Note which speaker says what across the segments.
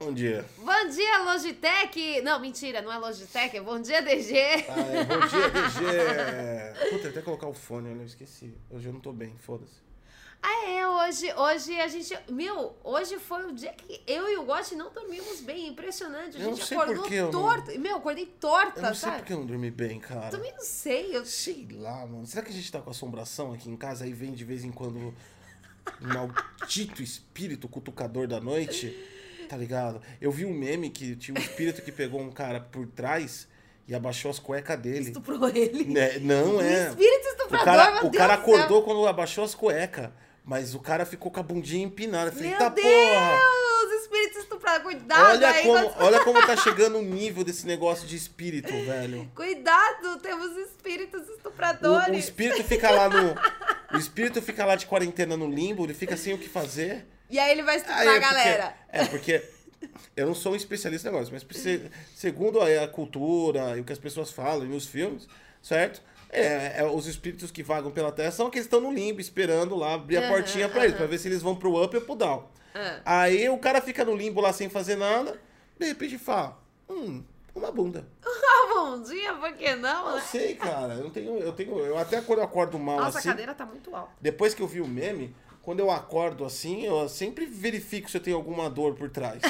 Speaker 1: Bom dia.
Speaker 2: Bom dia, Logitech! Não, mentira, não é Logitech, é Bom Dia DG!
Speaker 1: Ah, é, bom dia, DG. Puta, eu até colocar o fone, olha, eu esqueci. Hoje eu não tô bem, foda-se.
Speaker 2: Ah, é, hoje, hoje a gente. Meu, hoje foi o dia que eu e o Gotti não dormimos bem. Impressionante. A
Speaker 1: Eu não
Speaker 2: gente
Speaker 1: sei por
Speaker 2: acordou
Speaker 1: que eu não-
Speaker 2: torto. Meu, acordei torta,
Speaker 1: Eu não sei
Speaker 2: sabe?
Speaker 1: porque eu não dormi bem, cara.
Speaker 2: Também não sei. Eu...
Speaker 1: Sei lá, mano. Será que a gente tá com assombração aqui em casa e vem de vez em quando um maldito espírito cutucador da noite? Tá ligado? Eu vi um meme que tinha um espírito que pegou um cara por trás e abaixou as cuecas dele.
Speaker 2: Estuprou ele.
Speaker 1: Né? Não é.
Speaker 2: Um Espírito
Speaker 1: O
Speaker 2: estuprador,
Speaker 1: cara,
Speaker 2: meu
Speaker 1: o cara
Speaker 2: Deus do céu.
Speaker 1: acordou quando abaixou as cuecas, mas o cara ficou com a bundinha empinada. Eu falei,
Speaker 2: Meu
Speaker 1: tá
Speaker 2: Deus,
Speaker 1: porra!
Speaker 2: Ah, espírito estuprador. Cuidado
Speaker 1: Olha
Speaker 2: aí.
Speaker 1: como,
Speaker 2: quando-
Speaker 1: olha como tá chegando o nível desse negócio de espírito, velho.
Speaker 2: Cuidado, temos espíritos
Speaker 1: O, o
Speaker 2: estupradores.
Speaker 1: espírito fica lá no. O espírito fica lá de quarentena no limbo, ele fica sem o que fazer.
Speaker 2: E aí ele vai
Speaker 1: Aí
Speaker 2: estuprar
Speaker 1: é
Speaker 2: a galera.
Speaker 1: Porque, é, porque eu não sou um especialista no negócio, mas se- segundo a, a cultura e o que as pessoas falam nos filmes, certo? É, é, os espíritos que vagam pela Terra são aqueles que estão no limbo, esperando lá abrir a
Speaker 2: Aham,
Speaker 1: portinha pra eles, pra ver se eles vão pro up ou pro down.
Speaker 2: Ah.
Speaker 1: Aí o cara fica no limbo lá sem fazer nada, de repente fala: hum, uma bunda.
Speaker 2: Ah, bom dia, por que não?
Speaker 1: Não
Speaker 2: né?
Speaker 1: sei, cara. Eu não tenho. Eu tenho. Eu até quando eu acordo mal
Speaker 2: Nossa,
Speaker 1: assim.
Speaker 2: a cadeira tá muito alta.
Speaker 1: Depois que eu vi o meme, quando eu acordo assim, eu sempre verifico se eu tenho alguma dor por trás.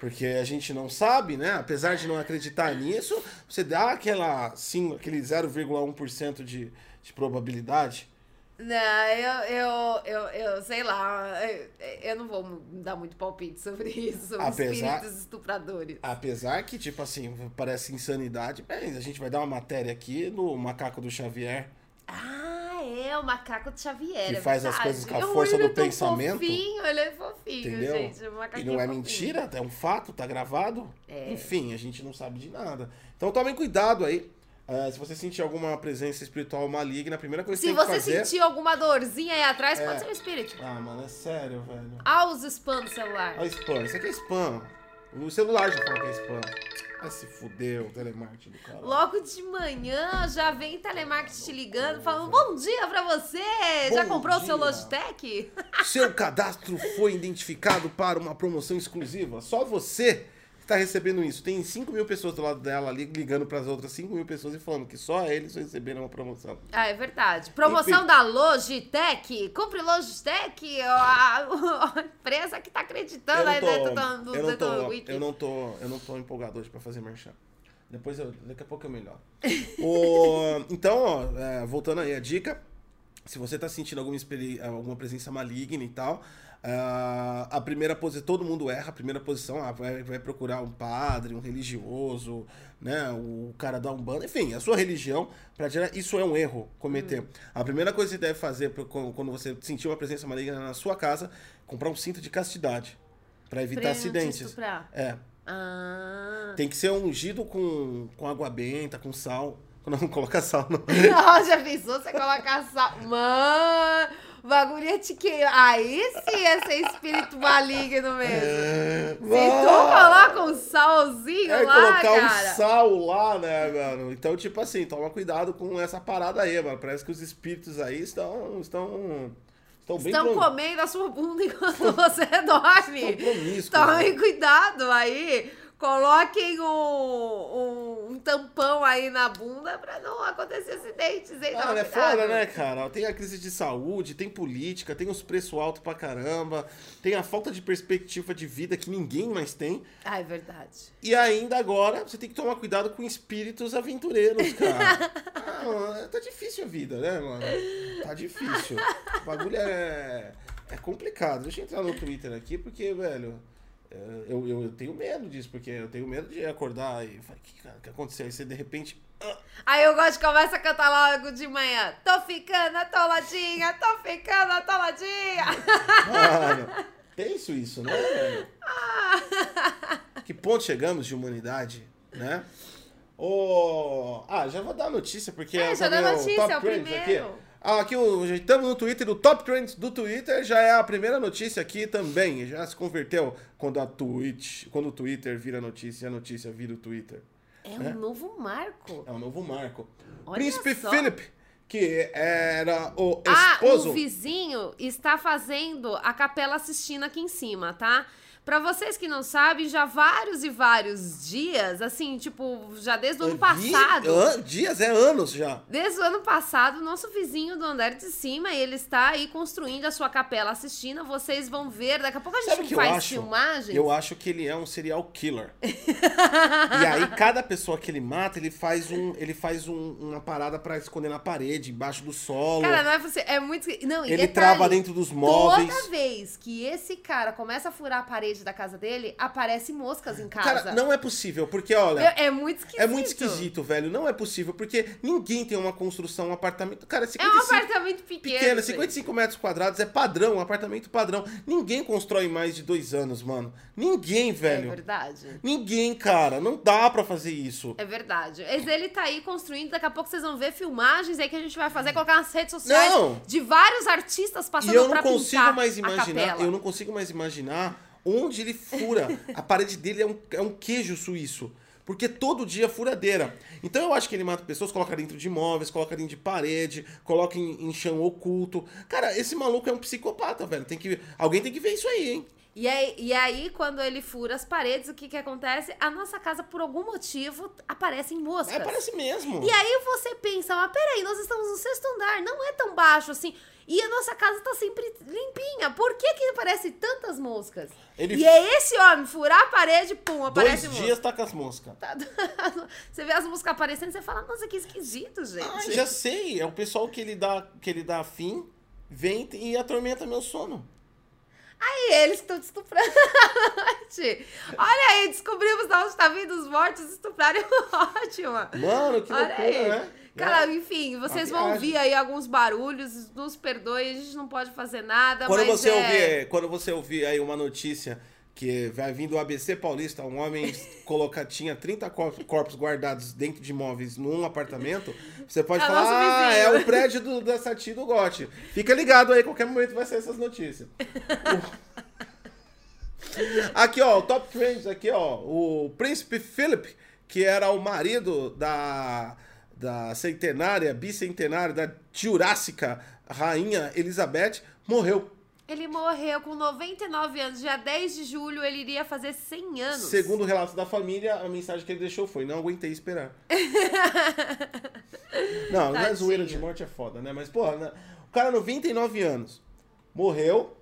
Speaker 1: Porque a gente não sabe, né? Apesar de não acreditar nisso, você dá aquela, sim, aquele 0,1% de, de probabilidade.
Speaker 2: Não, Né, eu, eu, eu, eu sei lá, eu, eu não vou dar muito palpite sobre isso, sobre
Speaker 1: Apesar-
Speaker 2: espíritos estupradores.
Speaker 1: Apesar que, tipo assim, parece insanidade. Mas a gente vai dar uma matéria aqui no Macaco do Xavier.
Speaker 2: Ah, é, o macaco de Xavier.
Speaker 1: Que
Speaker 2: é
Speaker 1: faz as
Speaker 2: verdade.
Speaker 1: coisas com a
Speaker 2: É um
Speaker 1: força do
Speaker 2: olho tão
Speaker 1: pensamento.
Speaker 2: Fofinho, ele é fofinho,
Speaker 1: Entendeu?
Speaker 2: gente. um
Speaker 1: E
Speaker 2: macaquinho
Speaker 1: não é
Speaker 2: fofinho.
Speaker 1: mentira, é um fato, tá gravado.
Speaker 2: É.
Speaker 1: Enfim, a gente não sabe de nada. Então tomem cuidado aí. Ah, se você sentir alguma presença espiritual maligna, a primeira coisa que
Speaker 2: Se
Speaker 1: tem que
Speaker 2: você
Speaker 1: fazer...
Speaker 2: sentir alguma dorzinha aí atrás, pode
Speaker 1: É.
Speaker 2: ser um espírito.
Speaker 1: Ah, mano, é sério, velho.
Speaker 2: Ah, os spam do celular.
Speaker 1: Olha spam, isso aqui é spam. O celular já falou que é spam. Ai, se fudeu, telemarketing do cara.
Speaker 2: Logo de manhã já vem telemarketing te ligando, falando bom dia pra você! já
Speaker 1: Bom
Speaker 2: comprou o seu
Speaker 1: dia."
Speaker 2: Logitech?
Speaker 1: Seu cadastro foi identificado para uma promoção exclusiva. Só você está recebendo isso. Tem 5 mil pessoas do lado dela ali ligando para as outras 5 mil pessoas e falando que só eles receberam a promoção.
Speaker 2: Ah, é verdade. Promoção
Speaker 1: Enfim.
Speaker 2: da Logitech. Compre Logitech, a, a empresa que tá acreditando aí dentro do, do,
Speaker 1: eu não
Speaker 2: do, do
Speaker 1: tô,
Speaker 2: Wiki.
Speaker 1: eu não tá tô, eu não tô empolgado hoje pra fazer merchan. Depois eu, daqui a pouco eu melhoro. O- então, ó, é, voltando aí a dica, se você tá sentindo alguma, experi- alguma presença maligna e tal, ah, a primeira posição, todo mundo erra, a primeira posição, ah, vai, vai procurar um padre, um religioso, né, o cara da Umbanda, enfim, a sua religião, pra tirar, isso é um erro cometer. A primeira coisa que você deve fazer pro- quando quando você sentir uma presença maligna na sua casa, comprar um cinto de castidade. Pra evitar
Speaker 2: Pra não te
Speaker 1: acidentes.
Speaker 2: estuprar.
Speaker 1: É.
Speaker 2: Ah.
Speaker 1: Tem que ser ungido com, com água benta, com sal. Não, coloca sal. Não.
Speaker 2: Não, já pensou você colocar sal? Mano, o bagulho ia te queimar. Aí sim ia ser espírito maligno mesmo. Se tu coloca um salzinho
Speaker 1: Ah! É,
Speaker 2: lá,
Speaker 1: colocar
Speaker 2: cara.
Speaker 1: um sal lá, né, mano? Então, tipo assim, toma cuidado com essa parada aí, mano. Parece que os espíritos aí estão. estão. estão bem
Speaker 2: Estão
Speaker 1: prom-
Speaker 2: comendo a sua bunda enquanto você dorme.
Speaker 1: estão promíscuos, né?
Speaker 2: Tomem cuidado aí. Coloquem um, um, um tampão aí na bunda pra não acontecer acidentes, hein?
Speaker 1: Ah,
Speaker 2: Toma
Speaker 1: é
Speaker 2: cuidado.
Speaker 1: foda, né, cara? Tem a crise de saúde, tem política, tem os preços altos pra caramba, tem a falta de perspectiva de vida que ninguém mais tem.
Speaker 2: Ah, é verdade.
Speaker 1: E ainda agora, você tem que tomar cuidado com espíritos aventureiros, cara. ah, mano, tá difícil a vida, né, mano? Tá difícil. O bagulho é, é complicado. Deixa eu entrar no Twitter aqui, porque, velho, é, eu, eu, eu tenho medo disso, porque eu tenho medo de acordar e falar, que, cara, o que aconteceu? Aí você, de repente,
Speaker 2: Aí eu gosto de começa a cantar logo de manhã. Tô ficando atoladinha, tô ficando atoladinha.
Speaker 1: Mano, tenso isso, né? velho? Que ponto chegamos de humanidade, né? Ô, Ah, já vou dar a notícia, porque
Speaker 2: É,
Speaker 1: eu
Speaker 2: já
Speaker 1: também
Speaker 2: dá
Speaker 1: o
Speaker 2: notícia,
Speaker 1: Top
Speaker 2: é o
Speaker 1: Trends
Speaker 2: primeiro.
Speaker 1: aqui. Ah, aqui o- já estamos no Twitter, o Top Trends do Twitter já é a primeira notícia aqui também. Já se converteu quando a Twitch, quando o Twitter vira notícia, e a notícia vira o Twitter.
Speaker 2: É um novo marco.
Speaker 1: É um novo marco.
Speaker 2: Olha
Speaker 1: Príncipe
Speaker 2: só.
Speaker 1: Philip, que era o
Speaker 2: Ah,
Speaker 1: esposo.
Speaker 2: o vizinho está fazendo a Capela Sistina aqui em cima, tá? Pra vocês que não sabem, já vários e vários dias, assim, tipo, já desde o ano
Speaker 1: É Vi-
Speaker 2: passado.
Speaker 1: an- dias, é anos já.
Speaker 2: Desde o ano passado, o nosso vizinho do andar de cima, ele está aí construindo a sua capela assistindo. Vocês vão ver. Daqui a pouco a gente
Speaker 1: Sabe o que eu
Speaker 2: faz
Speaker 1: acho?
Speaker 2: filmagens.
Speaker 1: Eu acho que ele é um serial killer. e aí, cada pessoa que ele mata, ele faz, um, ele faz um- uma parada pra esconder na parede, embaixo do solo.
Speaker 2: Cara, não é você. É muito. Não, e
Speaker 1: ele
Speaker 2: detalhe,
Speaker 1: trava dentro dos móveis.
Speaker 2: Toda vez que esse cara começa a furar a parede da casa dele, aparecem moscas em casa.
Speaker 1: Cara, não é possível, porque olha.
Speaker 2: Eu- é muito esquisito.
Speaker 1: É muito esquisito, velho. Não é possível, porque ninguém tem uma construção, um apartamento. Cara,
Speaker 2: É um
Speaker 1: 55
Speaker 2: apartamento pequeno.
Speaker 1: pequeno,
Speaker 2: gente.
Speaker 1: 55 metros quadrados é padrão, um apartamento padrão. Ninguém constrói em mais de dois anos, mano. Ninguém,
Speaker 2: É
Speaker 1: velho.
Speaker 2: verdade.
Speaker 1: Ninguém, cara. Não dá pra fazer isso.
Speaker 2: É verdade. Mas ele tá aí construindo, daqui a pouco vocês vão ver filmagens aí que a gente vai fazer, colocar nas redes sociais
Speaker 1: Hum. Não.
Speaker 2: de vários artistas passando
Speaker 1: E eu
Speaker 2: pra
Speaker 1: não consigo
Speaker 2: pintar
Speaker 1: mais
Speaker 2: a
Speaker 1: imaginar.
Speaker 2: capela.
Speaker 1: Eu não consigo mais imaginar onde ele fura. a parede dele é um, é um queijo suíço. Porque todo dia é furadeira. Então eu acho que ele mata pessoas, coloca dentro de imóveis, coloca dentro de parede, coloca em, em chão oculto. Cara, esse maluco é um psicopata, velho. Tem que, alguém tem que ver isso aí, hein?
Speaker 2: E aí, e aí, quando ele fura as paredes, o que que acontece? A nossa casa, por algum motivo, aparecem moscas.
Speaker 1: É, parece mesmo.
Speaker 2: E aí você pensa, mas peraí, nós estamos no sexto andar, não é tão baixo assim. E a nossa casa tá sempre limpinha. Por que que aparecem tantas moscas?
Speaker 1: Ele-
Speaker 2: E é esse homem furar a parede, pum,
Speaker 1: Dois
Speaker 2: aparece mosca.
Speaker 1: dias tá com as moscas.
Speaker 2: Tá- você vê as músicas aparecendo, você fala, nossa, que esquisito, gente.
Speaker 1: Ah, já sei. É o pessoal que ele dá, que ele dá fim, vem e atormenta meu sono.
Speaker 2: E É eles estão te estuprando à noite. Olha aí, descobrimos de onde está vindo os mortos, estuprarem o ótima.
Speaker 1: Mano, que
Speaker 2: Olha
Speaker 1: loucura,
Speaker 2: aí.
Speaker 1: né?
Speaker 2: Cara, enfim, vocês
Speaker 1: Uma
Speaker 2: vão
Speaker 1: viagem.
Speaker 2: ouvir aí alguns barulhos, nos perdoe, a gente não pode fazer nada,
Speaker 1: Quando
Speaker 2: mas
Speaker 1: você,
Speaker 2: é...
Speaker 1: ouvir, quando você ouvir aí uma notícia que vai vir do ABC Paulista, um homem colocar, tinha 30 cor- corpos guardados dentro de imóveis num apartamento, você pode
Speaker 2: É o nosso
Speaker 1: falar, ah, é
Speaker 2: vizinho."
Speaker 1: o prédio do, da Sati do Gotti. Fica ligado aí, qualquer momento vai sair essas notícias. aqui, ó, o Top Trends aqui, ó, o Príncipe Philip, que era o marido da, da centenária, bicentenária, da Jurássica Rainha Elizabeth, morreu.
Speaker 2: Ele morreu com 99 anos, dia 10 de julho ele iria fazer 100 anos.
Speaker 1: Segundo o relato da família, a mensagem que ele deixou foi: não aguentei esperar. não, não é
Speaker 2: Tadinho.
Speaker 1: zoeira de morte é foda, né? Mas, porra, né? o cara, 99 anos, morreu.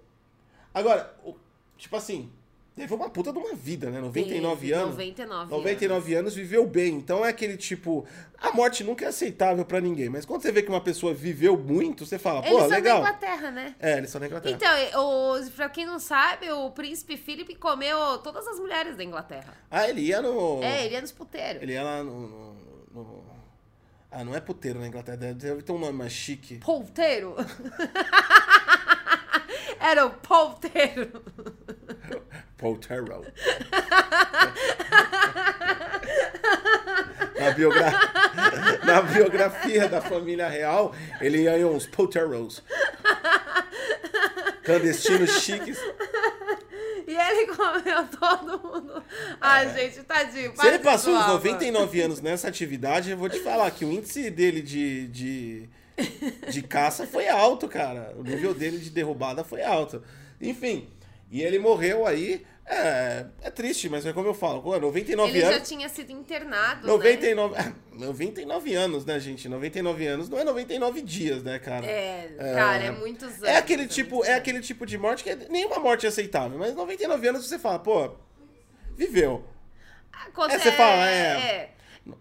Speaker 1: Agora, o- tipo assim, teve uma puta de uma vida, né? 99
Speaker 2: Teve
Speaker 1: anos.
Speaker 2: 99 anos.
Speaker 1: 99 anos viveu bem. Então é aquele tipo, a morte nunca é aceitável pra ninguém. Mas quando você vê que uma pessoa viveu muito, você fala,
Speaker 2: Eles
Speaker 1: pô,
Speaker 2: são
Speaker 1: Ah, legal.
Speaker 2: da Inglaterra, né?
Speaker 1: É, eles são da Inglaterra.
Speaker 2: Então, e- o, pra quem não sabe, o príncipe Philip comeu todas as mulheres da Inglaterra.
Speaker 1: Ah, ele ia no.
Speaker 2: É, ele é nos puteiros.
Speaker 1: Ele é lá no. no- no- Ah, não é puteiro na Inglaterra. Deve, deve ter um nome mais chique.
Speaker 2: Polteiro? Era o polteiro.
Speaker 1: Poltero. na, biogra... na biografia da família real, ele ia em uns Polteros. Clandestinos chiques.
Speaker 2: E ele comeu todo mundo. Ai, gente, tadinho.
Speaker 1: É. Se
Speaker 2: para
Speaker 1: ele
Speaker 2: de
Speaker 1: passou os
Speaker 2: zoar,
Speaker 1: 99 anos nessa atividade, eu vou te falar que o índice dele de, de, de caça foi alto, cara. O nível dele de derrubada foi alto. Enfim, e ele morreu aí. É, é triste, mas é como eu falo, pô, 99
Speaker 2: mano. Ele já
Speaker 1: anos.
Speaker 2: tinha sido internado. Né?
Speaker 1: 99, 99 anos, né, gente? 99 anos não é 99 dias, né, cara?
Speaker 2: É, cara, é muitos anos.
Speaker 1: É aquele
Speaker 2: muitos
Speaker 1: tipo, é
Speaker 2: anos.
Speaker 1: aquele tipo de morte que é- nenhuma morte é aceitável, mas 99 anos você fala, pô, viveu.
Speaker 2: Aconte-
Speaker 1: é, você fala, é.
Speaker 2: Ah, é.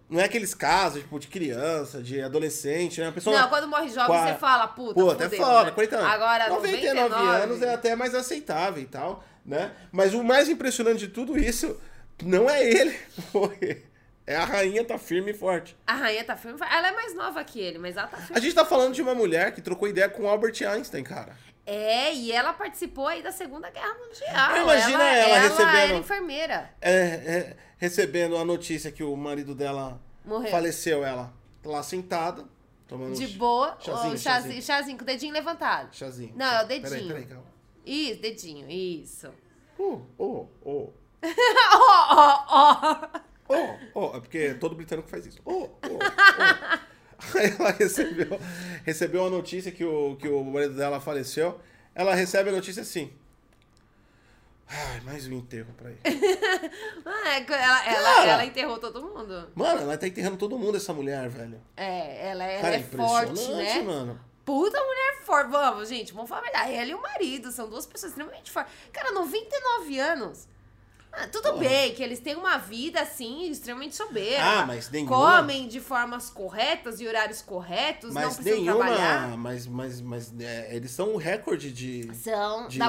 Speaker 1: Não é aqueles casos, tipo, de criança, de adolescente, né? A pessoa.
Speaker 2: Não, quando morre jovem,
Speaker 1: Qua-
Speaker 2: você fala, puta,
Speaker 1: Pô, até
Speaker 2: fudeu,
Speaker 1: foda,
Speaker 2: né?
Speaker 1: 40 anos.
Speaker 2: Agora,
Speaker 1: 99, anos é até mais aceitável e tal, né? Mas o mais impressionante de tudo isso não é ele morrer. É a rainha tá firme e forte.
Speaker 2: A rainha tá firme. Ela é mais nova que ele, mas ela tá firme.
Speaker 1: A gente tá falando de uma mulher que trocou ideia com Albert Einstein, cara.
Speaker 2: É, e ela participou aí da Segunda Guerra Mundial.
Speaker 1: Imagina
Speaker 2: ela,
Speaker 1: ela
Speaker 2: era
Speaker 1: recebendo-
Speaker 2: enfermeira.
Speaker 1: É, é, recebendo a notícia que o marido dela
Speaker 2: Morreu.
Speaker 1: faleceu, ela tá lá sentada, tomando
Speaker 2: De
Speaker 1: um
Speaker 2: boa, ó,
Speaker 1: chazinho,
Speaker 2: chazinho,
Speaker 1: chazinho.
Speaker 2: chazinho, com o dedinho levantado.
Speaker 1: chazinho.
Speaker 2: Não, é o
Speaker 1: Peraí,
Speaker 2: dedinho.
Speaker 1: Peraí, calma.
Speaker 2: Isso, dedinho, isso.
Speaker 1: Uh, oh, oh.
Speaker 2: Ó, ó, ó.
Speaker 1: Oh, oh, é porque todo britânico faz isso. Oh, oh, oh. Aí ela recebeu, recebeu uma notícia que o, que o marido dela faleceu. Ela recebe a notícia assim. Ai, mais um enterro pra ele.
Speaker 2: Ah, é que ela, ela,
Speaker 1: Cara!
Speaker 2: ela enterrou todo mundo.
Speaker 1: Mano, ela tá enterrando todo mundo, essa mulher, velho.
Speaker 2: É, ela, ela
Speaker 1: Cara,
Speaker 2: é forte, né?
Speaker 1: mano.
Speaker 2: Puta mulher forte. Vamos, gente, vamos falar a verdade. Ela e o marido são duas pessoas extremamente fortes. Cara, 99 anos. Ah, tudo
Speaker 1: Porra.
Speaker 2: bem que eles têm uma vida, assim, extremamente soberba.
Speaker 1: Ah, mas nenhuma.
Speaker 2: Comem de formas corretas e horários corretos, não
Speaker 1: mas
Speaker 2: precisam trabalhar.
Speaker 1: nenhuma. Mas, mas, mas é, eles são um recorde de.
Speaker 2: São
Speaker 1: de-
Speaker 2: da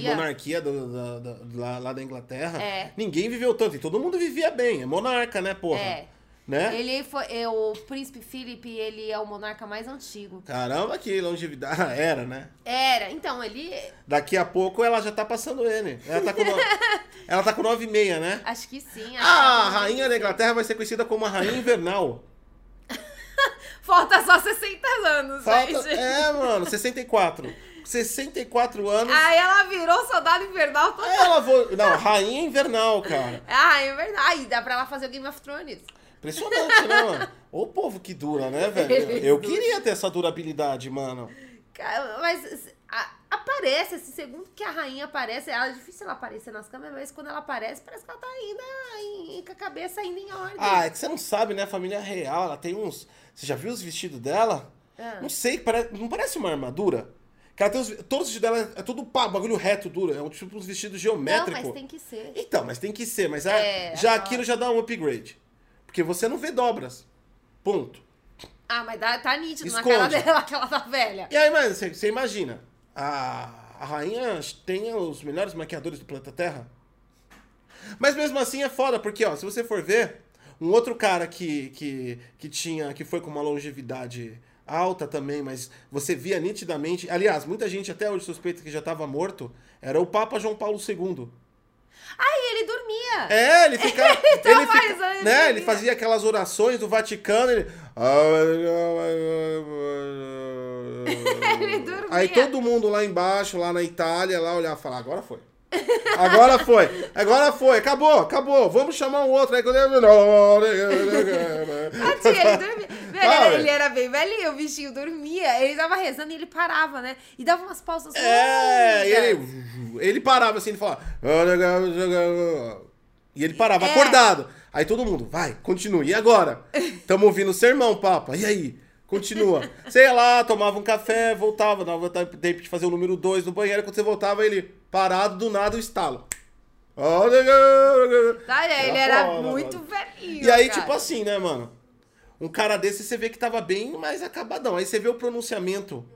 Speaker 1: De monarquia do- da- da- lá, lá da Inglaterra.
Speaker 2: É.
Speaker 1: Ninguém viveu tanto. E todo mundo vivia bem. É monarca, né, porra?
Speaker 2: É.
Speaker 1: Né?
Speaker 2: Ele foi. é, o príncipe Philip, ele é o monarca mais antigo.
Speaker 1: Caramba, que longevidade. Ah, Era, né?
Speaker 2: Era, então, ele.
Speaker 1: Daqui a pouco ela já tá passando ele. Ela tá com, no... ela tá com 9,6, né?
Speaker 2: Acho que sim. acho
Speaker 1: Ah, a
Speaker 2: que-
Speaker 1: rainha da Inglaterra vai ser conhecida como a rainha invernal.
Speaker 2: Falta só 60 anos,
Speaker 1: Falta...
Speaker 2: gente.
Speaker 1: É, mano, 64. 64 anos.
Speaker 2: Aí ela virou soldado invernal total.
Speaker 1: Ela vou. Não, rainha invernal, cara.
Speaker 2: Ah, é verdade. Aí dá pra ela fazer o Game of Thrones.
Speaker 1: Impressionante, né, mano? Ô povo que dura, né, velho?
Speaker 2: Eles
Speaker 1: Eu
Speaker 2: duram.
Speaker 1: queria ter essa durabilidade, mano.
Speaker 2: Cara, Mas a- aparece, assim, segundo que a rainha aparece, ela é difícil ela aparecer nas câmeras, mas quando ela aparece, parece que ela tá ainda em- com a cabeça ainda em ordem.
Speaker 1: Ah, é que você não sabe, né? A família real, ela tem uns. Você já viu os vestidos dela?
Speaker 2: Ah.
Speaker 1: Não sei, pare- não parece uma armadura? Cara, tem os... todos os vestidos dela é tudo pá, bagulho reto, duro. É um tipo uns vestidos
Speaker 2: Não,
Speaker 1: geométricos.
Speaker 2: mas tem que ser.
Speaker 1: Então, mas tem que ser, mas a-
Speaker 2: É,
Speaker 1: já
Speaker 2: aham.
Speaker 1: aquilo já dá um upgrade. Porque você não vê dobras. Ponto.
Speaker 2: Ah, mas dá, tá nítido na
Speaker 1: Esconde.
Speaker 2: cara dela que ela tá velha.
Speaker 1: E aí, mano, você, você imagina. A, a rainha tem os melhores maquiadores do planeta Terra. Mas mesmo assim é foda, porque, ó, se você for ver, um outro cara que, que, que tinha. que foi com uma longevidade alta também, mas você via nitidamente. Aliás, muita gente até hoje suspeita que já estava morto, era o Papa João Paulo II.
Speaker 2: Aí ele dormia.
Speaker 1: É, ele ficava. ele
Speaker 2: tava
Speaker 1: fica-
Speaker 2: rezando, ele
Speaker 1: né, ele
Speaker 2: dormia.
Speaker 1: fazia aquelas orações do Vaticano, ele.
Speaker 2: Ele dormia.
Speaker 1: Aí todo mundo lá embaixo, lá na Itália, lá olhava e falava, agora foi. Agora foi, agora foi, acabou, acabou, vamos chamar um outro. Aí quando ele-
Speaker 2: Tadinho, ele dormia. Velho,
Speaker 1: Ah,
Speaker 2: ele,
Speaker 1: velho.
Speaker 2: ele era bem velhinho, o bichinho dormia. Ele tava rezando e ele parava, né? E dava umas pausas.
Speaker 1: É,
Speaker 2: longas.
Speaker 1: ele, ele parava assim, ele falava. E ele parava
Speaker 2: É.
Speaker 1: acordado. Aí todo mundo, vai, continua. E agora? Tamo ouvindo o sermão, papa. E aí? Continua. Sei lá, tomava um café, voltava, dava tempo de fazer o número 2 no banheiro. Quando você voltava, ele parado, do nada, o estalo.
Speaker 2: Tá, né? ele
Speaker 1: Era
Speaker 2: era
Speaker 1: foda,
Speaker 2: muito
Speaker 1: mano.
Speaker 2: velhinho.
Speaker 1: E aí,
Speaker 2: cara.
Speaker 1: tipo assim, né, mano? Um cara desse você vê que tava bem mais acabadão. Aí você vê o pronunciamento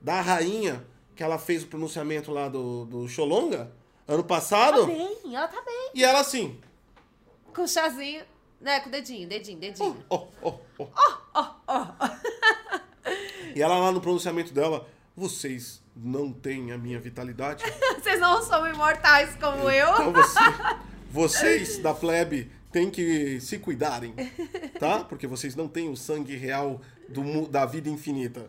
Speaker 1: da rainha, que ela fez o pronunciamento lá do, do Xolonga, ano
Speaker 2: Tá
Speaker 1: passado.
Speaker 2: bem, ela tá bem.
Speaker 1: E ela assim.
Speaker 2: Com o chazinho. Né, com o dedinho, dedinho,
Speaker 1: Oh,
Speaker 2: dedinho.
Speaker 1: oh, oh, oh.
Speaker 2: Ó, ó.
Speaker 1: E ela lá no pronunciamento dela, vocês não têm a minha vitalidade.
Speaker 2: Vocês não são imortais como
Speaker 1: Então
Speaker 2: eu.
Speaker 1: você- vocês da plebe têm que se cuidarem, tá? Porque vocês não têm o sangue real do, mu- da vida infinita.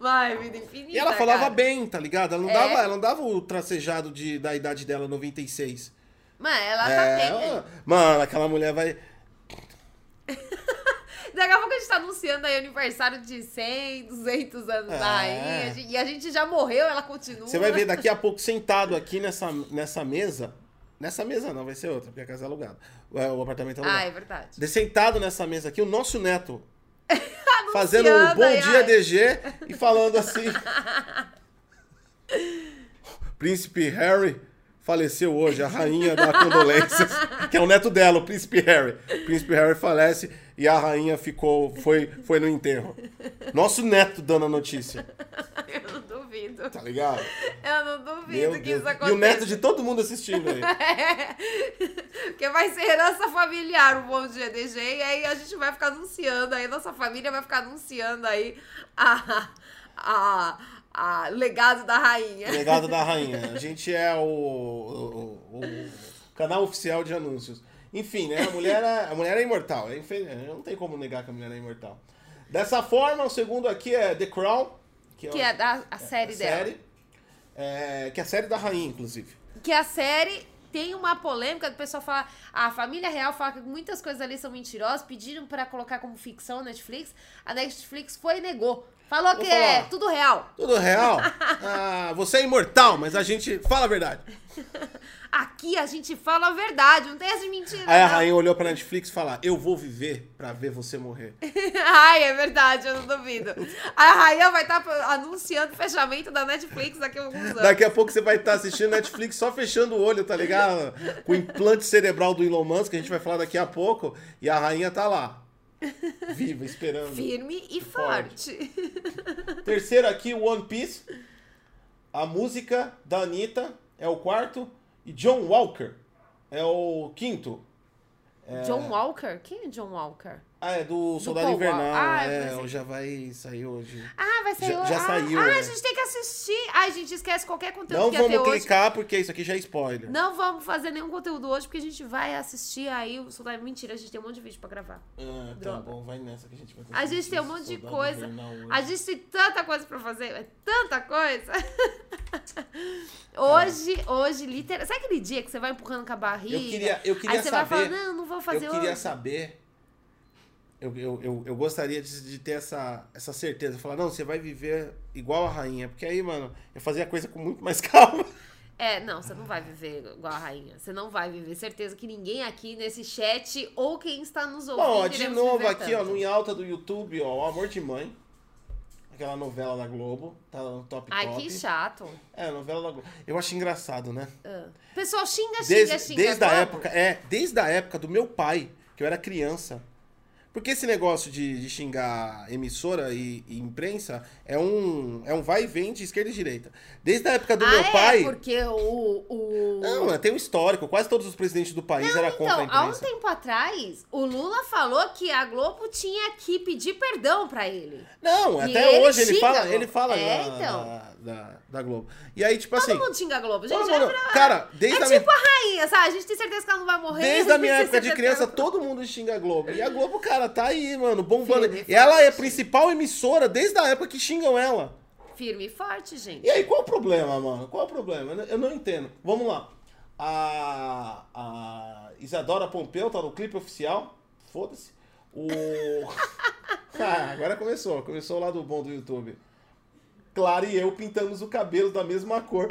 Speaker 2: Vai, vida infinita.
Speaker 1: E ela falava
Speaker 2: cara.
Speaker 1: bem, tá ligado? Ela não,
Speaker 2: É.
Speaker 1: dava, ela não dava o tracejado de, da idade dela, 96.
Speaker 2: Mano, ela tá
Speaker 1: É,
Speaker 2: bem. velho.
Speaker 1: ela- mano, aquela mulher vai.
Speaker 2: Daqui a pouco a gente tá anunciando aí o aniversário de 100, 200 anos
Speaker 1: É.
Speaker 2: da rainha. E a gente já morreu, ela continua.
Speaker 1: Você vai ver daqui a pouco sentado aqui nessa, nessa mesa. Nessa mesa não, vai ser outra, porque a casa é alugada. É, O apartamento é
Speaker 2: Ah, é
Speaker 1: alugado.
Speaker 2: verdade.
Speaker 1: De- Sentado nessa mesa aqui, o nosso neto. Fazendo um
Speaker 2: Anunciando
Speaker 1: bom
Speaker 2: aí,
Speaker 1: dia,
Speaker 2: ai.
Speaker 1: DG, e falando assim. Príncipe Harry faleceu hoje, a rainha da condolência, que é o neto dela, o príncipe Harry. O príncipe Harry falece e a rainha ficou, foi, foi no enterro. Nosso neto dando a notícia,
Speaker 2: Eu não duvido.
Speaker 1: tá ligado?
Speaker 2: Eu não duvido
Speaker 1: Meu
Speaker 2: que
Speaker 1: Deus.
Speaker 2: isso aconteça.
Speaker 1: E o neto de todo mundo assistindo aí.
Speaker 2: Porque vai ser herança familiar o bom dia DG. E aí a gente vai ficar anunciando aí, nossa família vai ficar anunciando aí a, a, a legado da rainha.
Speaker 1: Legado da Rainha. A gente é o, o- o- o canal oficial de anúncios. Enfim, né? A mulher é, a mulher é imortal. É infe- Não tem como negar que a mulher é imortal. Dessa forma, o segundo aqui é The Crown, que é,
Speaker 2: Que é da, a série
Speaker 1: a
Speaker 2: dela.
Speaker 1: série, é, que é a série da Rainha, inclusive.
Speaker 2: Que é a série tem uma polêmica do pessoal falar. A família real fala que muitas coisas ali são mentirosas, pediram pra colocar como ficção na Netflix. A Netflix foi e negou. Falou
Speaker 1: Vou
Speaker 2: que é
Speaker 1: falar.
Speaker 2: tudo real.
Speaker 1: Tudo real? Ah, você é imortal, mas a gente fala a verdade.
Speaker 2: Aqui a gente fala a verdade, não tem essa de mentira.
Speaker 1: Aí a
Speaker 2: não.
Speaker 1: rainha olhou pra Netflix e falou: Eu vou viver pra ver você morrer.
Speaker 2: Ai, é verdade, eu não duvido. A Rayan vai estar anunciando o fechamento da Netflix daqui a alguns anos.
Speaker 1: Daqui a pouco você vai estar assistindo Netflix só fechando o olho, tá ligado? Com o implante cerebral do Elon Musk, que a gente vai falar daqui a pouco. E a rainha tá lá. Viva, esperando.
Speaker 2: Firme e
Speaker 1: Forte.
Speaker 2: forte.
Speaker 1: Terceiro aqui, One Piece. A música da Anitta é o quarto. E John Walker é o quinto. É.
Speaker 2: John Walker? Quem é John Walker?
Speaker 1: Ah, é do Soldado
Speaker 2: Paul
Speaker 1: Invernal.
Speaker 2: Wal- Ah, eu
Speaker 1: é,
Speaker 2: pensei-
Speaker 1: já vai sair hoje.
Speaker 2: Ah, vai sair
Speaker 1: Já-
Speaker 2: hoje.
Speaker 1: já
Speaker 2: ah,
Speaker 1: saiu,
Speaker 2: Ah,
Speaker 1: né?
Speaker 2: a gente tem que assistir. Ai, gente, esquece qualquer conteúdo
Speaker 1: Não
Speaker 2: que ia ter
Speaker 1: vamos
Speaker 2: hoje.
Speaker 1: clicar, porque isso aqui já é spoiler.
Speaker 2: Não vamos fazer nenhum conteúdo hoje, porque a gente vai assistir aí o Soldado. Mentira, a gente tem um monte de vídeo pra gravar.
Speaker 1: Ah, tá
Speaker 2: Droga.
Speaker 1: bom, vai nessa que a gente vai
Speaker 2: A gente
Speaker 1: assistir
Speaker 2: tem um monte de
Speaker 1: Soldado
Speaker 2: coisa.
Speaker 1: Invernal hoje.
Speaker 2: A gente tem tanta coisa pra fazer, é tanta coisa. Hoje, hoje, literal. Sabe aquele dia que você vai empurrando com a barriga?
Speaker 1: Eu queria- eu queria
Speaker 2: aí você vai
Speaker 1: saber-
Speaker 2: falar, não, não vou fazer
Speaker 1: eu queria
Speaker 2: hoje.
Speaker 1: saber. Eu, eu, eu, eu gostaria de, de ter essa, essa certeza. Falar, não, você vai viver igual a rainha. Porque aí, mano, eu fazia a coisa com muito mais calma.
Speaker 2: É, não, você não vai viver igual a rainha. Você não vai viver. Certeza que ninguém aqui nesse chat ou quem está nos ouvindo.
Speaker 1: Bom, ó, de
Speaker 2: iremos
Speaker 1: novo
Speaker 2: viver
Speaker 1: aqui, ó,
Speaker 2: tanto.
Speaker 1: no em alta do YouTube, ó, O Amor de Mãe. Aquela novela da Globo. Tá no top
Speaker 2: Ai,
Speaker 1: top.
Speaker 2: que chato.
Speaker 1: É, novela da Globo. Eu acho engraçado, né?
Speaker 2: Ah. Pessoal, xinga, xinga,
Speaker 1: Desde,
Speaker 2: xinga.
Speaker 1: desde a
Speaker 2: Globo.
Speaker 1: época, é, desde a época do meu pai, que eu era criança. Porque esse negócio de, de xingar emissora e, e imprensa é um, é um vai e vem de esquerda e direita. Desde a época do
Speaker 2: ah,
Speaker 1: meu
Speaker 2: é,
Speaker 1: pai.
Speaker 2: Porque o. o...
Speaker 1: Não, tem um histórico. Quase todos os presidentes do país eram contra a
Speaker 2: Então, há um
Speaker 1: imprensa.
Speaker 2: tempo atrás, o Lula falou que a Globo tinha que pedir perdão pra ele.
Speaker 1: Não,
Speaker 2: E
Speaker 1: até
Speaker 2: ele
Speaker 1: hoje ele
Speaker 2: xinga,
Speaker 1: fala,
Speaker 2: Globo.
Speaker 1: ele fala
Speaker 2: É,
Speaker 1: da,
Speaker 2: então.
Speaker 1: da, da- da Globo. E aí, tipo assim.
Speaker 2: Todo mundo xinga a Globo, gente.
Speaker 1: todo
Speaker 2: é
Speaker 1: mundo-
Speaker 2: pra-
Speaker 1: cara, desde
Speaker 2: é
Speaker 1: a
Speaker 2: tipo
Speaker 1: minha-
Speaker 2: a rainha, sabe? A gente tem certeza que ela não é vai morrer.
Speaker 1: Desde a
Speaker 2: gente
Speaker 1: minha
Speaker 2: tem
Speaker 1: época de
Speaker 2: certeza que
Speaker 1: criança,
Speaker 2: ela-
Speaker 1: todo mundo xinga a Globo. E a Globo, cara, tá aí, mano, bombando.
Speaker 2: Firme e
Speaker 1: E ela é a
Speaker 2: forte.
Speaker 1: principal emissora desde a época que xingam ela.
Speaker 2: Firme e forte, gente.
Speaker 1: E aí, qual o problema, mano? Qual o problema? Eu não entendo. Vamos lá. A, a Isadora Pompeu tá no clipe oficial. Foda-se. O. Ah, agora começou. Começou lá do bom do YouTube. Clara e eu pintamos o cabelo da mesma cor.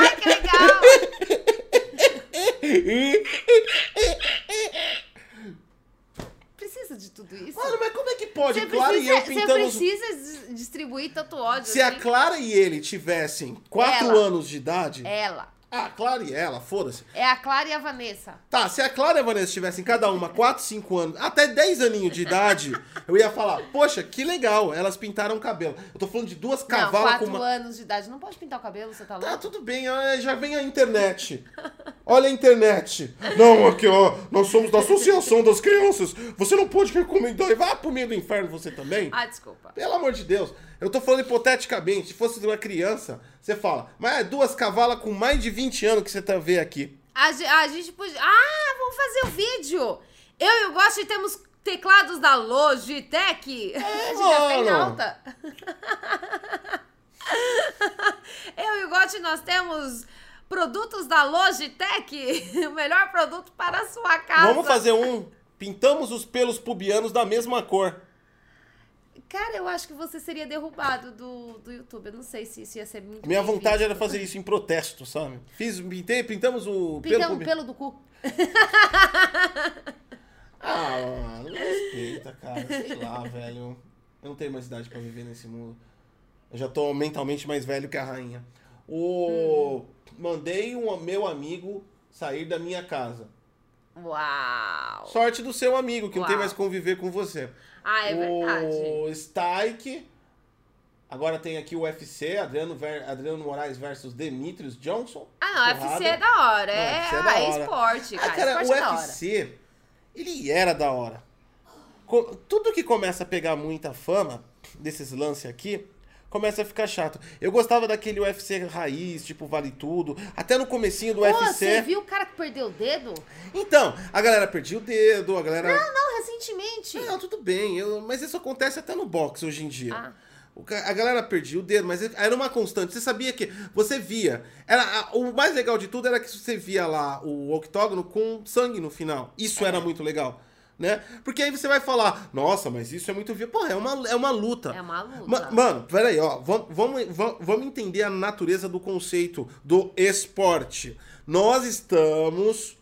Speaker 2: Ai, que legal! Precisa de tudo isso?
Speaker 1: Mano, mas como é que pode?
Speaker 2: Você
Speaker 1: Clara e
Speaker 2: precisa,
Speaker 1: eu
Speaker 2: você
Speaker 1: pintamos. um-
Speaker 2: precisa dis- distribuir tanto ódio
Speaker 1: Se a
Speaker 2: assim.
Speaker 1: Clara e ele tivessem 4
Speaker 2: Ela.
Speaker 1: anos de idade.
Speaker 2: Ela.
Speaker 1: Ah, Clara e ela, foda-se.
Speaker 2: É a Clara e a Vanessa.
Speaker 1: Tá, se a Clara e a Vanessa tivessem cada uma 4, 5 anos, até 10 aninhos de idade, eu ia falar, poxa, que legal, elas pintaram o cabelo. Eu tô falando de duas
Speaker 2: não,
Speaker 1: cavalas com
Speaker 2: quatro
Speaker 1: uma.
Speaker 2: anos de idade. Não pode pintar o cabelo, você tá
Speaker 1: Tá,
Speaker 2: louco?
Speaker 1: tudo bem, ah, já vem a internet. Olha a internet. Não, aqui, ó, nós somos da Associação das Crianças. Você não pode recomendar. Vá pro meio do inferno você também.
Speaker 2: Ah, desculpa.
Speaker 1: Pelo amor de Deus. Eu tô falando hipoteticamente, se fosse de uma criança, você fala, mas é duas cavalas com mais de 20 anos que você tá vendo aqui.
Speaker 2: A, ge- a gente podia. Ah, vamos fazer o vídeo! Eu e o Gosto temos teclados da Logitech. a gente já tem
Speaker 1: É, mano.
Speaker 2: alta. Eu e o Gotti, nós temos produtos da Logitech, o melhor produto para a sua casa.
Speaker 1: Vamos fazer um. Pintamos os pelos pubianos da mesma cor.
Speaker 2: Cara, eu acho que você seria derrubado do, do YouTube. Eu não sei se isso ia ser muito.
Speaker 1: Minha
Speaker 2: bem
Speaker 1: vontade
Speaker 2: visto.
Speaker 1: era fazer isso em protesto, sabe? Fiz, pintei, pintamos o é pelo
Speaker 2: Pintar um
Speaker 1: pubiano.
Speaker 2: pelo do cu.
Speaker 1: Ah, mano, me respeita, cara. Sei lá, velho. Eu não tenho mais idade pra viver nesse mundo. Eu já tô mentalmente mais velho que a rainha. O... Mandei um meu amigo sair da minha casa.
Speaker 2: Uau!
Speaker 1: Sorte do seu amigo, que não tem
Speaker 2: Uau.
Speaker 1: mais conviver com você.
Speaker 2: Ah, é verdade.
Speaker 1: O Stike. Agora tem aqui o UFC, Adriano, ver... Adriano Moraes versus Demetrius Johnson.
Speaker 2: Ah, não,
Speaker 1: Porrada.
Speaker 2: UFC é da hora.
Speaker 1: Não,
Speaker 2: é,
Speaker 1: UFC é da
Speaker 2: ah, é
Speaker 1: hora.
Speaker 2: esporte,
Speaker 1: Ah,
Speaker 2: cara.
Speaker 1: cara,
Speaker 2: esporte
Speaker 1: o
Speaker 2: é da hora.
Speaker 1: UFC, ele era da hora. Co- Tudo que começa a pegar muita fama, desses lances aqui, começa a ficar chato. Eu gostava daquele UFC raiz, tipo, vale tudo. Até no comecinho do
Speaker 2: Pô, você
Speaker 1: UFC.
Speaker 2: viu o cara que perdeu o dedo?
Speaker 1: Então, a galera perdia o dedo, a galera...
Speaker 2: Não, recentemente.
Speaker 1: Ah, Não, tudo bem, eu- mas isso acontece até no boxe hoje em dia.
Speaker 2: Ah.
Speaker 1: O ca- A galera perdia o dedo, mas era uma constante. Você sabia que. Você via. Era, a- o mais legal de tudo era que você via lá o octógono com sangue no final. Isso
Speaker 2: É.
Speaker 1: era muito legal. Né? Porque aí você vai falar, nossa, mas isso é muito vivo. Pô, é uma, é uma luta.
Speaker 2: É uma luta.
Speaker 1: Ma- mano, peraí, ó. Vamos, vamos, vamos- vamos entender a natureza do conceito do esporte. Nós estamos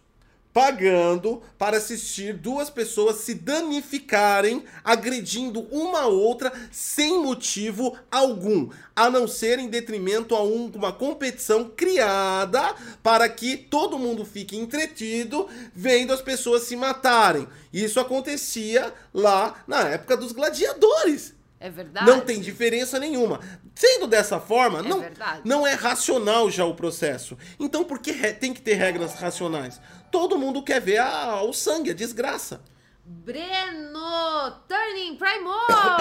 Speaker 1: pagando para assistir duas pessoas se danificarem, agredindo uma a outra sem motivo algum, a não ser em detrimento a um- uma competição criada para que todo mundo fique entretido vendo as pessoas se matarem. Isso acontecia lá na época dos gladiadores.
Speaker 2: É verdade.
Speaker 1: Não tem diferença nenhuma. Sendo dessa forma, não,
Speaker 2: verdade.
Speaker 1: não é racional já o processo. Então por que re- tem que ter regras racionais? Todo mundo quer ver a- o sangue, a desgraça.
Speaker 2: Breno Turning Primo!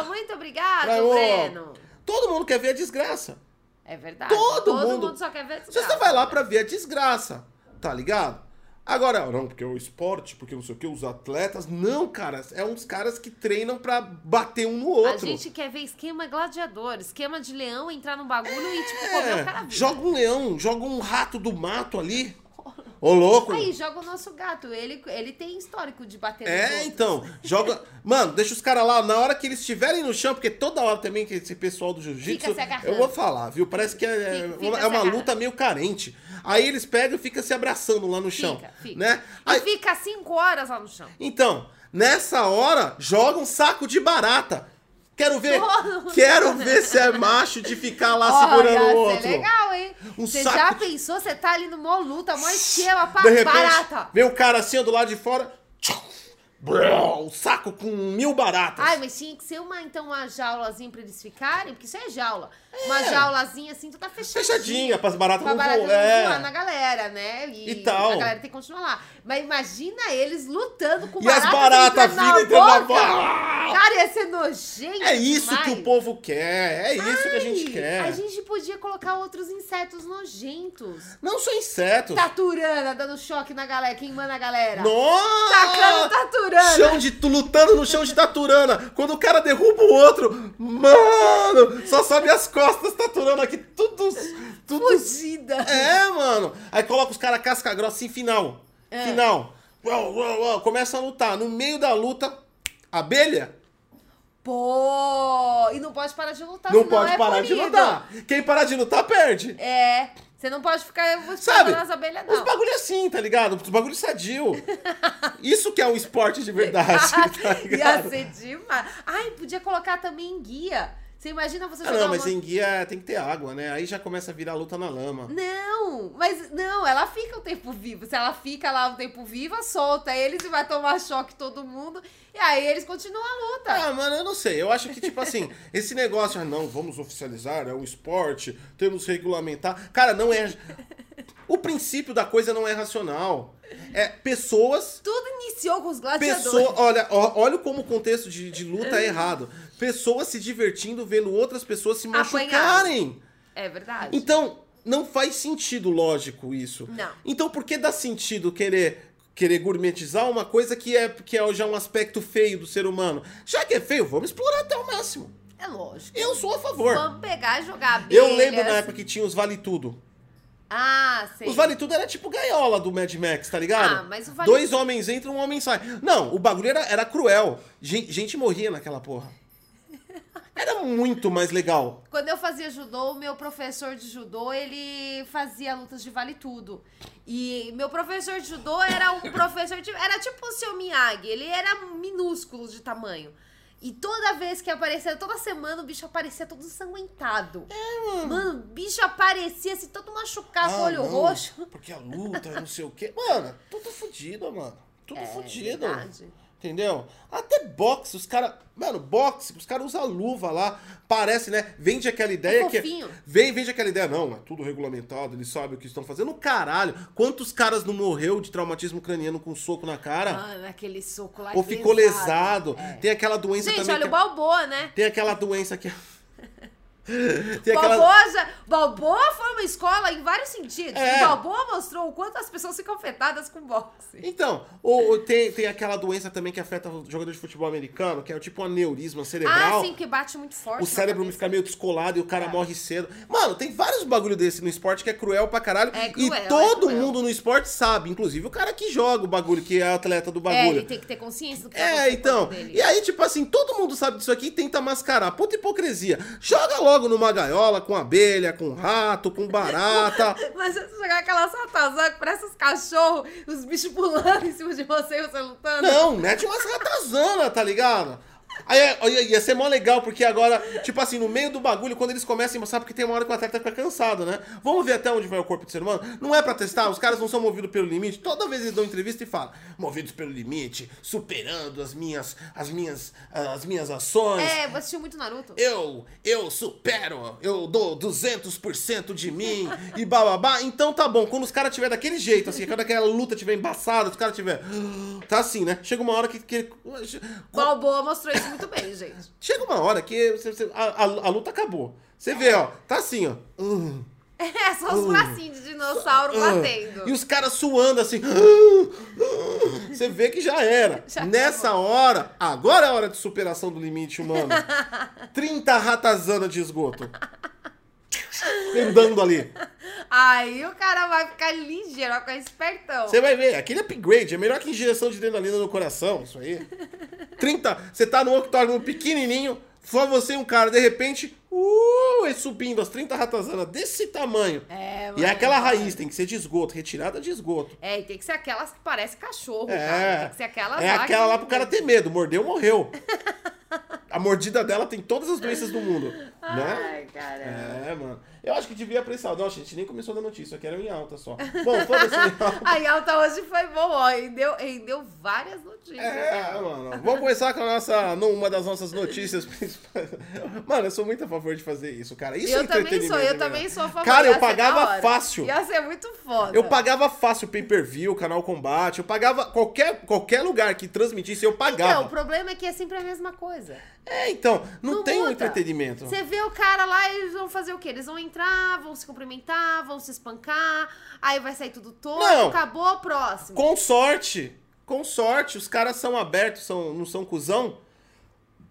Speaker 2: Muito obrigado,
Speaker 1: Primo!
Speaker 2: Ah, Breno!
Speaker 1: Todo mundo quer ver a desgraça.
Speaker 2: É verdade.
Speaker 1: Todo mundo.
Speaker 2: só quer ver
Speaker 1: Você tá só vai lá pra ver a desgraça, tá ligado? Agora, não, porque é o esporte, porque não sei o que, os atletas. Não, cara, é uns caras que treinam pra bater um no outro.
Speaker 2: A gente quer ver esquema gladiador, esquema de leão entrar num bagulho e tipo comer o cara
Speaker 1: É,
Speaker 2: vivo.
Speaker 1: joga um leão, joga um rato do mato ali. Ô, louco.
Speaker 2: Aí joga o nosso gato, ele, ele tem histórico de bater nos
Speaker 1: É,
Speaker 2: outros.
Speaker 1: então, joga. Mano, deixa os caras lá, na hora que eles estiverem no chão, porque toda hora também que esse pessoal do jiu-jitsu.
Speaker 2: Fica se agarrando.
Speaker 1: Eu vou falar, viu? Parece que é, é
Speaker 2: Fica- fica
Speaker 1: uma- é
Speaker 2: se
Speaker 1: uma
Speaker 2: agarrando.
Speaker 1: luta meio carente. Aí eles pegam e ficam se abraçando lá no chão.
Speaker 2: Fica, fica.
Speaker 1: Né?
Speaker 2: E
Speaker 1: Aí-
Speaker 2: fica cinco horas lá no chão.
Speaker 1: então, nessa hora, joga um saco de barata. Quero ver.
Speaker 2: Todo-
Speaker 1: Quero ver se é macho de ficar lá Tá segurando
Speaker 2: Olha,
Speaker 1: o
Speaker 2: cê
Speaker 1: outro.
Speaker 2: é legal, hein?
Speaker 1: Um
Speaker 2: Você
Speaker 1: saco
Speaker 2: já
Speaker 1: de-
Speaker 2: pensou, você tá ali no mó luta, mó esquema, pá,
Speaker 1: De repente,
Speaker 2: barata.
Speaker 1: vem um cara assim ó, do lado de fora. tchum, brau, um saco com mil baratas.
Speaker 2: Ai, mas tinha que ser uma, então, uma jaulazinha pra eles ficarem, porque isso é jaula. Uma jaulazinha assim, toda fechadinha.
Speaker 1: Fechadinha, pras baratas
Speaker 2: Pra
Speaker 1: não
Speaker 2: barata
Speaker 1: voar.
Speaker 2: não
Speaker 1: É.
Speaker 2: voar na galera, né?
Speaker 1: E tal.
Speaker 2: A galera tem que continuar lá. Mas imagina eles lutando com
Speaker 1: E as
Speaker 2: baratas
Speaker 1: baratas
Speaker 2: entrando na
Speaker 1: vindo entrando na
Speaker 2: boca.
Speaker 1: boca.
Speaker 2: Cara, ia ser nojento
Speaker 1: É isso que
Speaker 2: demais.
Speaker 1: o povo quer, é isso que a gente
Speaker 2: Ai,
Speaker 1: quer.
Speaker 2: A gente podia colocar outros insetos nojentos.
Speaker 1: Não só insetos.
Speaker 2: tá Taturana dando choque na galera, queimando a galera.
Speaker 1: Nossa!
Speaker 2: Tacando taturana.
Speaker 1: Chão de tu lutando no chão de taturana. Quando o cara derruba o outro, mano, só sobe as costas taturana aqui, tudo tudo
Speaker 2: Fugida.
Speaker 1: É, mano. Aí coloca os caras casca grossa em final.
Speaker 2: É.
Speaker 1: Final. Uau, uau, uau. Começa a lutar. No meio da luta, abelha
Speaker 2: Pô! E não pode parar de lutar,
Speaker 1: não
Speaker 2: senão
Speaker 1: pode
Speaker 2: é
Speaker 1: parar de
Speaker 2: punido.
Speaker 1: lutar. Quem parar de lutar perde.
Speaker 2: É. Você não pode ficar
Speaker 1: Sabe?
Speaker 2: nas abelhas,
Speaker 1: Os
Speaker 2: É, não.
Speaker 1: bagulho assim, tá ligado? Os bagulho sadio. Isso que é um esporte de verdade, tá
Speaker 2: Ah, Ia
Speaker 1: ligado?
Speaker 2: ser demais. Ai, podia colocar também guia. Você imagina você
Speaker 1: Ah,
Speaker 2: jogar
Speaker 1: não, mas
Speaker 2: uma...
Speaker 1: em guia tem que ter água, né? Aí já começa a virar luta na lama.
Speaker 2: Não, mas não, ela fica o tempo vivo. Se ela fica lá o tempo viva, solta eles e vai tomar choque todo mundo. E aí eles continuam a luta.
Speaker 1: Ah, mano, eu não sei. Eu acho que, tipo assim, esse negócio, ah, não, vamos oficializar, é um esporte, temos que regulamentar. Cara, não é. O princípio da coisa não é racional. É pessoas
Speaker 2: Tudo iniciou com os gladiadores.
Speaker 1: Pessoa, olha, ó- olha como o contexto de, de luta é errado. Pessoas se divertindo vendo outras pessoas se
Speaker 2: Apanharem.
Speaker 1: machucarem.
Speaker 2: É verdade.
Speaker 1: Então, não faz sentido lógico isso.
Speaker 2: Não.
Speaker 1: Então, por que dá sentido querer querer gourmetizar uma coisa que é que é já um aspecto feio do ser humano? Já que é feio, vamos explorar até o máximo.
Speaker 2: É lógico.
Speaker 1: Eu sou a favor.
Speaker 2: Vamos pegar e jogar abelhas.
Speaker 1: Eu lembro na época que tinha os vale tudo.
Speaker 2: Ah, sei.
Speaker 1: Os vale tudo era tipo gaiola do Mad Max, tá ligado?
Speaker 2: Ah, mas o vale-
Speaker 1: Dois homens entram, um homem sai. Não, o bagulho era, era cruel. Gen- gente morria naquela porra. Era muito mais legal.
Speaker 2: Quando eu fazia judô, o meu professor de judô, ele fazia lutas de vale tudo. E meu professor de judô era um professor de, era tipo o seu Miyagi, ele era minúsculo de tamanho. E toda vez que aparecia, toda semana o bicho aparecia todo ensanguentado.
Speaker 1: É,
Speaker 2: Mano, o bicho aparecia assim, todo machucado, com o olho
Speaker 1: Ah, não,
Speaker 2: roxo.
Speaker 1: Porque a luta, não sei o quê. Mano, tudo fudido, mano. Tudo
Speaker 2: É,
Speaker 1: fudido.
Speaker 2: verdade.
Speaker 1: Entendeu? Até boxe, os caras. Mano, boxe, os caras usam luva lá. Parece, né? Vende aquela ideia que.
Speaker 2: É fofinho.
Speaker 1: Vem, vende aquela ideia. Não, é tudo regulamentado, eles sabem o que estão fazendo. Caralho, quantos caras não morreu de traumatismo craniano com um soco na cara?
Speaker 2: Mano, aquele soco lá. é
Speaker 1: Ou ficou lesado?
Speaker 2: É.
Speaker 1: Tem aquela doença
Speaker 2: Gente,
Speaker 1: também.
Speaker 2: olha o
Speaker 1: que- é
Speaker 2: Balboa, né?
Speaker 1: Tem aquela doença que. Tem aquela-
Speaker 2: Balboa, já- Balboa foi uma escola em vários sentidos.
Speaker 1: É.
Speaker 2: E Balboa mostrou o quanto as pessoas ficam afetadas com boxe.
Speaker 1: Então, ou, ou tem, tem aquela doença também que afeta o jogador de futebol americano, que é o tipo um aneurisma cerebral.
Speaker 2: Ah, sim, que bate muito forte.
Speaker 1: O cérebro
Speaker 2: me
Speaker 1: fica meio descolado e o
Speaker 2: É.
Speaker 1: cara morre cedo. Mano, tem vários bagulho desse no esporte que é cruel pra caralho.
Speaker 2: É cruel,
Speaker 1: e
Speaker 2: é
Speaker 1: todo
Speaker 2: cruel.
Speaker 1: mundo no esporte sabe, inclusive o cara que joga o bagulho, que é atleta do
Speaker 2: É, ele
Speaker 1: bagulho.
Speaker 2: tem que ter consciência do que tá
Speaker 1: É,
Speaker 2: acontecendo
Speaker 1: então.
Speaker 2: com o corpo dele.
Speaker 1: E aí, tipo assim, todo mundo sabe disso aqui e tenta mascarar. Puta hipocrisia. Joga logo numa gaiola com abelha, com rato, com barata.
Speaker 2: Mas se você jogar aquela satazã que parece os cachorros, os bichos pulando em cima de você e você lutando.
Speaker 1: Não, mete umas ratazana, tá ligado? Aí é- ia, ia ser mó legal, porque agora, tipo assim, no meio do bagulho, quando eles começam a mostrar, porque tem uma hora que o atleta fica cansado, né? Vamos ver até onde vai o corpo do ser humano? Não é pra testar, os caras não são movidos pelo limite. Toda vez eles dão entrevista e falam, movidos pelo limite, superando as minhas, as minhas, ah, as minhas ações.
Speaker 2: É, você assistiu muito Naruto?
Speaker 1: Eu, eu supero, eu dou 200% de mim e bababá. Então tá bom, quando os caras tiver daquele jeito, assim, quando aquela luta tiver embaçada, os caras tiver. Tá assim, né? Chega uma hora que. que-
Speaker 2: Balboa mostrou isso muito bem, gente.
Speaker 1: chega uma hora que você- você- a, a- a luta acabou. Você vê, ó, tá assim, ó. Hum,
Speaker 2: É, só os bracinhos de dinossauro
Speaker 1: hum.
Speaker 2: batendo.
Speaker 1: E os caras suando assim. Hum, hum. Você vê que já era.
Speaker 2: Já
Speaker 1: Nessa hora, agora é a hora de superação do limite humano. 30 ratazana de esgoto. Andando ali.
Speaker 2: Aí o cara vai ficar ligeiro, vai ficar espertão.
Speaker 1: Você vai ver, aquele upgrade é melhor que injeção de adrenalina no coração, isso aí. 30, você tá no octógono pequenininho, só você e um cara, de repente, uh, e subindo as 30 ratazanas desse tamanho.
Speaker 2: É, mano.
Speaker 1: e é aquela raiz, tem que ser de esgoto, retirada de esgoto.
Speaker 2: É, e tem que ser aquelas que parecem cachorro, cara.
Speaker 1: É,
Speaker 2: Tem que ser aquelas
Speaker 1: é
Speaker 2: que-
Speaker 1: aquela lá pro cara ter medo, mordeu, morreu. A mordida dela tem todas as doenças do mundo, né?
Speaker 2: Ai, cara.
Speaker 1: É, mano. Eu acho que devia apressar. Não, gente, nem começou da notícia, aqui era em alta só. Bom, foda-se em alta.
Speaker 2: Aí alta hoje foi bom, ó. E deu, e deu várias notícias.
Speaker 1: É, mano. Vamos começar com a nossa, uma das nossas notícias principais. Mano, eu sou muito a favor de fazer isso, cara. Isso é
Speaker 2: eu também
Speaker 1: entretenimento.
Speaker 2: sou, eu
Speaker 1: né,
Speaker 2: também
Speaker 1: mano?
Speaker 2: sou a favor.
Speaker 1: Cara,
Speaker 2: ia
Speaker 1: eu
Speaker 2: ser da
Speaker 1: pagava
Speaker 2: hora.
Speaker 1: fácil.
Speaker 2: Ia ser muito foda.
Speaker 1: Eu pagava fácil pay-per-view, canal combate, eu pagava qualquer, qualquer lugar que transmitisse, eu pagava.
Speaker 2: Não, o problema é que é sempre a mesma coisa.
Speaker 1: é, então, não, tem um
Speaker 2: muda.
Speaker 1: entretenimento.
Speaker 2: Você vê o cara lá, eles vão fazer o quê? Eles vão entrar, vão se cumprimentar, vão se espancar, aí vai sair tudo torto,
Speaker 1: Não.
Speaker 2: acabou, próximo.
Speaker 1: Com sorte, com sorte, os caras são abertos, são, não são cuzão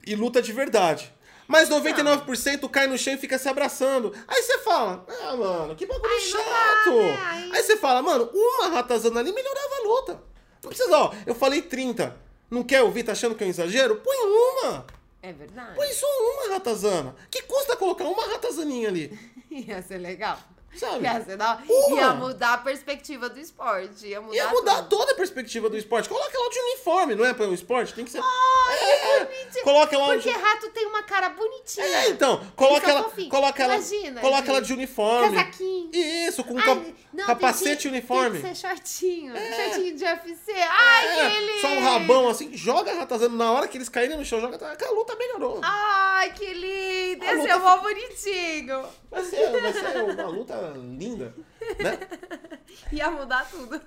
Speaker 1: e luta de verdade. Mas
Speaker 2: Ah.
Speaker 1: 99% cai no chão e fica se abraçando. Aí você fala, ah, mano, que bagulho
Speaker 2: Aí não
Speaker 1: chato.
Speaker 2: dá, né?
Speaker 1: Aí...
Speaker 2: Aí-
Speaker 1: você fala, mano, uma ratazana ali melhorava a luta. Não precisa, ó, eu falei 30. Não quer ouvir, tá achando que é um exagero? Põe uma.
Speaker 2: É verdade.
Speaker 1: Põe só uma ratazana. Que custa colocar uma ratazaninha ali?
Speaker 2: Ia ser legal.
Speaker 1: Sabe?
Speaker 2: Ia ser da...
Speaker 1: Porra!
Speaker 2: Ia mudar a perspectiva do esporte. Ia mudar,
Speaker 1: Ia mudar
Speaker 2: tudo.
Speaker 1: toda a perspectiva do esporte. Coloca lá de uniforme, não é para o esporte? Tem que ser.
Speaker 2: Ah,
Speaker 1: É, é. Coloca lá
Speaker 2: Porque
Speaker 1: de...
Speaker 2: rato tem uma cara bonitinha.
Speaker 1: É, então, coloca
Speaker 2: são
Speaker 1: ela,
Speaker 2: fofinhos.
Speaker 1: coloca ela,
Speaker 2: Imagina,
Speaker 1: coloca
Speaker 2: gente.
Speaker 1: ela de uniforme.
Speaker 2: Casaquinho.
Speaker 1: Isso, com um
Speaker 2: Ai,
Speaker 1: cap-
Speaker 2: não,
Speaker 1: capacete e
Speaker 2: tem que-
Speaker 1: uniforme.
Speaker 2: Tem que ser shortinho. Shortinho de UFC. Ai,
Speaker 1: É,
Speaker 2: que lindo.
Speaker 1: Só um rabão assim, joga a ratazana. Na hora que eles caírem no chão, joga a luta melhorou.
Speaker 2: Ah. Ai, que lindo.
Speaker 1: A
Speaker 2: Esse
Speaker 1: luta
Speaker 2: é mó bonitinho.
Speaker 1: Vai, ser, vai ser uma luta linda. Né?
Speaker 2: Ia mudar tudo.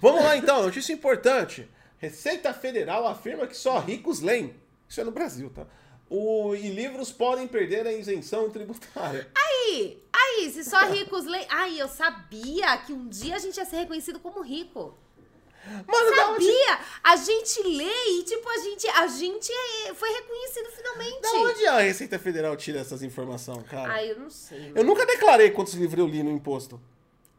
Speaker 1: Vamos lá então, notícia importante. Receita Federal afirma que só ricos leem. Isso é no Brasil, tá? O, e livros podem perder a isenção tributária.
Speaker 2: Aí, aí, se
Speaker 1: Tá.
Speaker 2: só ricos leem... Ai, eu sabia que um dia a gente ia ser reconhecido como rico. Ah,
Speaker 1: Mano, da onde,
Speaker 2: Sabia? A gente lê e, tipo, a gente, a gente é- foi reconhecido finalmente.
Speaker 1: da onde a Receita Federal tira essas informações, cara?
Speaker 2: Ai, eu não sei.
Speaker 1: Eu nunca declarei quantos livros eu li no imposto.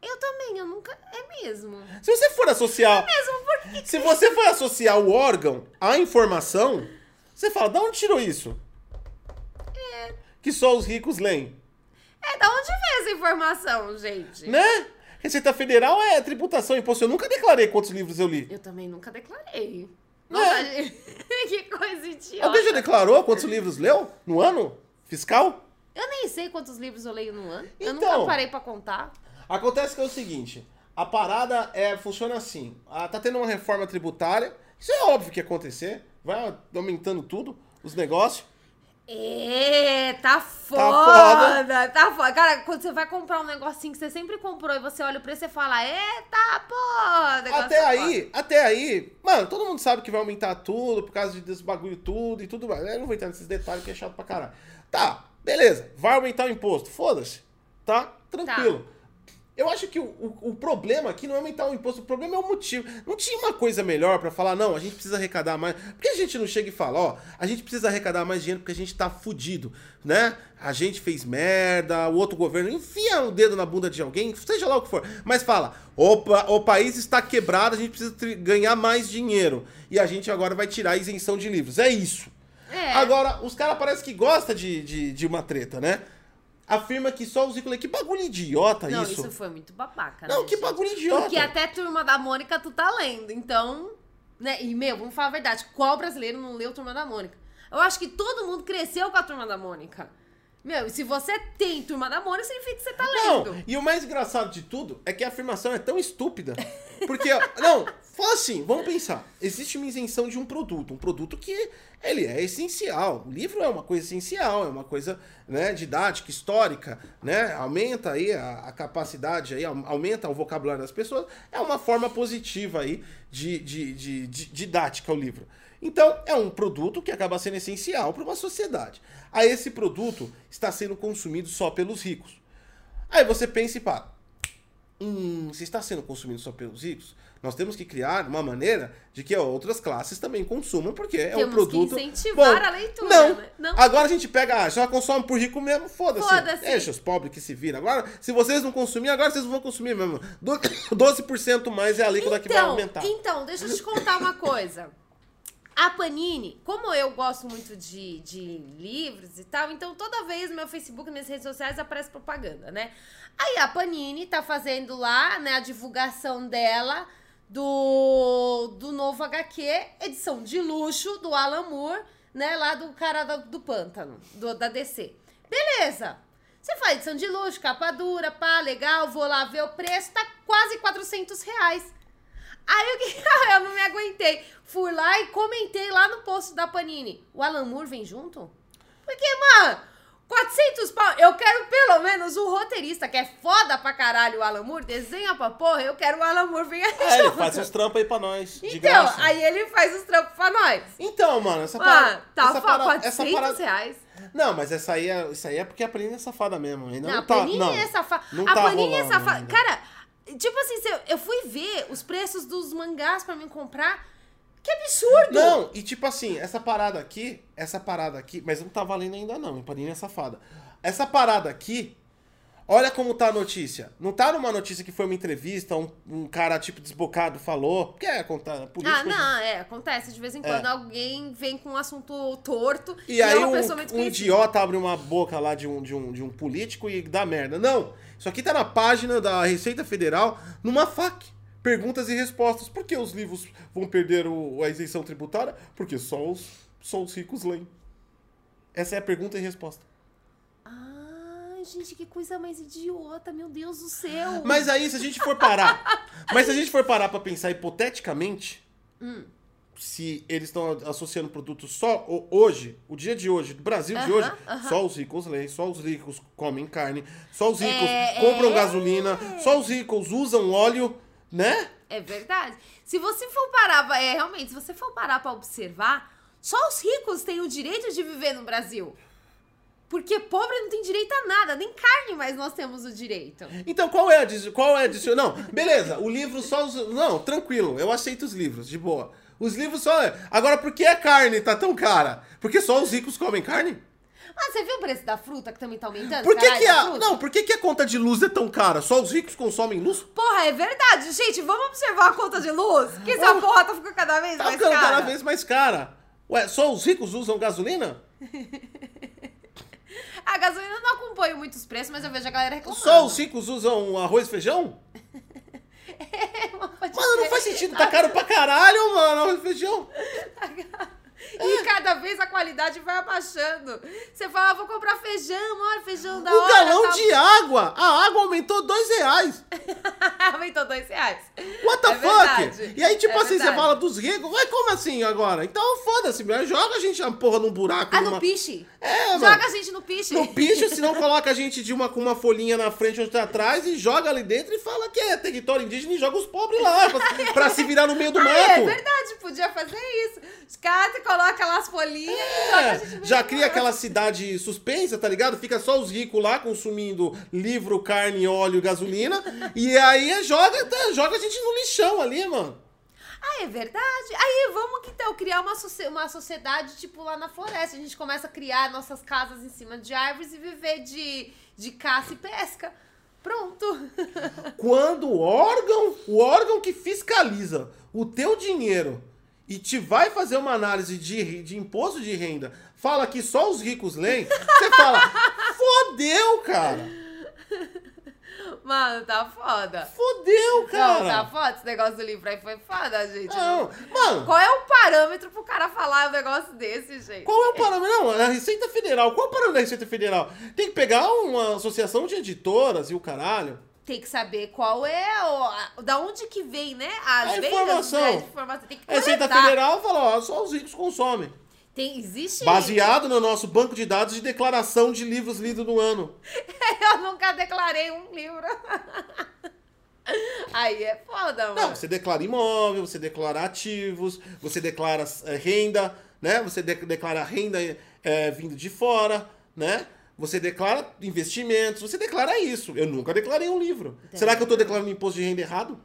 Speaker 2: Eu também, eu nunca... É mesmo. Mesmo,
Speaker 1: Se você for associar.
Speaker 2: por quê?
Speaker 1: Se você for associar o órgão à informação, você fala, da onde tirou isso? Que só os ricos leem.
Speaker 2: É, da onde vem essa informação, gente?
Speaker 1: Né? Receita Federal é tributação, imposto. Eu nunca declarei quantos livros eu li.
Speaker 2: Eu também nunca declarei.
Speaker 1: Não
Speaker 2: Nossa,
Speaker 1: é?
Speaker 2: gente, que coisa idiota.
Speaker 1: Alguém já declarou quantos livros leu no ano fiscal?
Speaker 2: Eu nem sei quantos livros eu leio no ano. eu
Speaker 1: Então.
Speaker 2: nunca parei pra contar.
Speaker 1: Acontece que é o seguinte, a parada é, funciona assim, ah, tá tendo uma reforma tributária, isso é óbvio que ia acontecer, vai aumentando tudo, os negócios.
Speaker 2: É, tá
Speaker 1: foda.
Speaker 2: foda, tá foda. Cara, quando você vai comprar um negocinho que você sempre comprou e você olha o preço, você fala, eita, porra. o negócio
Speaker 1: Até
Speaker 2: tá
Speaker 1: aí, até aí, mano, todo mundo sabe que vai aumentar tudo por causa desse bagulho tudo e tudo mais. Eu não vou entrar nesses detalhes que é chato pra caralho. Tá, beleza. Vai aumentar o imposto. Foda-se. Tá? Tranquilo. Eu acho que o, o- o problema aqui não é aumentar o imposto, o problema é o motivo. Não tinha uma coisa melhor pra falar, não, a gente precisa arrecadar mais. Por que a gente não chega e fala, ó, a gente precisa arrecadar mais dinheiro porque a gente tá fudido, né? A gente fez merda, o outro governo enfia o dedo na bunda de alguém, seja lá o que for. Mas fala, opa, o país está quebrado, a gente precisa tri- ganhar mais dinheiro. E a gente agora vai tirar a isenção de livros. É isso.
Speaker 2: É.
Speaker 1: Agora, os caras parecem que gostam de, de, de uma treta, né? Afirma que só os ricos. Que bagulho idiota
Speaker 2: Não,
Speaker 1: isso.
Speaker 2: isso foi muito babaca,
Speaker 1: Não,
Speaker 2: né,
Speaker 1: que
Speaker 2: gente?
Speaker 1: bagulho idiota.
Speaker 2: Porque até Turma da Mônica tu tá lendo, então... Né? E, meu, vamos falar a verdade, qual brasileiro não leu Turma da Mônica? Eu acho que todo mundo cresceu com a Turma da Mônica. Meu, e se você tem Turma da Mônica, significa que você tá lendo.
Speaker 1: Não, e o mais engraçado de tudo é que a afirmação é tão estúpida. Porque, ó, não, fala assim, vamos pensar. Existe uma isenção de um produto, um produto que ele é essencial. O livro é uma coisa essencial, é uma coisa né, didática, histórica, né? Aumenta aí a, a capacidade, aí, au- aumenta o vocabulário das pessoas. É uma forma positiva aí de, de- de- de- didática o livro. Então, é um produto que acaba sendo essencial para uma sociedade. Aí esse produto está sendo consumido só pelos ricos. Aí você pensa e para. Hum, se está sendo consumido só pelos ricos, nós temos que criar uma maneira de que outras classes também consumam, porque é um
Speaker 2: Temos
Speaker 1: produto.
Speaker 2: que incentivar
Speaker 1: Bom,
Speaker 2: a leitura,
Speaker 1: Não.
Speaker 2: né? Não.
Speaker 1: Agora a gente pega, ah, já consome por rico mesmo, foda-se.
Speaker 2: Foda-se.
Speaker 1: Deixa os pobres que se viram. Agora, se vocês não consumirem, agora vocês vão consumir mesmo. Do- 12% mais é a líquida que vai aumentar.
Speaker 2: Então, deixa eu te contar uma coisa. A Panini, como eu gosto muito de, de livros e tal, então toda vez no meu Facebook, minhas redes sociais, aparece propaganda, né? Aí a Panini tá fazendo lá, né, a divulgação dela do, do novo HQ, edição de luxo do Alan Moore, né, lá do cara da- do, Pântano, do- da DC. Beleza! Você faz edição de luxo, capa dura, pá, legal, vou lá ver o preço, tá quase 400 reais. Aí o que eu não me aguentei. Fui lá e comentei lá no post da Panini. O Alan Moore vem junto? Porque, mano, 400 pau. Eu quero pelo menos um roteirista que é foda pra caralho o Alan Moore, desenha pra porra. Eu quero o Alan Moore vir aqui
Speaker 1: É, ele
Speaker 2: junto.
Speaker 1: faz uns trampos aí pra nós. de
Speaker 2: Então,
Speaker 1: graça.
Speaker 2: aí ele faz os trampos pra nós.
Speaker 1: Então, mano, essa
Speaker 2: Mano,
Speaker 1: parada.
Speaker 2: tá
Speaker 1: essa
Speaker 2: fala,
Speaker 1: parada- essa
Speaker 2: 400
Speaker 1: parada-
Speaker 2: reais.
Speaker 1: Não, mas essa aí é, isso aí é porque a Panini é safada mesmo. Ainda
Speaker 2: Não,
Speaker 1: não,
Speaker 2: a
Speaker 1: tá,
Speaker 2: Panini
Speaker 1: não,
Speaker 2: é safada.
Speaker 1: não
Speaker 2: a
Speaker 1: tá
Speaker 2: Panini é
Speaker 1: rolando
Speaker 2: safada.
Speaker 1: ainda.
Speaker 2: Cara, tipo assim, se eu- eu fui ver os preços dos mangás pra mim comprar. Que absurdo!
Speaker 1: Não, e tipo assim, essa parada aqui, essa parada aqui, mas não tá valendo ainda não, hein, Panini é safada. Essa parada aqui, olha como tá a notícia. Não tá numa notícia que foi uma entrevista, um, um cara tipo desbocado falou, porque é contar, político.
Speaker 2: Ah, não, é, acontece de vez em quando. Alguém vem com um assunto torto
Speaker 1: E aí
Speaker 2: é uma
Speaker 1: um,
Speaker 2: pessoa muito
Speaker 1: um
Speaker 2: conhecida.
Speaker 1: idiota abre uma boca lá de um, de, um, de um político e dá merda. Não, isso aqui tá na página da Receita Federal, numa FAQ. Perguntas e respostas. Por que os livros vão perder o- a isenção tributária? Porque só os, só os ricos leem. Essa é a pergunta e resposta.
Speaker 2: Ai, gente, que coisa mais idiota, meu Deus do céu.
Speaker 1: Mas aí, se a gente for parar. mas se a gente for parar pra pensar hipoteticamente.
Speaker 2: Hum.
Speaker 1: Se eles estão associando produtos só o- hoje, o dia de hoje, do Brasil de
Speaker 2: Aham,
Speaker 1: hoje,
Speaker 2: aham.
Speaker 1: só os ricos leem, só os ricos comem carne, só os ricos
Speaker 2: É,
Speaker 1: compram
Speaker 2: é.
Speaker 1: gasolina, só os ricos usam óleo, né?
Speaker 2: É verdade. Se você for parar, é, realmente, se você for parar pra observar, só os ricos têm o direito de viver no Brasil. Porque pobre não tem direito a nada, nem carne, mas nós temos o direito.
Speaker 1: Então qual é a dis- qual é a dis- não, beleza, o livro só os não, tranquilo, eu aceito os livros, de boa. Os livros só Agora por que a carne tá tão cara? Porque só os ricos comem carne?
Speaker 2: Ah, você viu o preço da fruta que também tá aumentando?
Speaker 1: Por que,
Speaker 2: caralho,
Speaker 1: que
Speaker 2: da
Speaker 1: a.
Speaker 2: fruta?
Speaker 1: Não, por que, que a conta de luz é tão cara? Só os ricos consomem luz?
Speaker 2: Porra, é verdade. Gente, vamos observar a conta de luz? Que essa porra tá ficando cada vez
Speaker 1: Tá
Speaker 2: mais
Speaker 1: ficando
Speaker 2: cara.
Speaker 1: cada vez mais cara. Ué, só os ricos usam gasolina?
Speaker 2: A gasolina eu não acompanha muito os preços, mas eu vejo a galera reclamando.
Speaker 1: Só os ricos usam arroz e feijão?
Speaker 2: É Pode
Speaker 1: Mano, não
Speaker 2: ser.
Speaker 1: faz sentido. Tá caro pra caralho, mano, arroz e feijão. É.
Speaker 2: E cada vez a qualidade vai abaixando. Você fala, ah, vou comprar feijão, olha, feijão da
Speaker 1: O
Speaker 2: hora.
Speaker 1: Um galão
Speaker 2: tá
Speaker 1: de água. A água aumentou dois reais.
Speaker 2: Ah, Aumentou dois reais.
Speaker 1: What the
Speaker 2: É
Speaker 1: fuck?
Speaker 2: verdade.
Speaker 1: E aí, tipo
Speaker 2: É
Speaker 1: assim,
Speaker 2: verdade.
Speaker 1: você fala dos ricos. Ué, como assim agora? Então foda-se, meu. joga a gente a porra num buraco.
Speaker 2: Ah,
Speaker 1: numa-
Speaker 2: no piche?
Speaker 1: É,
Speaker 2: Joga
Speaker 1: mano.
Speaker 2: a gente no piche.
Speaker 1: No bicho, se não coloca a gente de uma com uma folhinha na frente outra atrás e joga ali dentro e fala que é território indígena e joga os pobres lá pra, pra se virar no meio do
Speaker 2: Ah, é
Speaker 1: mato.
Speaker 2: verdade, podia fazer isso. Descarta e coloca lá as folhinhas.
Speaker 1: É.
Speaker 2: coloca a gente
Speaker 1: já
Speaker 2: mesmo.
Speaker 1: cria aquela cidade suspensa, tá ligado? Fica só os ricos lá consumindo livro, carne, óleo, gasolina. e aí joga, tá, joga a gente no lixão ali, mano.
Speaker 2: Ah, é verdade. Aí vamos então criar uma, socie- uma sociedade tipo lá na floresta. A gente começa a criar nossas casas em cima de árvores e viver de, de caça e pesca. Pronto.
Speaker 1: Quando o órgão, o órgão que fiscaliza o teu dinheiro e te vai fazer uma análise de, ri- de imposto de renda, fala que só os ricos leem, você fala, fodeu, cara.
Speaker 2: Mano, tá foda.
Speaker 1: Fodeu, cara.
Speaker 2: Não, tá foda. Esse negócio do livro aí foi foda, gente.
Speaker 1: Não, mano,
Speaker 2: Qual é o parâmetro pro cara falar um negócio desse, gente?
Speaker 1: qual é o parâmetro? Não, a Receita Federal. Qual é o parâmetro da Receita Federal? Tem que pegar uma associação de editoras e o caralho.
Speaker 2: Tem que saber qual é, o, a- da onde que vem, né? As
Speaker 1: A
Speaker 2: vendas,
Speaker 1: informação.
Speaker 2: né, de informação. Tem que
Speaker 1: A Receita
Speaker 2: coletar.
Speaker 1: Federal fala, ó, só os ricos consomem.
Speaker 2: Tem, existe...
Speaker 1: Baseado no nosso banco de dados de declaração de livros lidos no ano.
Speaker 2: Eu nunca declarei um livro. Aí é foda, mano.
Speaker 1: Não, você declara imóvel, você declara ativos, você declara eh, renda, né? Você de- declara renda eh, vindo de fora, né? Você declara investimentos, você declara isso. Eu nunca declarei um livro.
Speaker 2: Entendi.
Speaker 1: Será que eu tô declarando imposto de renda errado?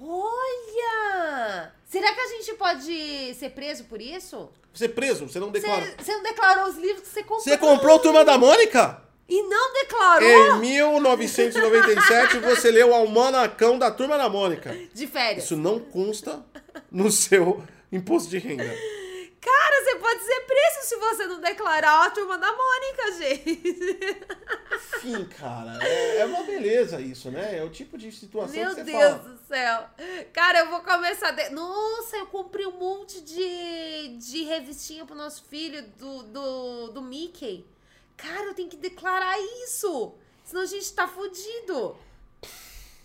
Speaker 2: Olha! Será que a gente pode ser preso por isso?
Speaker 1: Você é preso, você não
Speaker 2: Você
Speaker 1: declara.
Speaker 2: você não declarou os livros que você comprou.
Speaker 1: Você comprou Turma da Mônica?
Speaker 2: E não declarou?
Speaker 1: Em 1997 você leu o Almanacão da Turma da Mônica.
Speaker 2: De férias.
Speaker 1: Isso não consta no seu imposto de renda.
Speaker 2: Cara, você pode ser preso se você não declarar a turma da Mônica, gente.
Speaker 1: Enfim, cara, é, é uma beleza isso, né? É o tipo de situação
Speaker 2: Meu
Speaker 1: que você
Speaker 2: Deus
Speaker 1: fala.
Speaker 2: do céu. Cara, eu vou começar. de- Nossa, eu comprei um monte de, de revistinha pro nosso filho do, do, do Mickey. Cara, eu tenho que declarar isso. Senão a gente tá fudido.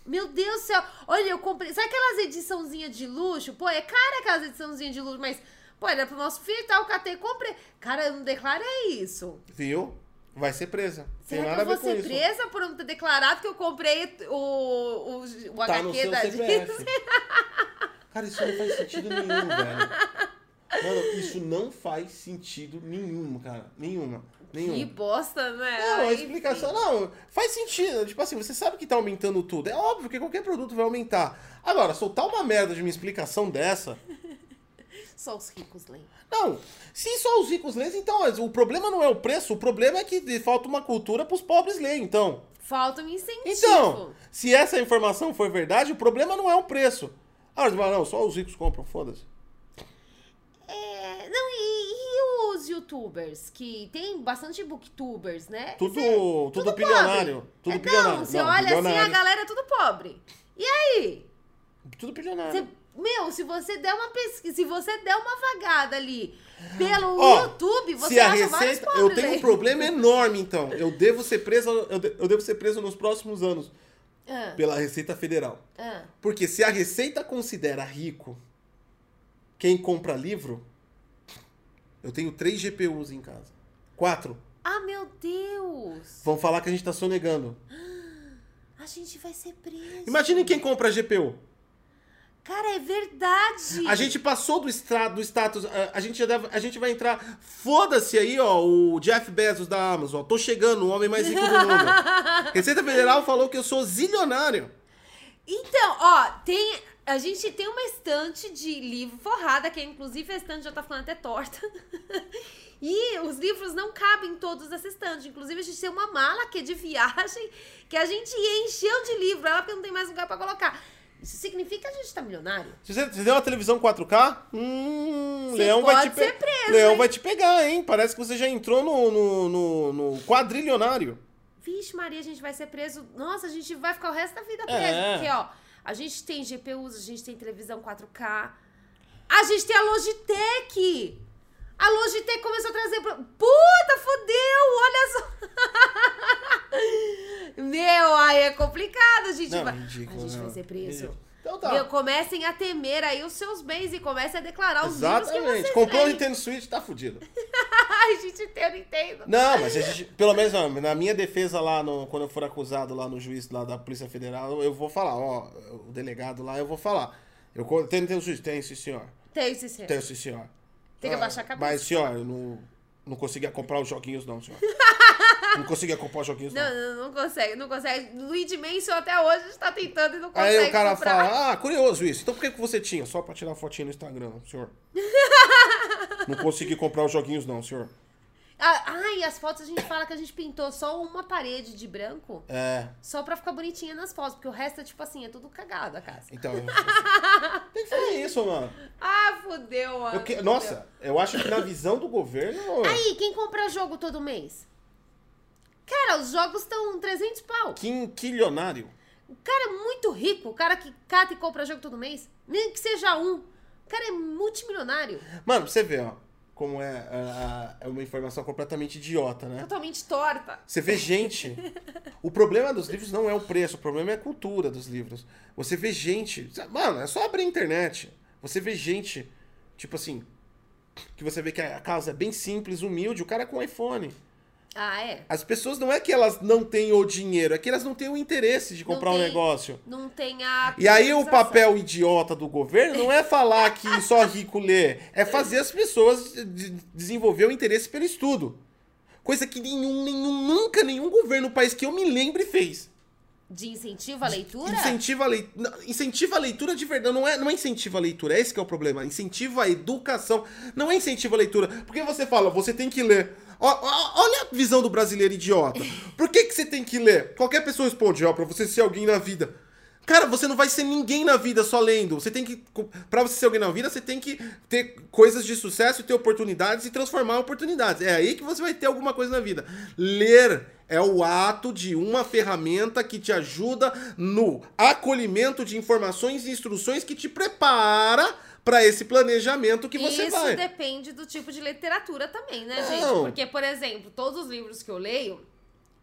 Speaker 2: Meu Deus do céu. Olha, eu comprei. Sabe aquelas ediçãozinhas de luxo? Pô, é cara aquelas ediçãozinhas de luxo, mas. Pô, era pro nosso filho e tal, eu catei e comprei. Cara, eu não declarei isso.
Speaker 1: Viu? Vai ser presa. Tem
Speaker 2: Será que
Speaker 1: nada a
Speaker 2: eu vou
Speaker 1: ver com
Speaker 2: ser
Speaker 1: isso.
Speaker 2: presa por não ter declarado que eu comprei o, o, o
Speaker 1: Tá no
Speaker 2: HQ
Speaker 1: seu
Speaker 2: da
Speaker 1: CPF.
Speaker 2: Disney?
Speaker 1: Cara, isso não faz sentido nenhum, velho. Mano, isso não faz sentido nenhum, cara. Nenhuma. Nenhuma.
Speaker 2: Que bosta, né?
Speaker 1: Não, a
Speaker 2: Enfim.
Speaker 1: explicação não faz sentido. Tipo assim, você sabe que tá aumentando tudo. É óbvio que qualquer produto vai aumentar. Agora, soltar uma merda de uma explicação dessa.
Speaker 2: Só os ricos leem.
Speaker 1: Não, se só os ricos leem, então o problema não é o preço, o problema é que de- falta uma cultura pros pobres lerem, então.
Speaker 2: Falta um incentivo.
Speaker 1: Então, se essa informação for verdade, o problema não é o preço. Ah, mas não, só os ricos compram, foda-se.
Speaker 2: É, não, e, e os youtubers? Que tem bastante booktubers, né?
Speaker 1: Tudo,
Speaker 2: Cê-
Speaker 1: tudo,
Speaker 2: tudo
Speaker 1: bilionário.
Speaker 2: pobre.
Speaker 1: Tudo
Speaker 2: É,
Speaker 1: bilionário.
Speaker 2: Não, você olha assim, a
Speaker 1: bilionário.
Speaker 2: galera é tudo pobre. E aí?
Speaker 1: Tudo bilionário.
Speaker 2: Cê- meu, se você der uma pesquisa, se você der uma vagada ali pelo
Speaker 1: Ó,
Speaker 2: YouTube, você
Speaker 1: se a
Speaker 2: acha vários
Speaker 1: receita.
Speaker 2: pobres
Speaker 1: Eu tenho um
Speaker 2: aí.
Speaker 1: problema enorme, então. Eu devo ser preso. Eu, de- eu devo ser preso nos próximos anos
Speaker 2: Ah,
Speaker 1: pela Receita Federal.
Speaker 2: ah.
Speaker 1: Porque se a Receita considera rico quem compra livro, eu tenho três GPUs em casa. Quatro.
Speaker 2: Ah, meu Deus!
Speaker 1: Vão falar que a gente tá sonegando.
Speaker 2: A gente vai ser preso.
Speaker 1: Imagine quem compra GPU.
Speaker 2: Cara, é verdade!
Speaker 1: A gente passou do, estra, do status. A, a gente já deve- a gente vai entrar. Foda-se aí, ó, o Jeff Bezos da Amazon. Tô chegando, o homem mais rico do mundo. Receita Federal falou que eu sou zilionário.
Speaker 2: Então, ó, tem. A gente tem uma estante de livro forrada, que é, inclusive a estante já tá ficando até torta. e os livros não cabem todos nessa estante. Inclusive, a gente tem uma mala que é de viagem, que a gente encheu de livro, ela porque não tem mais lugar pra colocar. Isso significa que a gente tá milionário?
Speaker 1: Se você você tem uma televisão 4K, hum,
Speaker 2: Você
Speaker 1: Leão vai
Speaker 2: pode
Speaker 1: te pe-
Speaker 2: ser preso,
Speaker 1: Leão
Speaker 2: hein?
Speaker 1: vai te pegar, hein? Parece que você já entrou no, no, no- no quadrilionário.
Speaker 2: Vixe, Maria, a gente vai ser preso. Nossa, a gente vai ficar o resto da vida preso.
Speaker 1: É.
Speaker 2: Porque, ó, a gente tem GPUs, a gente tem televisão 4K. A gente tem a Logitech! A Logitech começou a trazer. pro- Puta, fodeu! Olha só! Meu, aí é complicado, a gente
Speaker 1: Não, é
Speaker 2: vai.
Speaker 1: ridículo,
Speaker 2: a gente
Speaker 1: não.
Speaker 2: vai ser preso.
Speaker 1: Ridículo. Então tá.
Speaker 2: Meu, comecem a temer aí os seus bens e comecem a declarar os livros que vocês
Speaker 1: Exatamente. Comprou o
Speaker 2: têm.
Speaker 1: Nintendo Switch, tá fudido.
Speaker 2: Ai, gente, tem o Nintendo.
Speaker 1: Não, mas a gente, pelo menos ó, na minha defesa lá, no, quando eu for acusado lá no juiz lá da Polícia Federal, eu vou falar, ó, o delegado lá, eu vou falar. Eu co- tem, tem o juiz, tem esse senhor,
Speaker 2: Tem, sim, senhor.
Speaker 1: tem esse senhor.
Speaker 2: Tem que
Speaker 1: Ah,
Speaker 2: abaixar a cabeça.
Speaker 1: Mas, senhora, eu não, não conseguia comprar os joguinhos, não, senhora. não conseguia comprar os joguinhos, não.
Speaker 3: Não, não, não consegue, não consegue. Luigi Mansion até hoje está
Speaker 2: tá
Speaker 3: tentando e não consegue.
Speaker 1: Aí o cara
Speaker 3: comprar.
Speaker 1: fala, ah, curioso isso. Então por que que você tinha? Só pra tirar fotinha no Instagram, senhor. não consegui comprar os joguinhos, não, senhor.
Speaker 2: Ah, ai, as fotos a gente fala que a gente pintou só uma parede de branco.
Speaker 1: É,
Speaker 2: Só pra ficar bonitinha nas fotos, porque o resto é tipo assim, é tudo cagado a casa.
Speaker 1: então... Tem que fazer isso, mano.
Speaker 3: Ah, fudeu, mano.
Speaker 1: Eu que-
Speaker 3: fudeu.
Speaker 1: Nossa, eu acho que na visão do governo...
Speaker 2: Aí, quem compra jogo todo mês? Cara, os jogos estão 300 pau.
Speaker 1: Quinquilionário.
Speaker 2: O cara é muito rico, o cara que cata e compra jogo todo mês. Nem que seja um. O cara é multimilionário.
Speaker 1: Mano, pra você ver, ó, como é, a- a- é uma informação completamente idiota, né?
Speaker 3: Totalmente torta.
Speaker 1: Você vê gente. O problema dos livros não é o preço, o problema é a cultura dos livros. Você vê gente. Mano, é só abrir a internet. Você vê gente, tipo assim, que você vê que a casa é bem simples, humilde, o cara é com iPhone.
Speaker 2: Ah, é?
Speaker 1: As pessoas não é que elas não têm o dinheiro, é que elas não têm o interesse de
Speaker 2: Não
Speaker 1: comprar um
Speaker 2: tem.
Speaker 1: negócio.
Speaker 2: Não tem a.
Speaker 1: E aí o
Speaker 2: priorização.
Speaker 1: papel idiota do governo não é falar que só rico lê, é fazer as pessoas de- desenvolver o interesse pelo estudo. Coisa que nenhum, nenhum, nunca nenhum governo do país que eu me lembre fez.
Speaker 2: De incentivo à leitura?
Speaker 1: Incentiva a leitura. Incentiva a leitura de verdade. Não é, não é incentiva a leitura, é esse que é o problema. Incentiva a educação. Não é incentivo à leitura. Porque você fala, você tem que ler. Ó, ó, olha a visão do brasileiro idiota. Por que, que você tem que ler? Qualquer pessoa responde, ó, pra você ser alguém na vida. Cara, você não vai ser ninguém na vida só lendo. Você tem que. Pra você ser alguém na vida, você tem que ter coisas de sucesso, ter oportunidades e transformar oportunidades. É aí que você vai ter alguma coisa na vida. Ler é o ato de uma ferramenta que te ajuda no acolhimento de informações e instruções que te prepara pra esse planejamento que você
Speaker 2: Isso
Speaker 1: vai.
Speaker 2: depende do tipo de literatura também, né, gente?
Speaker 1: Não.
Speaker 2: Porque, por exemplo, todos os livros que eu leio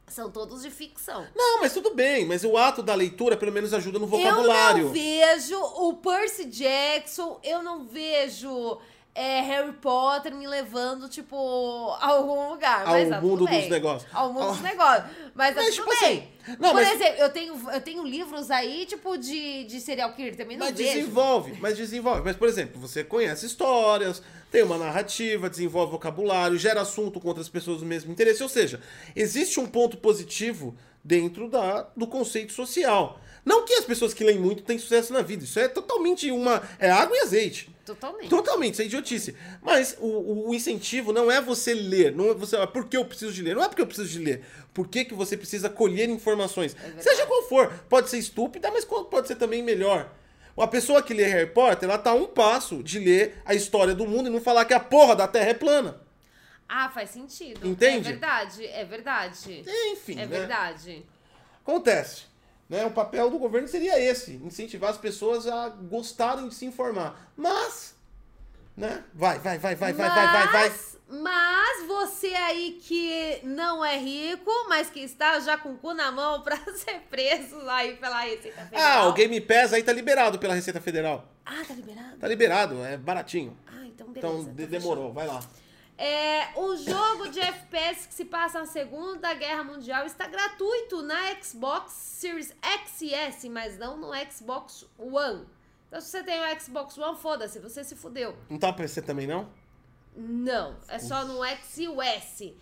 Speaker 2: são todos de ficção.
Speaker 1: Não, mas tudo bem, mas o ato da leitura pelo menos ajuda no
Speaker 2: Eu não
Speaker 1: vocabulário.
Speaker 2: vejo o Percy Jackson, eu não vejo é, Harry Potter me levando, tipo, a algum lugar.
Speaker 1: Ao
Speaker 2: mas, tá, tudo
Speaker 1: mundo dos
Speaker 2: bem.
Speaker 1: negócios.
Speaker 2: Ao mundo dos
Speaker 1: Ao-
Speaker 2: negócios. Mas, tá
Speaker 1: Mas,
Speaker 2: tudo
Speaker 1: tipo
Speaker 2: bem.
Speaker 1: assim, não,
Speaker 2: por
Speaker 1: mas-
Speaker 2: exemplo, eu tenho, eu tenho livros aí, tipo, de, de serial killer, também não
Speaker 1: Mas
Speaker 2: vejo.
Speaker 1: desenvolve, mas desenvolve. Mas, por exemplo, você conhece histórias, tem uma narrativa, desenvolve vocabulário, gera assunto com outras pessoas do mesmo interesse. Ou seja, existe um ponto positivo dentro da, do conceito social. Não que as pessoas que leem muito têm sucesso na vida. Isso é totalmente uma. É água e azeite.
Speaker 2: Totalmente.
Speaker 1: Totalmente, isso é idiotice. Mas o- o, o incentivo não é você ler, não é você. ah, Por que eu preciso de ler? Não é porque eu preciso de ler. Por que, que você precisa colher informações?
Speaker 2: É verdade.
Speaker 1: Seja qual for. Pode ser estúpida, mas qual- pode ser também melhor. A pessoa que lê Harry Potter, ela tá a um passo de ler a história do mundo e não falar que a porra da Terra é plana.
Speaker 2: Ah, faz sentido.
Speaker 1: Entende?
Speaker 2: É verdade, é verdade.
Speaker 1: Enfim,
Speaker 2: É
Speaker 1: né?
Speaker 2: verdade.
Speaker 1: Acontece. Né? O papel do governo seria esse: incentivar as pessoas a gostarem de se informar. Mas. Né? Vai, vai, vai, vai, vai, vai, vai, vai.
Speaker 2: Mas- Mas você aí que não é rico, mas que está já com o cu na mão pra ser preso aí pela Receita Federal.
Speaker 1: Ah, o Game Pass aí tá liberado pela Receita Federal.
Speaker 2: Ah, tá liberado?
Speaker 1: Tá liberado, é baratinho.
Speaker 2: Ah, então beleza.
Speaker 1: Então de-
Speaker 2: tá
Speaker 1: demorou, vai lá.
Speaker 2: fechado. É, um jogo de FPS que se passa na Segunda Guerra Mundial está gratuito na Xbox Series X e S, mas não no Xbox One. Então se você tem o Xbox One, foda-se, você se fudeu.
Speaker 1: Não tá pra PC também, não?
Speaker 2: Não, é só no X e o S.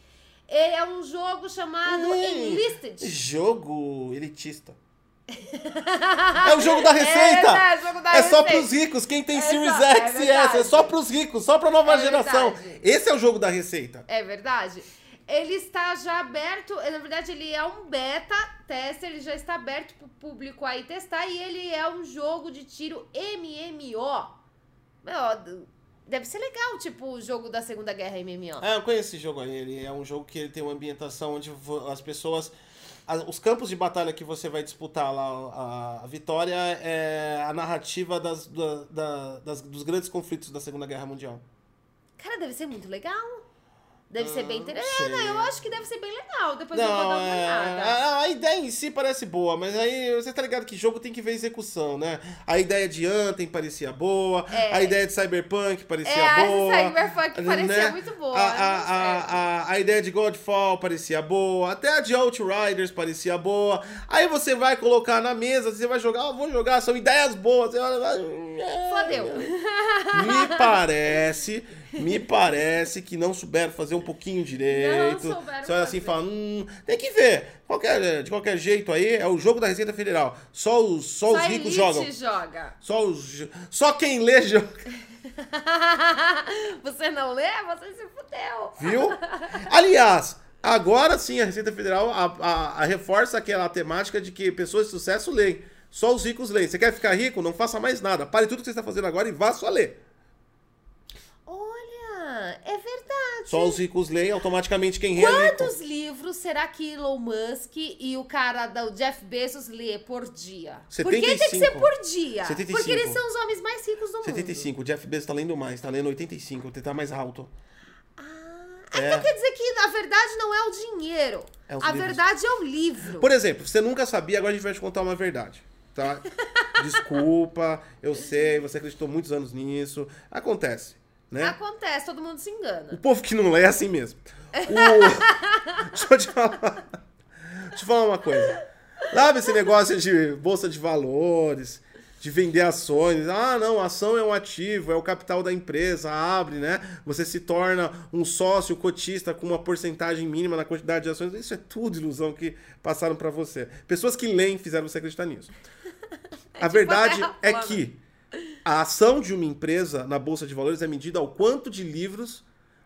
Speaker 2: Ele é um jogo chamado
Speaker 1: Hum.
Speaker 2: Enlisted.
Speaker 1: Jogo elitista. É o jogo da receita!
Speaker 3: É, é jogo da
Speaker 1: É só
Speaker 3: receita.
Speaker 1: pros ricos, quem tem
Speaker 3: É
Speaker 1: Series
Speaker 3: só- é
Speaker 1: X e S,
Speaker 3: verdade.
Speaker 1: é só pros ricos, só pra nova
Speaker 3: É
Speaker 1: geração.
Speaker 3: verdade.
Speaker 1: Esse é o jogo da receita.
Speaker 2: É verdade. Ele está já aberto, na verdade ele é um beta tester, ele já está aberto pro público aí testar e ele é um jogo de tiro MMO. Meu, deve ser legal, tipo o jogo da Segunda Guerra MMO.
Speaker 1: Ah, eu conheço esse jogo aí. Ele é um jogo que ele tem uma ambientação onde vo- as pessoas. a- Os campos de batalha que você vai disputar lá, a, a vitória, é a narrativa das, da- da- das- dos grandes conflitos da Segunda Guerra Mundial.
Speaker 2: Cara, deve ser muito legal. Deve ser bem
Speaker 1: Ah,
Speaker 2: interessante. É,
Speaker 1: não sei.
Speaker 2: Eu acho que deve ser bem legal. Depois eu vou
Speaker 1: Não,
Speaker 2: dar uma
Speaker 1: é,
Speaker 2: olhada.
Speaker 1: a, a ideia em si parece boa, mas aí você tá ligado que jogo tem que ver execução, né? A ideia de Anthem parecia boa,
Speaker 2: É.
Speaker 1: a ideia de Cyberpunk parecia
Speaker 2: É, a
Speaker 1: boa.
Speaker 2: Cyberpunk parecia
Speaker 1: né?
Speaker 2: muito boa.
Speaker 1: A,
Speaker 2: não sei.
Speaker 1: a, a, a, a ideia de Godfall parecia boa, até a de Outriders parecia boa. Aí você vai colocar na mesa, você vai jogar, ah, vou "Ah, hum, é, jogar, são ideias boas. Você olha, vai-
Speaker 2: Fodeu.
Speaker 1: Me parece me parece que não souberam fazer um pouquinho direito.
Speaker 2: Não souberam
Speaker 1: Você olha assim e
Speaker 2: fazer.
Speaker 1: fala, hum, tem que ver. Qualquer- de qualquer jeito aí, é o jogo da Receita Federal. Só os, só os
Speaker 2: Só
Speaker 1: ricos jogam.
Speaker 2: elite joga.
Speaker 1: Só os. Só quem lê joga.
Speaker 2: Você não lê? Você se fudeu.
Speaker 1: Viu? Aliás, agora sim a Receita Federal a, a- a reforça aquela temática de que pessoas de sucesso leem. Só os ricos leem. Você quer ficar rico? Não faça mais nada. Pare tudo que você está fazendo agora e vá só ler.
Speaker 2: Olha, é verdade.
Speaker 1: Só os ricos leem, automaticamente quem é rico.
Speaker 2: Quantos livros será que Elon Musk e o cara da o Jeff Bezos lê por dia? Por que tem que
Speaker 1: 75.
Speaker 2: ser por dia?
Speaker 1: 75.
Speaker 2: Porque eles são os homens mais ricos do
Speaker 1: 75. O Jeff Bezos tá lendo mais, tá lendo 85, tentar mais alto.
Speaker 2: mundo.
Speaker 1: É.
Speaker 2: Então quer dizer que a verdade não é o dinheiro.
Speaker 1: É os
Speaker 2: a
Speaker 1: livros.
Speaker 2: verdade é o livro.
Speaker 1: Por exemplo, você nunca sabia, agora a gente vai te contar uma verdade, tá? Desculpa, eu sei, você acreditou muitos anos nisso. Acontece, né?
Speaker 2: Acontece, todo mundo se
Speaker 1: O
Speaker 2: engana.
Speaker 1: povo que não lê é assim mesmo. O- Deixa eu te falar. Deixa eu falar uma coisa. Sabe esse negócio de bolsa de valores, de vender ações? Ah, não, ação é um ativo, é o capital da empresa, abre, né? Você se torna um sócio cotista com uma porcentagem mínima na quantidade de ações. Isso é tudo ilusão que passaram pra você. Pessoas que leem fizeram você acreditar nisso. a verdade
Speaker 4: terra
Speaker 1: é
Speaker 4: plana.
Speaker 1: que a ação de uma empresa na bolsa de valores é medida ao quanto de livros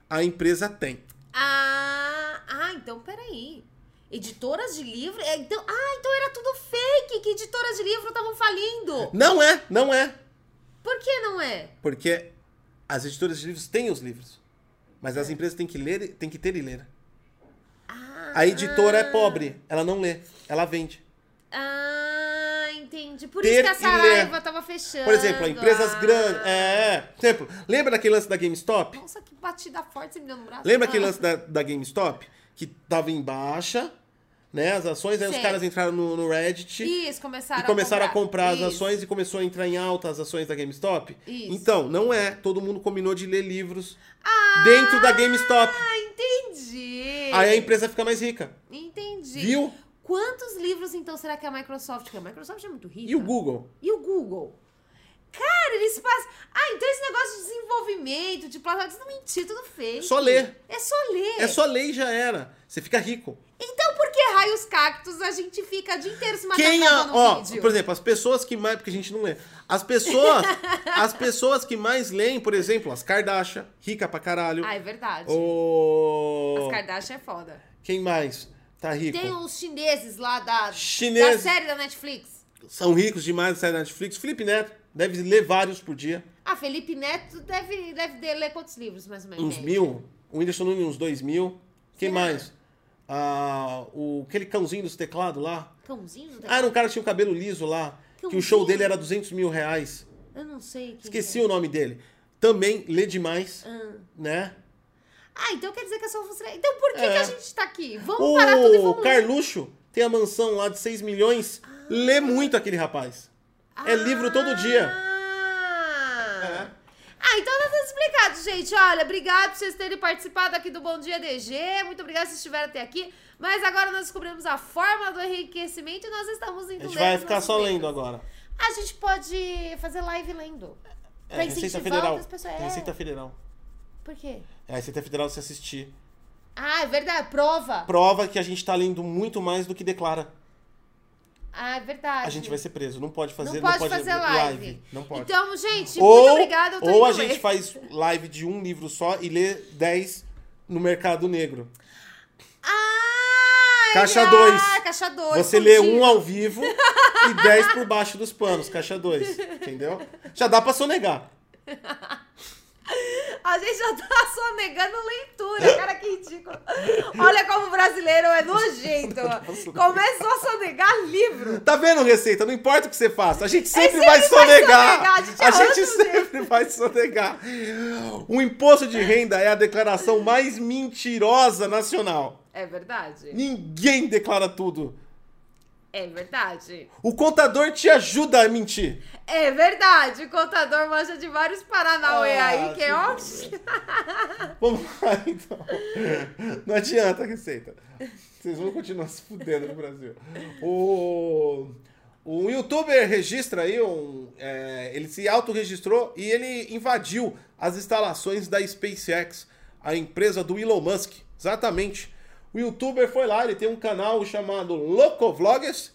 Speaker 1: a empresa tem.
Speaker 2: Ah, ah, então peraí. Editoras de livro? É, Então, ah, então era tudo fake que editoras de livro estavam falindo.
Speaker 1: Não é, não é.
Speaker 2: Por que não é?
Speaker 1: Porque as editoras de livros têm os livros. Mas
Speaker 2: É.
Speaker 1: as empresas têm que ler, têm que ter e ler.
Speaker 2: Ah,
Speaker 1: A editora é pobre, ela não lê, ela vende.
Speaker 2: Ah, entendi. Por
Speaker 1: Ter
Speaker 2: isso que a
Speaker 1: e
Speaker 2: Saraiva
Speaker 1: ler.
Speaker 2: tava fechando.
Speaker 1: Por exemplo, empresas
Speaker 2: Ah.
Speaker 1: grandes. É, por exemplo, lembra daquele lance da GameStop?
Speaker 2: Nossa, que batida forte você me deu no braço.
Speaker 1: Lembra
Speaker 2: Ah.
Speaker 1: aquele lance da, da GameStop? Que tava em baixa, né? As ações, aí os
Speaker 2: Sei.
Speaker 1: caras entraram no, no Reddit.
Speaker 2: Isso, começaram,
Speaker 1: e começaram a comprar,
Speaker 2: Isso.
Speaker 1: as ações e começou a entrar em alta as ações da GameStop.
Speaker 2: Isso.
Speaker 1: Então, não é. Todo mundo combinou de ler livros dentro da GameStop.
Speaker 2: Ah, entendi.
Speaker 1: Aí a empresa fica mais rica.
Speaker 2: Entendi.
Speaker 1: Viu?
Speaker 2: Quantos livros, então, será que a Microsoft... Porque a Microsoft é muito rica.
Speaker 1: E o Google?
Speaker 2: E o Google? Cara, eles fazem... Ah, então esse negócio de desenvolvimento, de plataforma, tudo mentira, tudo fake.
Speaker 1: Só ler.
Speaker 2: É só ler.
Speaker 1: É só lei já era. Você fica rico.
Speaker 2: Então por que raios cactos a gente fica o dia inteiro se matando
Speaker 1: Quem a,
Speaker 2: gravando um
Speaker 1: ó,
Speaker 2: tá vídeo?
Speaker 1: por exemplo, as pessoas que mais, porque a gente não lê. As pessoas, as pessoas que mais leem, por exemplo, as Kardashian, rica pra caralho.
Speaker 2: Ah, é verdade.
Speaker 1: O
Speaker 2: As Kardashian é foda.
Speaker 1: quem mais tá rico?
Speaker 2: Tem um- os chineses lá da, da
Speaker 1: Chineses
Speaker 2: série da Netflix.
Speaker 1: são ricos demais sai da Netflix. Felipe Neto deve ler vários por dia.
Speaker 2: Ah, Felipe Neto deve, deve de- ler quantos livros, mais ou menos?
Speaker 1: Uns
Speaker 2: né?
Speaker 1: mil. O Whindersson Nunes, uns dois mil. Quem
Speaker 2: Será?
Speaker 1: mais? Ah, o, aquele cãozinho dos teclados lá.
Speaker 2: Cãozinho? Não tem-
Speaker 1: Ah, era um cara que tinha o cabelo liso lá. Que o
Speaker 2: Cãozinho?
Speaker 1: show dele era 200 mil reais.
Speaker 2: Eu não sei. Quem
Speaker 1: Esqueci
Speaker 2: é.
Speaker 1: o nome dele. Também lê demais,
Speaker 2: Ah.
Speaker 1: né?
Speaker 2: Ah, então quer dizer que é só você. Então por que,
Speaker 1: É.
Speaker 2: que a gente tá aqui? Vamos parar tudo e
Speaker 1: O
Speaker 2: vamos. Ah.
Speaker 1: Carluxo tem a mansão lá de 6 milhões. Lê muito aquele rapaz. É livro todo dia.
Speaker 2: Ah. Ah, então tá tudo explicado, gente. Olha, obrigado por vocês terem participado aqui do Bom Dia DG. Muito obrigado se estiveram até aqui. Mas agora nós descobrimos a fórmula do enriquecimento e nós estamos
Speaker 1: A
Speaker 2: indo
Speaker 1: gente
Speaker 2: ler
Speaker 1: vai
Speaker 2: os
Speaker 1: ficar
Speaker 2: nossos
Speaker 1: só
Speaker 2: livros.
Speaker 1: lendo agora.
Speaker 2: A gente pode fazer live lendo.
Speaker 1: É,
Speaker 2: pra
Speaker 1: Receita
Speaker 2: incentivar
Speaker 1: Federal.
Speaker 2: outras pessoas. É.
Speaker 1: Receita Federal.
Speaker 2: Por quê?
Speaker 1: É, Receita Federal se assistir.
Speaker 2: Ah, é verdade. Prova.
Speaker 1: Prova que a gente tá lendo muito mais do que declara.
Speaker 2: Ah, é verdade.
Speaker 1: A gente vai ser preso. Não pode fazer,
Speaker 2: não pode fazer live.
Speaker 1: Não pode.
Speaker 2: Então, gente,
Speaker 1: ou
Speaker 2: muito obrigada. Eu tô
Speaker 1: ou
Speaker 2: indo
Speaker 1: a gente
Speaker 2: ler.
Speaker 1: faz live de um livro só e lê 10 no mercado negro.
Speaker 2: Ah, é
Speaker 1: Caixa
Speaker 2: verdade.
Speaker 1: dois.
Speaker 2: Caixa 2.
Speaker 1: Você lê um ao vivo e 10 por baixo dos panos, caixa 2, entendeu? Já dá pra sonegar.
Speaker 4: A gente já tá só negando leitura, cara, que ridículo. Olha como o brasileiro é nojento. Começou a sonegar livro.
Speaker 1: Tá vendo, Receita? Não importa o que você faça, a gente sempre,
Speaker 4: sempre
Speaker 1: vai
Speaker 4: vai
Speaker 1: sonegar.
Speaker 4: sonegar, a gente
Speaker 1: A
Speaker 4: arranca
Speaker 1: gente
Speaker 4: um
Speaker 1: sempre vai sonegar. O imposto de renda é a declaração mais mentirosa nacional.
Speaker 4: É verdade.
Speaker 1: Ninguém declara tudo.
Speaker 4: É verdade.
Speaker 1: O contador te ajuda a mentir.
Speaker 4: É verdade. O contador manja de vários Paranauê
Speaker 1: Ah,
Speaker 4: aí, que é ó.
Speaker 1: Vamos lá, então. Não adianta a receita. Vocês vão continuar se fudendo no Brasil. O... Um youtuber registra aí, um, é, ele se autorregistrou e ele invadiu as instalações da SpaceX, a empresa do Elon Musk. Exatamente. O youtuber foi lá, ele tem um canal chamado Loco Vloggers,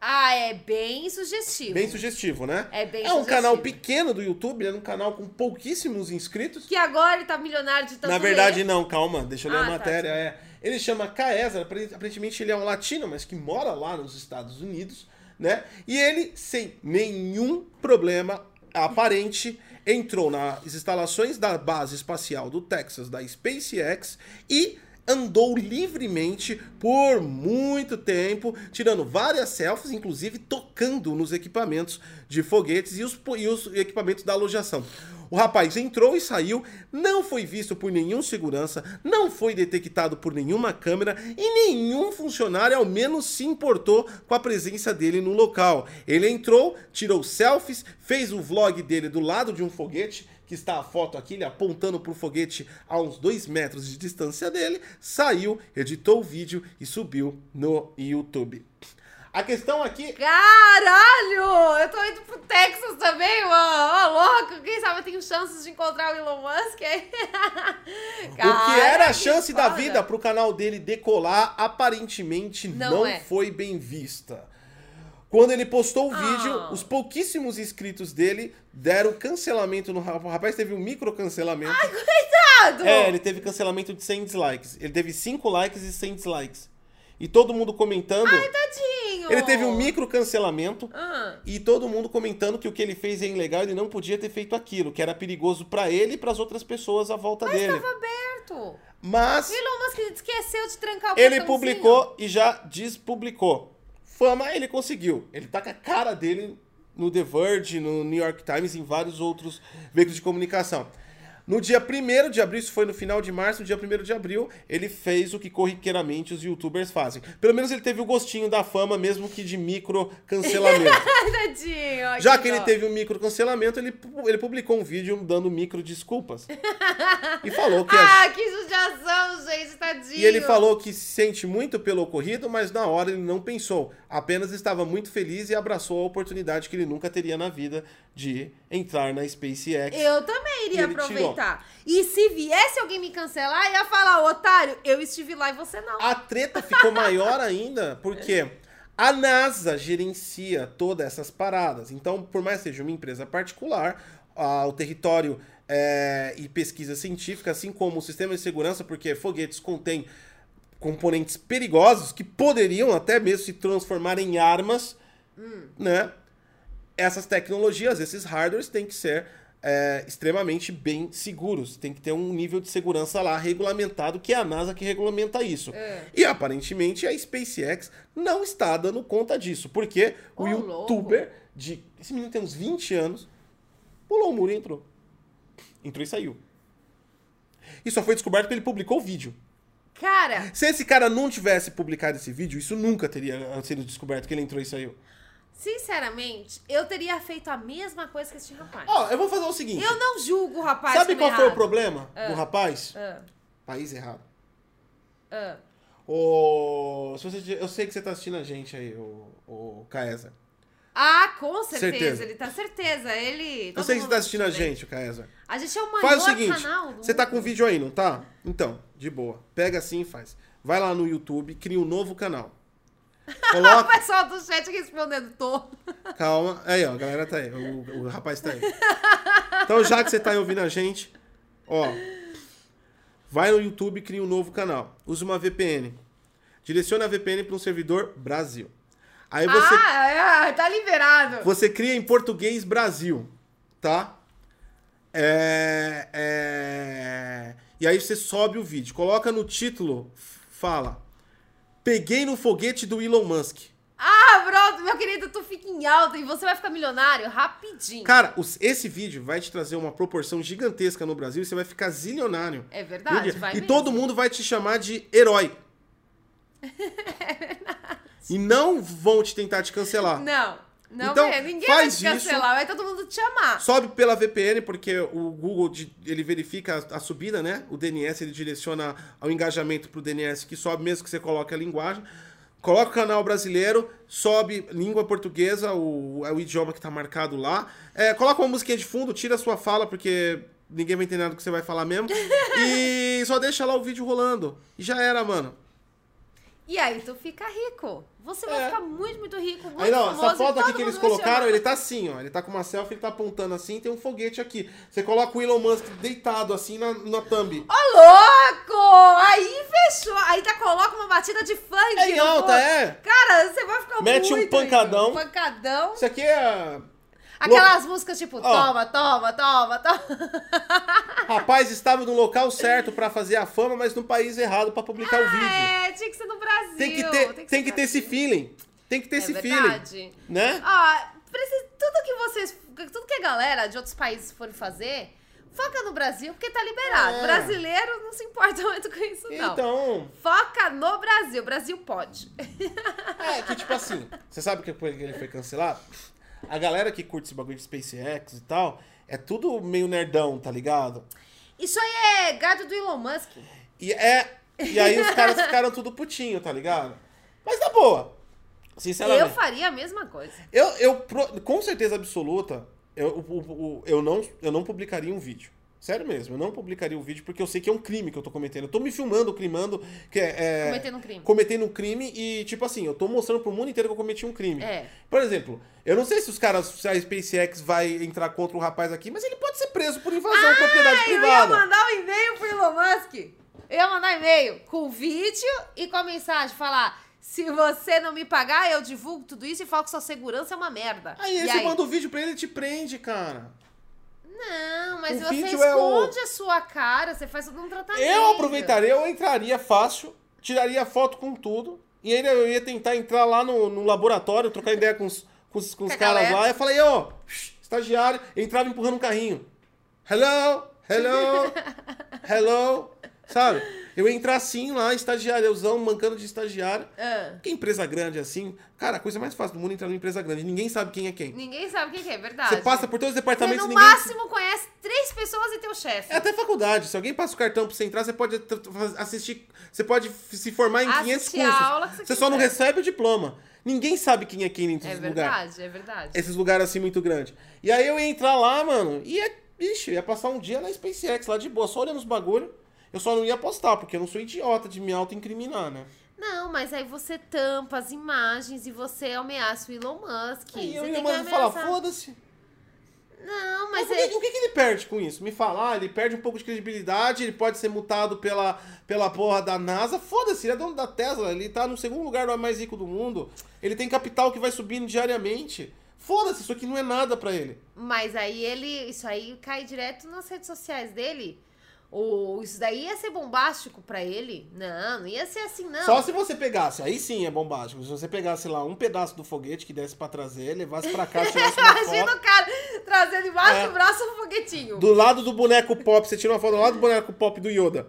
Speaker 5: Ah, é bem sugestivo.
Speaker 1: bem sugestivo, né?
Speaker 5: É bem
Speaker 1: é um canal
Speaker 5: sugestivo.
Speaker 1: pequeno do YouTube, é um canal com pouquíssimos inscritos.
Speaker 5: Que agora ele tá milionário de tanto
Speaker 1: Na verdade,
Speaker 5: ler.
Speaker 1: não, calma, deixa eu ler
Speaker 5: Ah,
Speaker 1: a
Speaker 5: tá,
Speaker 1: matéria. é. Ele chama Caesar, apre- aparentemente ele é um latino, mas que mora lá nos Estados Unidos, né? E ele, sem nenhum problema aparente, entrou nas instalações da base espacial do Texas, da SpaceX, e andou livremente por muito tempo, tirando várias selfies, inclusive tocando nos equipamentos de foguetes e os, po- e os equipamentos da alojação. O rapaz entrou e saiu, não foi visto por nenhum segurança, não foi detectado por nenhuma câmera e nenhum funcionário ao menos se importou com a presença dele no local. Ele entrou, tirou selfies, fez o vlog dele do lado de um foguete, que está a foto aqui, ele apontando para o foguete a uns dois metros de distância dele, saiu, editou o vídeo e subiu no YouTube. A questão aqui
Speaker 2: Caralho! Eu tô indo pro Texas também, mano. Ó, louco. Quem sabe eu tenho chances de encontrar o Elon Musk aí.
Speaker 1: O que era
Speaker 2: Cara,
Speaker 1: a chance da
Speaker 2: foda.
Speaker 1: vida pro canal dele decolar, aparentemente não,
Speaker 2: Não é.
Speaker 1: foi bem vista. Quando ele postou o vídeo,
Speaker 2: Ah.
Speaker 1: os pouquíssimos inscritos dele deram cancelamento no rapaz. O rapaz teve um micro cancelamento.
Speaker 2: Coitado!
Speaker 1: É, ele teve cancelamento de 100 dislikes. Ele teve 5 likes e 100 dislikes. E todo mundo comentando.
Speaker 2: tá Tadinho.
Speaker 1: ele teve um micro cancelamento.
Speaker 2: Ah,
Speaker 1: E todo mundo comentando que o que ele fez é ilegal, ele não podia ter feito aquilo, que era perigoso pra ele e pras outras pessoas à volta dele.
Speaker 2: certo.
Speaker 1: Mas
Speaker 2: O Elon Musk esqueceu de trancar o
Speaker 1: Ele
Speaker 2: botãozinho.
Speaker 1: publicou e já despublicou. Fama ele conseguiu. Ele tá com a cara dele no The Verge, no New York Times, em vários outros veículos de comunicação. No dia 1 de abril, isso foi no final de março, no dia 1 de abril, ele fez o que corriqueiramente os youtubers fazem. Pelo menos ele teve o gostinho da fama, mesmo que de micro cancelamento.
Speaker 2: Ai, tadinho. ó,
Speaker 1: Já que ele
Speaker 2: dó.
Speaker 1: teve um micro cancelamento, ele, pu- ele publicou um vídeo dando micro desculpas. E falou que a
Speaker 2: Ah, que judiação, gente. Tadinho.
Speaker 1: um E ele falou que se sente muito pelo ocorrido, mas na hora ele não pensou. Apenas estava muito feliz e abraçou a oportunidade que ele nunca teria na vida de entrar na SpaceX.
Speaker 2: Eu também
Speaker 1: E
Speaker 2: iria
Speaker 1: ele
Speaker 2: aproveitar. E se viesse alguém me cancelar, eu ia falar, otário, eu estive lá e você não.
Speaker 1: A treta ficou maior ainda porque a NASA gerencia todas essas paradas. Então, por mais que seja uma empresa particular, ah, o território eh, e pesquisa científica, assim como o sistema de segurança, porque foguetes contêm componentes perigosos que poderiam até mesmo se transformar em armas, né? Essas tecnologias, esses hardwares têm que ser eh, extremamente bem seguros. Tem que ter um nível de segurança lá regulamentado, que é a NASA que regulamenta isso.
Speaker 2: É.
Speaker 1: E aparentemente a SpaceX não está dando conta disso, porque o
Speaker 2: Ô,
Speaker 1: youtuber de. Esse menino tem uns 20 anos, pulou o muro e entrou. Entrou e saiu. E só foi descoberto que ele publicou o vídeo.
Speaker 2: Cara,
Speaker 1: Se esse cara não tivesse publicado esse vídeo, isso nunca teria sido descoberto que ele entrou e saiu.
Speaker 2: sinceramente, eu teria feito a mesma coisa que este rapaz.
Speaker 1: Ó, eu vou fazer o seguinte.
Speaker 2: Eu não julgo o rapaz
Speaker 1: Sabe
Speaker 2: como
Speaker 1: qual foi o
Speaker 2: errado.
Speaker 1: problema do rapaz?
Speaker 2: Ah.
Speaker 1: País errado.
Speaker 2: Ah.
Speaker 1: Ô, se você, eu sei que você tá assistindo a gente aí, o, o Caesar.
Speaker 2: Ah, com certeza,
Speaker 1: Certeza.
Speaker 2: ele tá certeza, ele...
Speaker 1: Eu
Speaker 2: todo
Speaker 1: sei que você
Speaker 2: mundo
Speaker 1: tá assistindo a
Speaker 2: também.
Speaker 1: gente, o Caesar.
Speaker 2: A gente é o maior
Speaker 1: Faz o seguinte,
Speaker 2: canal do
Speaker 1: você tá
Speaker 2: mundo.
Speaker 1: com vídeo aí, não tá? Então, de boa. Pega assim e faz. Vai lá no YouTube, cria um novo canal.
Speaker 2: O
Speaker 1: Coloca.
Speaker 2: pessoal do chat respondendo, tô.
Speaker 1: Calma. Aí, ó, a galera tá aí. O, o rapaz tá aí. Então, já que você tá aí ouvindo a gente, ó. Vai no YouTube, cria um novo canal. Usa uma VPN. Direciona a VPN para um servidor Brasil. Aí você,
Speaker 2: Ah, é, tá liberado.
Speaker 1: você cria em português Brasil, tá? É, é... E aí você sobe o vídeo. Coloca no título, fala. Peguei no foguete do Elon Musk.
Speaker 2: Ah, pronto, meu querido, tu fica em alta e você vai ficar milionário rapidinho.
Speaker 1: Cara, os- esse vídeo vai te trazer uma proporção gigantesca no Brasil e você vai ficar zilionário.
Speaker 2: É verdade,
Speaker 1: Entendi.
Speaker 2: vai
Speaker 1: e
Speaker 2: mesmo.
Speaker 1: todo mundo vai te chamar de herói.
Speaker 2: É
Speaker 1: e não vão te tentar te cancelar.
Speaker 2: Não, não
Speaker 1: Então,
Speaker 2: é. Ninguém vai
Speaker 1: faz
Speaker 2: te cancelar, vai todo mundo te amar.
Speaker 1: Sobe pela VPN, porque o Google de- ele verifica a, a subida, né? O DNS ele direciona ao engajamento pro DNS que sobe, mesmo que você coloque a linguagem. Coloca o canal brasileiro, sobe língua portuguesa, o, é o idioma que tá marcado lá. É, coloca uma musiquinha de fundo, tira a sua fala, porque ninguém vai entender nada do que você vai falar mesmo. e só deixa lá o vídeo rolando. E já era, mano.
Speaker 6: E aí tu fica rico. Você vai
Speaker 1: É.
Speaker 6: ficar muito, muito rico, muito
Speaker 1: Aí não,
Speaker 6: famoso.
Speaker 1: essa foto
Speaker 6: e
Speaker 1: aqui
Speaker 6: todo
Speaker 1: que eles
Speaker 6: mundo vai te
Speaker 1: colocaram,
Speaker 6: amar.
Speaker 1: ele tá assim, ó. Ele tá com uma selfie, ele tá apontando assim, tem um foguete aqui. Você coloca o Elon Musk deitado assim na, na thumb.
Speaker 6: Ô, louco! Aí fechou. Aí tá coloca uma batida de funk.
Speaker 1: É em
Speaker 6: no
Speaker 1: alta,
Speaker 6: post.
Speaker 1: é.
Speaker 6: Cara, você vai ficar
Speaker 1: Mete um
Speaker 6: muito rico.
Speaker 1: pancadão.
Speaker 6: Pancadão.
Speaker 1: Isso aqui é.
Speaker 2: Aquelas músicas tipo, toma, toma, toma, toma.
Speaker 1: Rapaz, estava no local certo pra fazer a fama, mas no país errado pra publicar o vídeo.
Speaker 6: É, tinha que ser no Brasil.
Speaker 1: Tem que ter, tem que,
Speaker 6: ser no
Speaker 1: ter esse
Speaker 6: Brasil.
Speaker 1: feeling. Tem que ter esse
Speaker 6: assim. é
Speaker 1: feeling,
Speaker 6: verdade. Ah,
Speaker 1: né?
Speaker 2: Ó, precisa, tudo que vocês. Tudo que a galera de outros países for fazer, foca no Brasil, porque tá liberado.
Speaker 1: É.
Speaker 2: Brasileiro não se importa muito com isso, não.
Speaker 1: Então,
Speaker 2: Foca no Brasil. Brasil pode.
Speaker 1: é que tipo assim, você sabe que depois que ele foi cancelado? A galera que curte esse bagulho de SpaceX e tal, é tudo meio nerdão, tá ligado?
Speaker 2: Isso aí é gado do Elon Musk.
Speaker 1: E, é, e aí os caras ficaram tudo putinho, tá ligado? Mas na boa,
Speaker 2: Eu
Speaker 1: sinceramente.
Speaker 2: faria a mesma coisa.
Speaker 1: Eu, eu pro- com certeza absoluta, eu, o- o- o- eu, não, eu não publicaria um vídeo. Sério mesmo, eu não publicaria um vídeo porque eu sei que é um crime que eu tô cometendo. Eu tô me filmando, crimando, que é, é,
Speaker 2: Cometendo um crime.
Speaker 1: cometendo um crime e, tipo assim, eu tô mostrando pro mundo inteiro que eu cometi um crime.
Speaker 2: É.
Speaker 1: Por exemplo, eu não sei se os caras, se a SpaceX vai entrar contra o rapaz aqui, mas ele pode ser preso por invasão à propriedade
Speaker 6: Eu ia
Speaker 1: privada.
Speaker 6: mandar um e-mail pro Elon Musk.
Speaker 2: Eu ia mandar e-mail com vídeo e com a mensagem falar: se você não me pagar, eu divulgo tudo isso e falo que sua segurança é uma merda.
Speaker 1: Aí
Speaker 2: E
Speaker 1: você manda o vídeo pra ele e te prende, cara.
Speaker 2: Não, mas
Speaker 1: O
Speaker 2: você
Speaker 1: vídeo é o-
Speaker 2: esconde a sua cara, você faz todo um tratamento.
Speaker 1: Eu aproveitaria, eu entraria fácil, tiraria foto com tudo, e ainda eu ia tentar entrar lá no, no laboratório, trocar ideia com os, com os, com os
Speaker 2: Com a
Speaker 1: caras
Speaker 2: galera.
Speaker 1: lá, e eu falei, ó, estagiário, eu entrava empurrando um carrinho. Hello, hello, hello, sabe? Eu ia entrar assim lá, estagiáriozão, mancando de estagiário.
Speaker 2: Ah,
Speaker 1: Que empresa grande assim, cara, a coisa mais fácil do mundo é entrar numa empresa grande, ninguém sabe quem é quem.
Speaker 2: ninguém sabe o que que é, é verdade.
Speaker 1: Você passa por todos os
Speaker 2: Você,
Speaker 1: departamentos
Speaker 2: no
Speaker 1: e ninguém...
Speaker 2: máximo conhece três pessoas e teu chefe.
Speaker 1: É até faculdade. Se alguém passa o cartão pra você entrar, você pode t- t- assistir. Você pode f- se formar em 500
Speaker 2: Assistir a
Speaker 1: cursos.
Speaker 2: aula que você
Speaker 1: você só não
Speaker 2: quiser.
Speaker 1: recebe o diploma. Ninguém sabe quem é quem dentro
Speaker 2: É
Speaker 1: desses lugares.
Speaker 2: verdade, é verdade.
Speaker 1: Esses lugares assim muito grandes. E aí eu ia entrar lá, mano, e ia. Ixi, eu ia passar um dia na SpaceX, lá de boa, só olhando os bagulho. Eu só não ia apostar, porque eu não sou idiota de me auto-incriminar, né?
Speaker 2: Não, mas aí você tampa as imagens e você ameaça o Elon Musk.
Speaker 1: Aí eu
Speaker 2: você
Speaker 1: ia
Speaker 2: tem
Speaker 1: mandar
Speaker 2: que
Speaker 1: falar,
Speaker 2: ameaçar.
Speaker 1: foda-se.
Speaker 2: Não,
Speaker 1: Mas
Speaker 2: mas
Speaker 1: o,
Speaker 2: é.
Speaker 1: que, o que que ele perde com isso? Me falar, ele perde um pouco de credibilidade, ele pode ser multado pela, pela porra da NASA. Foda-se, ele é dono da Tesla, ele tá no segundo lugar do mais rico do mundo. Ele tem capital que vai subindo diariamente. Foda-se, isso aqui não é nada pra ele.
Speaker 2: Mas aí ele. Isso aí cai direto nas redes sociais dele. Ou isso daí ia ser bombástico pra ele? Não, não ia ser assim, não.
Speaker 1: Só se você pegasse, aí sim é bombástico. Se você pegasse lá um pedaço do foguete que desse pra trazer, levasse pra cá, tirasse uma
Speaker 2: Imagina
Speaker 1: foto.
Speaker 2: o cara trazendo embaixo
Speaker 1: É.
Speaker 2: do braço um foguetinho.
Speaker 1: Do lado do boneco pop, você tira uma foto do lado do boneco pop do Yoda.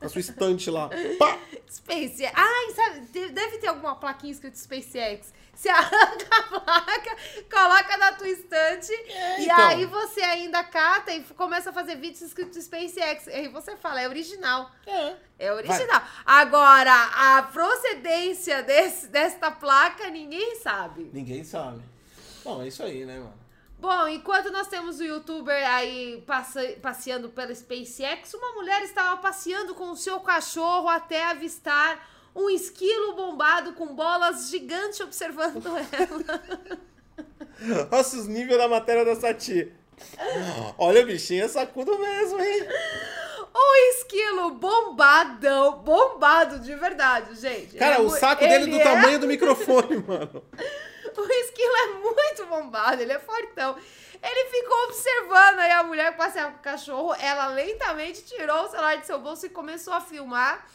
Speaker 1: Na sua estante lá. Pá!
Speaker 2: Space. Ai, sabe, de- deve ter alguma plaquinha escrito SpaceX. Você arranca a placa, coloca na tua estante e
Speaker 1: então.
Speaker 2: aí você ainda cata e f- começa a fazer vídeos escritos SpaceX. Aí você fala, é original.
Speaker 1: É.
Speaker 2: É original. Agora, a procedência desse, desta placa, ninguém sabe.
Speaker 1: Ninguém sabe. Bom, é isso aí, né, mano?
Speaker 2: Bom, enquanto nós temos o youtuber aí passe- passeando pela SpaceX, uma mulher estava passeando com o seu cachorro até avistar um esquilo bombado com bolas gigante observando ela.
Speaker 1: Nossa, os níveis da matéria da Sati. Olha, o bichinho é sacudo mesmo, hein?
Speaker 2: um esquilo bombadão, bombado de verdade, gente.
Speaker 1: Cara,
Speaker 2: Ele é
Speaker 1: o
Speaker 2: mu-
Speaker 1: saco dele
Speaker 2: ele
Speaker 1: do
Speaker 2: é-
Speaker 1: tamanho do microfone, mano.
Speaker 2: O esquilo é muito bombado, ele é fortão. Ele ficou observando aí a mulher que passeava com o cachorro. Ela lentamente tirou o celular de seu bolso e começou a filmar.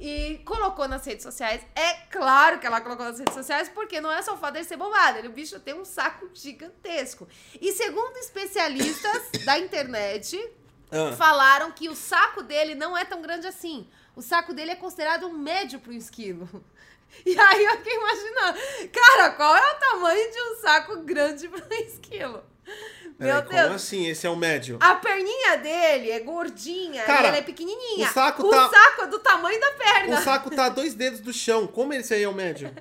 Speaker 2: E colocou nas redes sociais. É claro que ela colocou nas redes sociais, porque não é só o fato dele ser bombado. Ele, o bicho tem um saco gigantesco. E segundo especialistas da internet,
Speaker 1: Ah,
Speaker 2: falaram que o saco dele não é tão grande assim. O saco dele é considerado um médio para um esquilo. E aí eu fiquei imaginando, cara, qual é o tamanho de um saco grande para um esquilo?
Speaker 1: Peraí,
Speaker 2: Meu
Speaker 1: como
Speaker 2: Deus.
Speaker 1: assim? Esse é o médio.
Speaker 2: A perninha dele é gordinha
Speaker 1: Cara,
Speaker 2: e ela é pequenininha.
Speaker 1: o saco tá-
Speaker 2: saco é do tamanho da perna.
Speaker 1: O saco tá a dois dedos do chão. Como esse aí é o médio?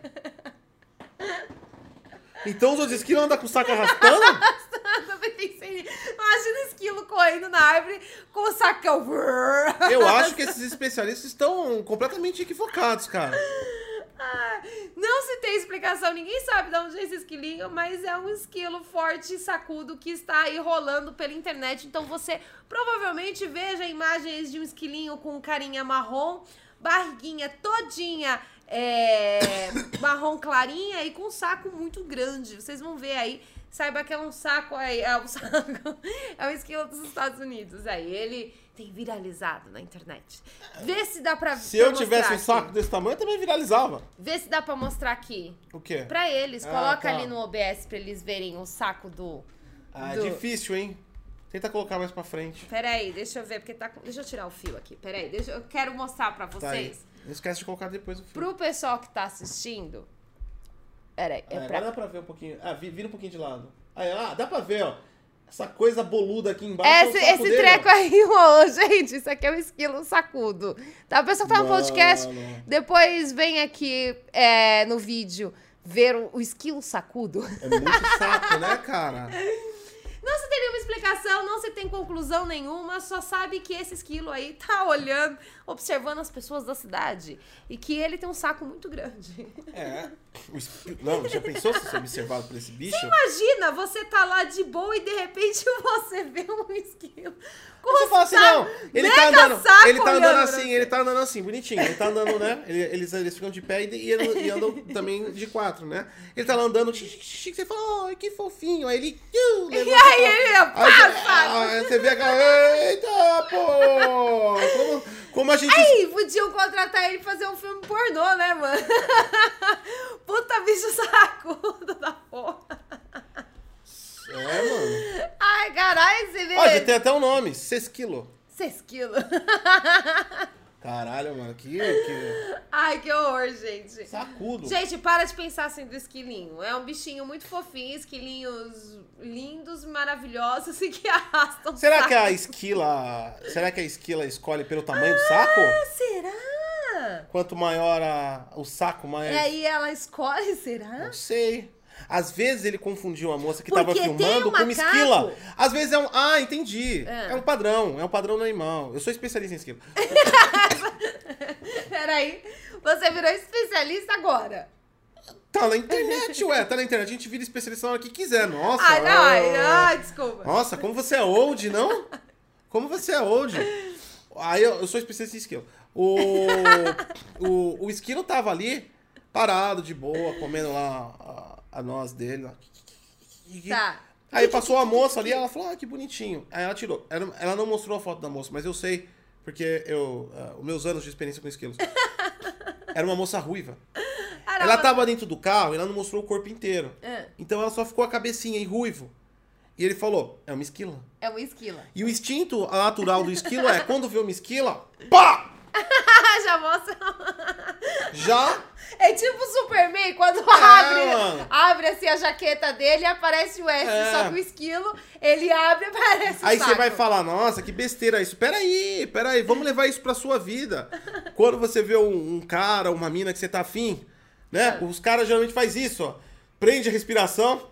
Speaker 1: Então os outros esquilos andam com o saco arrastando?
Speaker 2: Eu também pensei nisso. Imagina o esquilo correndo na árvore com o sacão.
Speaker 1: Eu acho que esses especialistas estão completamente equivocados, cara.
Speaker 2: Ah, Não se tem explicação, ninguém sabe de onde é esse esquilinho, mas é um esquilo forte e sacudo que está aí rolando pela internet. Então você provavelmente veja imagens de um esquilinho com carinha marrom, barriguinha todinha é, marrom clarinha e com um saco muito grande. Vocês vão ver aí. Saiba que é um saco aí, é um saco, é um esquilo dos Estados Unidos. Aí ele tem viralizado na internet. Vê se dá pra
Speaker 1: Se eu
Speaker 2: pra
Speaker 1: tivesse
Speaker 2: mostrar
Speaker 1: um saco
Speaker 2: aqui.
Speaker 1: desse tamanho, eu também viralizava.
Speaker 2: Vê se dá pra mostrar aqui.
Speaker 1: O quê?
Speaker 2: Pra eles,
Speaker 1: Ah,
Speaker 2: coloca
Speaker 1: tá.
Speaker 2: ali no OBS pra eles verem o saco do.
Speaker 1: Ah,
Speaker 2: do-
Speaker 1: difícil, hein? Tenta colocar mais pra frente.
Speaker 2: Peraí, deixa eu ver, porque tá. com- Deixa eu tirar o fio aqui. Peraí, deixa... eu quero mostrar pra
Speaker 1: Tá aí.
Speaker 2: vocês.
Speaker 1: Não esquece de colocar depois o fio.
Speaker 2: Pro pessoal que tá assistindo. Peraí,
Speaker 1: Ah,
Speaker 2: é
Speaker 1: Agora
Speaker 2: pra.
Speaker 1: dá pra ver um pouquinho. Ah, vi- vira um pouquinho de lado. Aí, ah, dá pra ver, ó. Essa coisa boluda aqui embaixo. é o
Speaker 2: Esse,
Speaker 1: saco
Speaker 2: esse
Speaker 1: dele,
Speaker 2: treco
Speaker 1: ó.
Speaker 2: aí, ó, gente, isso aqui é um esquilo sacudo. Tá? A pessoa que tá no podcast,
Speaker 1: Mano.
Speaker 2: depois vem aqui é, no vídeo ver o, o esquilo sacudo.
Speaker 1: É muito saco, né, cara?
Speaker 2: Não se tem nenhuma explicação, não se tem conclusão nenhuma, só sabe que esse esquilo aí tá olhando, observando as pessoas da cidade e que ele tem um saco muito grande.
Speaker 1: É. O esp- Não, já pensou se você é observado por esse bicho?
Speaker 2: Imagina, você tá lá de boa e de repente você vê um esquilo com
Speaker 1: Você fala assim, não, ele tá
Speaker 2: mega
Speaker 1: andando,
Speaker 2: saco
Speaker 1: ele tá andando
Speaker 2: olhando pra
Speaker 1: assim, ele tá andando assim, bonitinho, ele tá andando, né, ele- eles, eles ficam de pé e, e andam, e andam também de quatro, né, ele tá lá andando, xixi, xixi, você fala, ai, que fofinho, aí ele, iu,
Speaker 2: E
Speaker 1: levanta,
Speaker 2: aí ele
Speaker 1: Aí, você-
Speaker 2: passa!
Speaker 1: aí você vê aquela. Eita, pô! Como, como a gente.
Speaker 2: Aí, podiam contratar ele pra fazer um filme pornô, né, mano? Puta bicho sacudo da porra.
Speaker 1: É, mano.
Speaker 2: Ai, caralho, você vê.
Speaker 1: Ó, já tem até o nome: Sesquilo.
Speaker 2: Esse esquilo.
Speaker 1: Caralho, mano, que, que
Speaker 2: Ai, que horror, gente.
Speaker 1: sacudo.
Speaker 2: Gente, para de pensar assim do esquilinho. É um bichinho muito fofinho, esquilinhos lindos, maravilhosos e que arrastam.
Speaker 1: Será
Speaker 2: saco.
Speaker 1: que é a esquila. Será que a esquila escolhe pelo tamanho do saco?
Speaker 2: Será?
Speaker 1: Quanto maior a- o saco, mais.
Speaker 2: E aí ela escolhe,
Speaker 1: Não
Speaker 2: será?
Speaker 1: sei. Às vezes ele confundiu a moça que
Speaker 2: Porque
Speaker 1: tava
Speaker 2: tem
Speaker 1: filmando
Speaker 2: um
Speaker 1: com uma
Speaker 2: macaco.
Speaker 1: esquila. Às vezes é um. Ah, entendi.
Speaker 2: Ah.
Speaker 1: É um padrão. É um padrão no animal. Eu sou especialista em esquilo.
Speaker 2: Peraí, você virou especialista agora.
Speaker 1: Tá na internet, ué. Tá na internet. A gente vira especialista na hora que quiser. Nossa.
Speaker 2: ai, não, ai,
Speaker 1: ah.
Speaker 2: ai, desculpa.
Speaker 1: Nossa, como você é old, não? Como você é old? Aí eu, eu sou especialista em esquilo. O, o, o esquilo tava ali, parado, de boa, comendo lá a, a noz dele. Lá.
Speaker 2: Tá.
Speaker 1: Aí passou a moça ali, ela falou, ah, que bonitinho. Aí ela tirou. Ela, ela não mostrou a foto da moça, mas eu sei, porque eu, ah, os meus anos de experiência com esquilos. Era uma moça ruiva.
Speaker 2: Era
Speaker 1: Ela tá-
Speaker 2: uma-
Speaker 1: tava dentro do carro e ela não mostrou o corpo inteiro.
Speaker 2: É.
Speaker 1: Então ela só ficou a cabecinha e ruivo. E ele falou, é uma esquila.
Speaker 2: É uma esquila.
Speaker 1: E o instinto natural do esquilo é, quando vê uma esquila, pá!
Speaker 2: Ah, Já mostra.
Speaker 1: Já
Speaker 2: É tipo o Superman quando abre,
Speaker 1: mano.
Speaker 2: abre assim a jaqueta dele e aparece o S.
Speaker 1: É.
Speaker 2: Só que o esquilo, ele abre e aparece o
Speaker 1: Aí você
Speaker 2: saco.
Speaker 1: vai falar, nossa, que besteira isso. Peraí, peraí, vamos levar isso pra sua vida. Quando você vê um, um cara, uma mina que você tá afim, né?
Speaker 2: É.
Speaker 1: Os caras geralmente faz isso, ó. Prende a respiração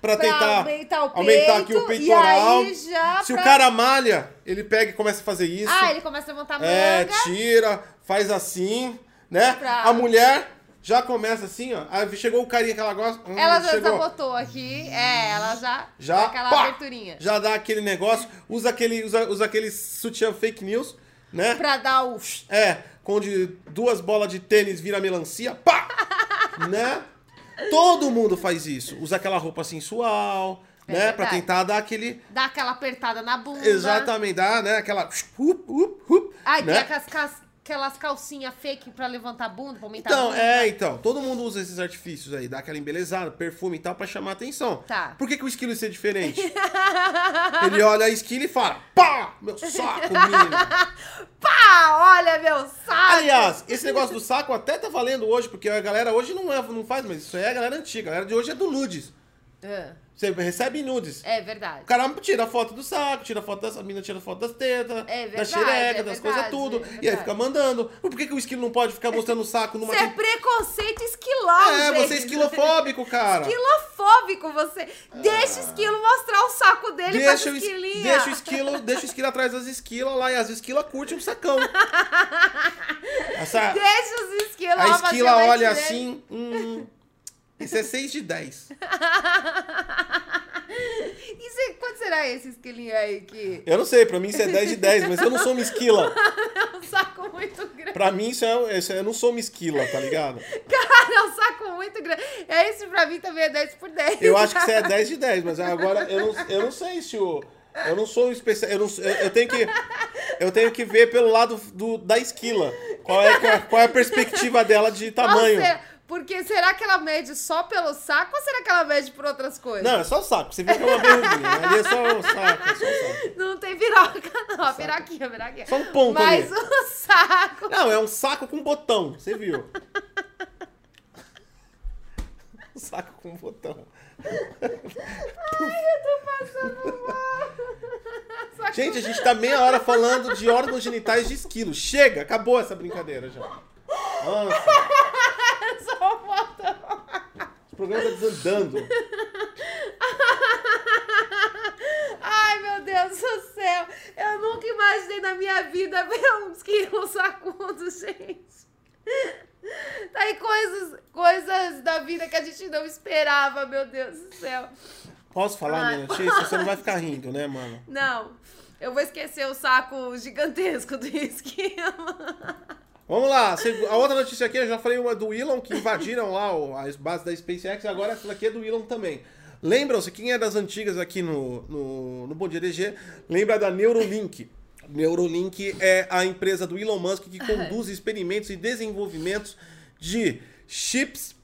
Speaker 1: pra,
Speaker 2: Pra
Speaker 1: tentar
Speaker 2: aumentar o
Speaker 1: aumentar aqui o
Speaker 2: peito, e
Speaker 1: peitoral.
Speaker 2: aí já
Speaker 1: Se
Speaker 2: pra-
Speaker 1: o cara malha, ele pega e começa a fazer isso.
Speaker 2: Ah, ele começa a levantar a manga.
Speaker 1: É, tira, faz assim, né?
Speaker 2: Pra-
Speaker 1: A mulher já começa assim, ó. Aí chegou o carinha que ela gosta. hum,
Speaker 2: Ela já
Speaker 1: chegou.
Speaker 2: sabotou aqui. É, ela já,
Speaker 1: Já,
Speaker 2: dá aquela
Speaker 1: pá!
Speaker 2: aberturinha.
Speaker 1: já dá aquele negócio, usa aquele, usa, usa aquele sutiã fake news, né?
Speaker 2: Pra dar o...
Speaker 1: É, onde duas bolas de tênis vira melancia, pá! né? Todo mundo faz isso. Usa aquela roupa sensual,
Speaker 2: É
Speaker 1: né? Pra
Speaker 2: verdade.
Speaker 1: tentar dar aquele.
Speaker 2: Dá aquela apertada na bunda.
Speaker 1: Exatamente, dá, né? Aquela. Up, up, up,
Speaker 2: Ai,
Speaker 1: né?
Speaker 2: tem aquelas, cas- aquelas calcinhas fake pra levantar a bunda, pra aumentar a
Speaker 1: Então,
Speaker 2: bunda.
Speaker 5: né?
Speaker 1: é, então. Todo mundo usa esses artifícios aí, dá aquela embelezada, perfume e tal, pra chamar atenção.
Speaker 2: Tá.
Speaker 1: Por que, que o esquilo ia ser diferente? Ele olha a esquilo e fala, pá! Meu saco, menino!
Speaker 2: Pá, olha meu saco.
Speaker 1: Aliás, esse negócio do saco até tá valendo hoje, porque a galera hoje não, é, não faz, mas isso aí é a galera antiga. A galera de hoje é do Ludes.
Speaker 2: É.
Speaker 1: Você recebe nudes.
Speaker 5: É verdade.
Speaker 1: O cara tira foto do saco, tira foto das. A mina tira foto das tetas,
Speaker 5: É verdade,
Speaker 1: da xereca,
Speaker 5: é
Speaker 1: das
Speaker 5: verdade,
Speaker 1: coisas tudo.
Speaker 5: é
Speaker 1: e aí
Speaker 5: verdade.
Speaker 1: fica mandando. Mas por que, que o esquilo não pode ficar mostrando o saco numa.
Speaker 2: Isso é
Speaker 1: tem-
Speaker 2: preconceito esquilão,
Speaker 5: um
Speaker 1: é,
Speaker 2: gente.
Speaker 1: você é esquilofóbico, cara.
Speaker 2: Esquilofóbico você. Deixa o esquilo mostrar o saco dele pra
Speaker 1: Deixa o, es-
Speaker 2: esquilinha.
Speaker 1: deixa o esquilo, deixa o esquilo atrás das esquilas lá e as esquilas curtem um sacão. Essa,
Speaker 2: Deixa os esquilos
Speaker 1: a
Speaker 2: lá fazer
Speaker 1: esquila
Speaker 2: mais
Speaker 1: olha
Speaker 2: direito.
Speaker 1: assim, hum, isso é 6 de 10.
Speaker 2: E se- quanto será esse esquilinho aí que...
Speaker 1: Eu não sei, pra mim isso é 10 de 10, mas eu não sou uma esquila.
Speaker 2: É um saco muito grande.
Speaker 1: Pra mim isso é, isso é- eu não sou uma esquila, tá ligado?
Speaker 2: Cara, é um saco muito grande. É Esse pra mim também é 10 por 10.
Speaker 1: Eu acho que você é 10 de 10, mas agora eu não, eu não sei se o. Eu não sou um especial. Eu, não sou- eu- eu tenho que. Eu tenho que ver pelo lado do, da esquila. Qual é, qual, é- qual é a perspectiva dela de
Speaker 2: Ou
Speaker 1: é tamanho?
Speaker 2: será- porque será que ela mede só pelo saco ou será que ela mede por outras coisas?
Speaker 1: Não, é só o saco. Você viu que é uma berrudinha. Ali é só o saco, é só o saco.
Speaker 2: Não tem piroca, não. A piroquinha, a piroquinha.
Speaker 1: Só um ponto
Speaker 2: Mas
Speaker 1: ali.
Speaker 2: o saco.
Speaker 1: Não, é um saco com botão. Você viu? Um saco com botão.
Speaker 2: saco-
Speaker 1: Gente, a gente tá meia hora falando de órgãos genitais de esquilo. Chega, acabou essa brincadeira já. Nossa,
Speaker 2: Só um botão.
Speaker 1: o programa tá desandando.
Speaker 2: Ai, meu Deus do céu. Eu nunca imaginei na minha vida ver um esquilo sacudo, gente. Tá aí coisas, coisas da vida que a gente não esperava, meu Deus do céu.
Speaker 1: Posso falar,
Speaker 2: Ai.
Speaker 1: minha notícia? Você não vai ficar rindo, né, mano?
Speaker 2: Não, eu vou esquecer o saco gigantesco do esquilo.
Speaker 1: Vamos lá, seg- a outra notícia aqui, eu já falei uma do Elon, que invadiram lá o- a base da SpaceX, e agora essa daqui é do Elon também. Lembram-se, quem é das antigas aqui no, no, no Bom Dia DG, lembra da Neurolink. Neurolink é a empresa do Elon Musk que conduz experimentos e desenvolvimentos de chips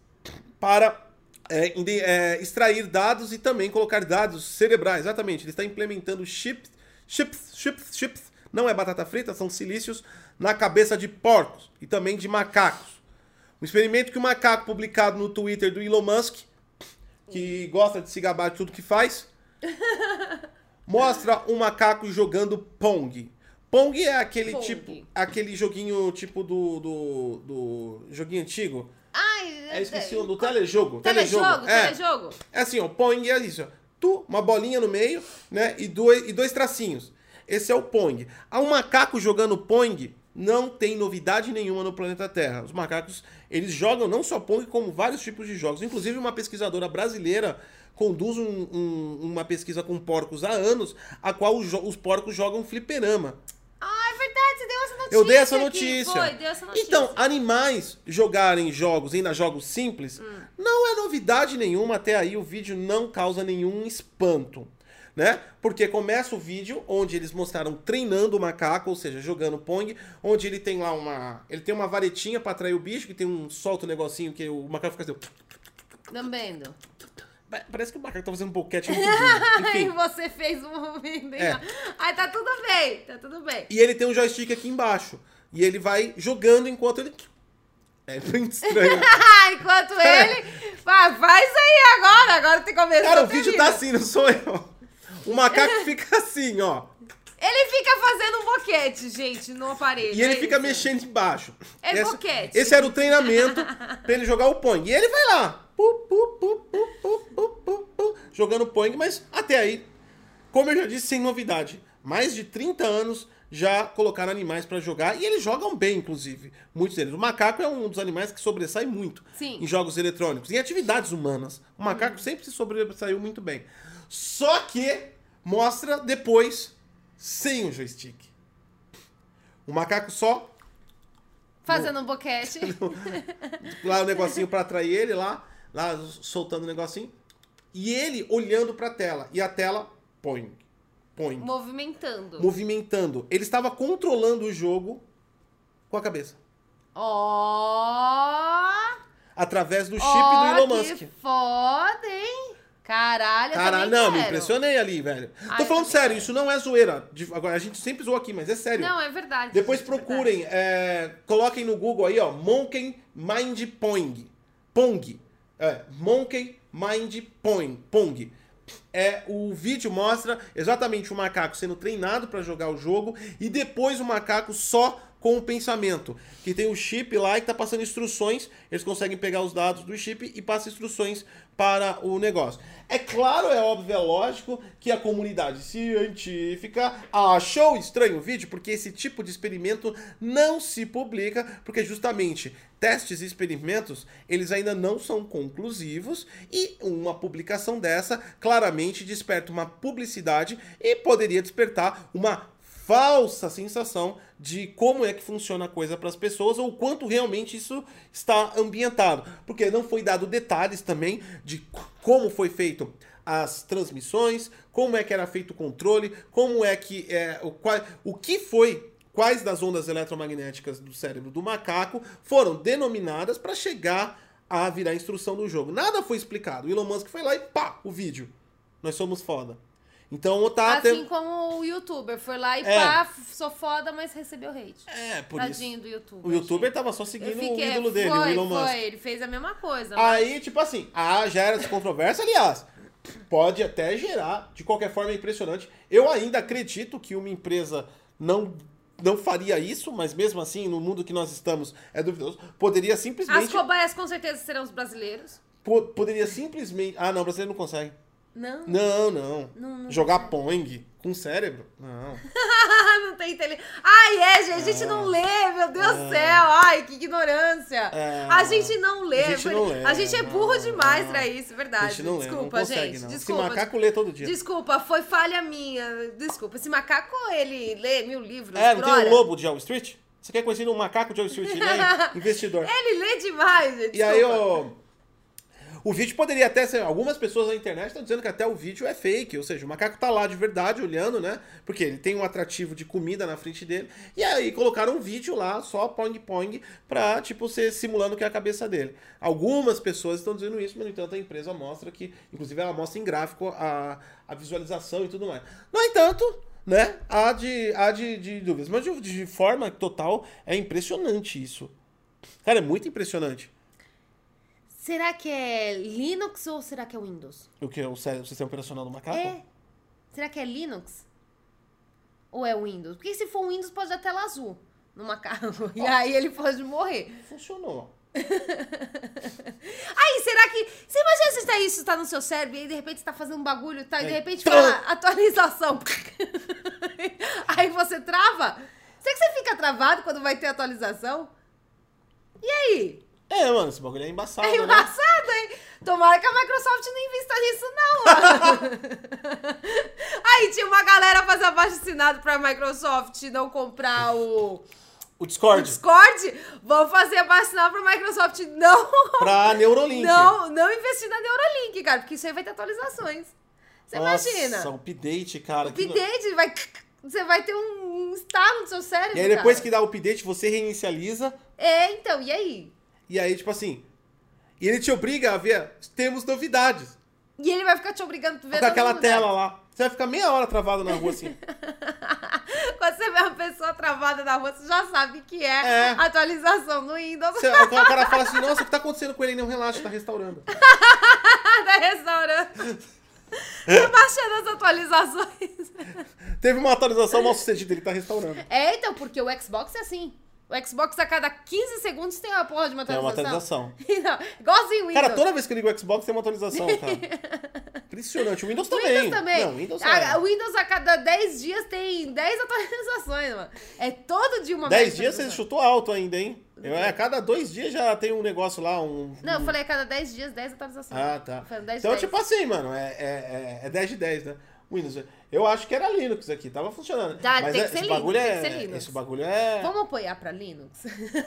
Speaker 1: para é, inde- é, extrair dados e também colocar dados cerebrais. Exatamente, ele está implementando chips, chips, chips, chips. Não é batata frita, são silícios na cabeça de porcos e também de macacos. Um experimento que o macaco publicado no Twitter do Elon Musk, que gosta de se gabar de tudo que faz, mostra um macaco jogando Pong. Pong é aquele
Speaker 2: Pong.
Speaker 1: tipo, aquele joguinho tipo do, do, do joguinho antigo.
Speaker 5: Ai,
Speaker 1: É, esqueci o do telejogo.
Speaker 5: Telejogo,
Speaker 1: é.
Speaker 5: telejogo.
Speaker 1: É assim, ó, Pong é isso, ó. Tu, uma bolinha no meio, né? E dois, e dois tracinhos. Esse é o Pong. Há um macaco jogando Pong, não tem novidade nenhuma no planeta Terra. Os macacos, eles jogam não só Pong, como vários tipos de jogos. Inclusive, uma pesquisadora brasileira conduz um- um- uma pesquisa com porcos há anos, a qual os, jo- os porcos jogam fliperama.
Speaker 5: Ah, é verdade, você deu essa notícia.
Speaker 1: Eu dei essa
Speaker 5: aqui.
Speaker 1: notícia.
Speaker 5: Foi, deu essa notícia.
Speaker 1: Então, animais jogarem jogos, ainda jogos simples,
Speaker 5: Hum.
Speaker 1: não é novidade nenhuma. Até aí o vídeo não causa nenhum espanto. Né? Porque começa o vídeo onde eles mostraram treinando o macaco, ou seja, jogando pong, onde ele tem lá uma. Ele tem uma varetinha pra atrair o bicho, que tem um. solta um negocinho que o macaco fica assim. ó.
Speaker 5: Também, do.
Speaker 1: Pa- Parece que o macaco tá fazendo um boquete muito lindo.
Speaker 2: E
Speaker 1: Enfim.
Speaker 2: você fez um movimento.
Speaker 1: É.
Speaker 2: Aí tá tudo bem, tá tudo bem.
Speaker 1: E ele tem um joystick aqui embaixo. E ele vai jogando enquanto ele. É muito estranho.
Speaker 2: Enquanto ele. Vai, faz aí agora, agora tem que começar.
Speaker 1: Cara, o
Speaker 2: eu
Speaker 1: vídeo tá
Speaker 2: termino.
Speaker 1: assim, não sou eu. O macaco fica assim, ó.
Speaker 2: Ele fica fazendo um boquete, gente, no aparelho.
Speaker 1: E ele
Speaker 2: é
Speaker 1: fica
Speaker 2: isso.
Speaker 1: mexendo embaixo.
Speaker 2: É
Speaker 1: Essa-
Speaker 2: boquete.
Speaker 1: Esse era o treinamento pra ele jogar o Pong. E ele vai lá. pu, pu, pu, pu, pu, pu, pu, pu, jogando Pong, mas até aí, como eu já disse, sem novidade. Mais de 30 anos já colocaram animais pra jogar. E eles jogam bem, inclusive. Muitos deles. O macaco é um dos animais que sobressai muito
Speaker 5: Sim.
Speaker 1: em jogos eletrônicos. Em atividades humanas. O macaco sempre se sobressaiu muito bem. Só que mostra depois sem o joystick. O macaco só
Speaker 5: Fazendo um boquete.
Speaker 1: lá o negocinho pra atrair ele lá, lá soltando o negocinho. E ele olhando pra tela. E a tela, põe, põe,
Speaker 5: movimentando.
Speaker 1: movimentando. Ele estava controlando o jogo com a cabeça.
Speaker 5: Ó!
Speaker 1: Através do chip
Speaker 5: ó,
Speaker 1: do Elon
Speaker 5: Oh, que
Speaker 1: Musk.
Speaker 5: foda, hein? Caralho, eu também
Speaker 1: Caralho, não, me
Speaker 5: quero.
Speaker 1: impressionei ali, velho.
Speaker 5: Ah,
Speaker 1: Tô
Speaker 5: eu
Speaker 1: falando
Speaker 5: também
Speaker 1: sério, isso não é zoeira. De- Agora, a gente sempre zoou aqui, mas é sério.
Speaker 5: Não, é verdade.
Speaker 1: Depois
Speaker 5: gente, é verdade.
Speaker 1: procurem, é, coloquem no Google aí, ó, Monkey Mind Pong. Pong. É, Monkey Mind Pong. Pong. é o vídeo mostra exatamente o macaco sendo treinado para jogar o jogo e depois o macaco só com o pensamento, que tem o chip lá e que tá passando instruções, eles conseguem pegar os dados do chip e passa instruções para o negócio. É claro, é óbvio, é lógico que a comunidade científica achou estranho o vídeo, porque esse tipo de experimento não se publica, porque justamente testes e experimentos, eles ainda não são conclusivos e uma publicação dessa claramente desperta uma publicidade e poderia despertar uma falsa sensação de como é que funciona a coisa para as pessoas ou quanto realmente isso está ambientado, porque não foi dado detalhes também de c- como foi feito as transmissões, como é que era feito o controle, como é que é o qual, o que foi quais das ondas eletromagnéticas do cérebro do macaco foram denominadas para chegar a virar a instrução do jogo. Nada foi explicado. O Elon Musk foi lá e pá, o vídeo. Nós somos foda. Então tá tem-
Speaker 2: Assim como o youtuber foi lá e
Speaker 1: É.
Speaker 2: pá, sou foda, mas recebeu hate.
Speaker 1: É, por
Speaker 2: Tadinho do
Speaker 1: isso. O
Speaker 2: youtuber.
Speaker 1: youtuber tava só
Speaker 2: gente. Eu
Speaker 1: seguindo o
Speaker 2: fiquei-
Speaker 1: ídolo dele,
Speaker 2: foi,
Speaker 1: o Elon Musk.
Speaker 2: Foi, ele fez a mesma coisa. mas-
Speaker 1: Aí, tipo assim, ah, já era descontroversa, aliás. Pode até gerar, de qualquer forma é impressionante. Eu ainda acredito que uma empresa não não faria isso, mas mesmo assim, no mundo que nós estamos, é duvidoso. Poderia
Speaker 2: As
Speaker 1: simplesmente
Speaker 2: cobaias com certeza serão os brasileiros.
Speaker 1: po- poderia simplesmente, ah, não, o brasileiro não consegue.
Speaker 2: Não.
Speaker 1: Não, não.
Speaker 2: Não, não
Speaker 1: Jogar Pong com cérebro? Não.
Speaker 2: Ah, não tem inteligência. Ai, é, gente, a gente
Speaker 1: Ah.
Speaker 2: não lê, meu Deus do
Speaker 1: Ah.
Speaker 2: céu. Ai, que ignorância.
Speaker 1: É.
Speaker 2: A gente não lê.
Speaker 1: A gente não lê,
Speaker 7: A gente é burro
Speaker 1: não,
Speaker 7: demais
Speaker 1: não.
Speaker 7: pra
Speaker 2: é
Speaker 7: isso,
Speaker 1: A
Speaker 2: Tá,
Speaker 7: verdade.
Speaker 1: gente não lembra, não
Speaker 7: desculpa,
Speaker 1: consegue,
Speaker 7: gente.
Speaker 1: não.
Speaker 7: Desculpa.
Speaker 1: Esse macaco lê todo dia.
Speaker 2: Desculpa, foi falha minha. Desculpa. Esse macaco, ele lê mil livros
Speaker 1: É, não
Speaker 2: por
Speaker 1: tem
Speaker 2: hora.
Speaker 1: o lobo de Wall Street? Você quer conhecer um macaco de Wall Street? Ele é investidor.
Speaker 2: Ele lê demais, gente.
Speaker 1: E aí,
Speaker 2: desculpa.
Speaker 1: o, o vídeo poderia até ser. Algumas pessoas na internet estão dizendo que até o vídeo é fake, ou seja, o macaco tá lá de verdade olhando, né? Porque ele tem um atrativo de comida na frente dele. E aí colocaram um vídeo lá, só pong-pong, pra, tipo, ser simulando que é a cabeça dele. Algumas pessoas estão dizendo isso, mas no entanto a empresa mostra que. Inclusive, ela mostra em gráfico a, a visualização e tudo mais. No entanto né? Há de, há de, de dúvidas. Mas de, de forma total, é impressionante isso. Cara, é muito impressionante
Speaker 2: Será que é Linux ou será que é Windows?
Speaker 1: o que é o cé- o sistema operacional do macaco.
Speaker 2: É. Será que é Linux? Ou é Windows? Porque se for Windows, pode dar tela azul no macaco. E aí ele pode morrer.
Speaker 1: Funcionou.
Speaker 2: Aí, será que. Você imagina se está isso está no seu cérebro e aí de repente você tá fazendo um bagulho e tal, e de
Speaker 1: É,
Speaker 2: repente
Speaker 1: tã.
Speaker 2: fala atualização. aí você trava? Será que você fica travado quando vai ter atualização? E aí?
Speaker 1: É, mano, esse bagulho é embaçado,
Speaker 2: É
Speaker 1: né?
Speaker 2: embaçado, hein? Tomara que a Microsoft não invista nisso, não. aí tinha uma galera fazendo abaixo assinado pra Microsoft não comprar o
Speaker 1: O Discord,
Speaker 2: Discord. Vão fazer abaixo assinado pra Microsoft não
Speaker 1: pra Neurolink.
Speaker 2: Não, não investir na Neuralink, cara, porque isso aí vai ter atualizações. Você
Speaker 1: Nossa,
Speaker 2: imagina?
Speaker 1: o update, cara. que no-
Speaker 2: Update, vai. Você vai ter um, um estalo no seu cérebro.
Speaker 1: E aí depois
Speaker 2: cara.
Speaker 1: que dá o update, você reinicializa.
Speaker 2: É, então, e aí?
Speaker 1: E aí, tipo assim... E ele te obriga a ver... Temos novidades.
Speaker 2: E ele vai ficar te obrigando a ver
Speaker 1: com
Speaker 2: todo
Speaker 1: aquela
Speaker 2: mundo,
Speaker 1: tela
Speaker 2: né?
Speaker 1: lá. Você vai ficar meia hora travado na rua, assim.
Speaker 2: Quando você vê uma pessoa travada na rua, você já sabe que
Speaker 1: É.
Speaker 2: é, atualização do Windows
Speaker 1: Você, o cara fala assim, nossa, o que tá acontecendo com ele? Ele não relaxa, tá restaurando.
Speaker 2: da restaurante. Tô baixando as atualizações.
Speaker 1: Teve uma atualização mal sucedida, ele tá restaurando.
Speaker 2: É, então, porque o Xbox é assim. O Xbox a cada 15 segundos tem uma porra de uma
Speaker 1: É uma
Speaker 2: atualização.
Speaker 1: atualização.
Speaker 2: Então, igualzinho o Windows.
Speaker 1: Cara, toda vez que eu ligo o Xbox tem uma atualização, cara. Impressionante. O Windows também.
Speaker 2: Windows também.
Speaker 1: Não, Windows é.
Speaker 2: a,
Speaker 1: também.
Speaker 2: o Windows a cada 10 dias tem 10 atualizações, mano. É todo dia uma
Speaker 1: 10
Speaker 2: mega
Speaker 1: dias você
Speaker 2: atualização.
Speaker 1: chutou alto ainda, hein? Eu, é, a cada dois dias já tem um negócio lá, um.
Speaker 2: Não, eu
Speaker 1: um-
Speaker 2: falei a cada 10 dias, 10 atualizações.
Speaker 1: Ah, tá.
Speaker 2: Foi 10
Speaker 1: Então,
Speaker 2: dez.
Speaker 1: tipo assim, mano, é, é, é, é 10 de 10, né? Windows. Eu acho que era Linux aqui, tava funcionando.
Speaker 2: Tá,
Speaker 1: Mas
Speaker 2: tem
Speaker 1: é,
Speaker 2: que ser
Speaker 1: esse
Speaker 2: Linux,
Speaker 1: bagulho
Speaker 2: tem
Speaker 1: é.
Speaker 2: que ser Linux.
Speaker 1: Esse bagulho é.
Speaker 2: Vamos apoiar pra Linux?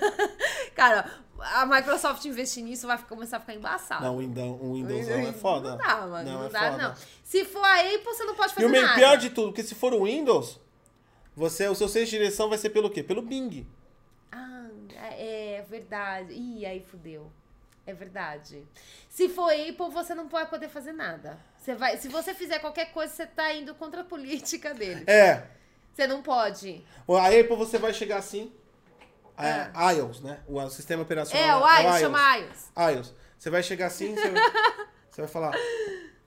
Speaker 2: Cara, a Microsoft investir nisso vai ficar- começar a ficar embaçado.
Speaker 1: Não, o Windows, o Windows é foda.
Speaker 2: Não dá, mano. Não,
Speaker 1: é
Speaker 2: dá,
Speaker 1: foda.
Speaker 2: não. Se for a Apple, você não pode
Speaker 1: E
Speaker 2: fazer
Speaker 1: o meio
Speaker 2: nada.
Speaker 1: pior de tudo, porque se for o Windows, você, o seu senso de direção vai ser pelo quê? Pelo Bing.
Speaker 2: Ah, é verdade. Ih, aí fudeu. É verdade. Se for Apple, você não vai poder fazer nada. Você vai, se você fizer qualquer coisa, você tá indo contra a política dele.
Speaker 1: É.
Speaker 2: Você não pode.
Speaker 1: A Apple você vai chegar assim. É, iOS, né? O, o sistema operacional.
Speaker 2: É, o iOS, chama iOS.
Speaker 1: iOS. Você vai chegar assim, você vai, você vai falar.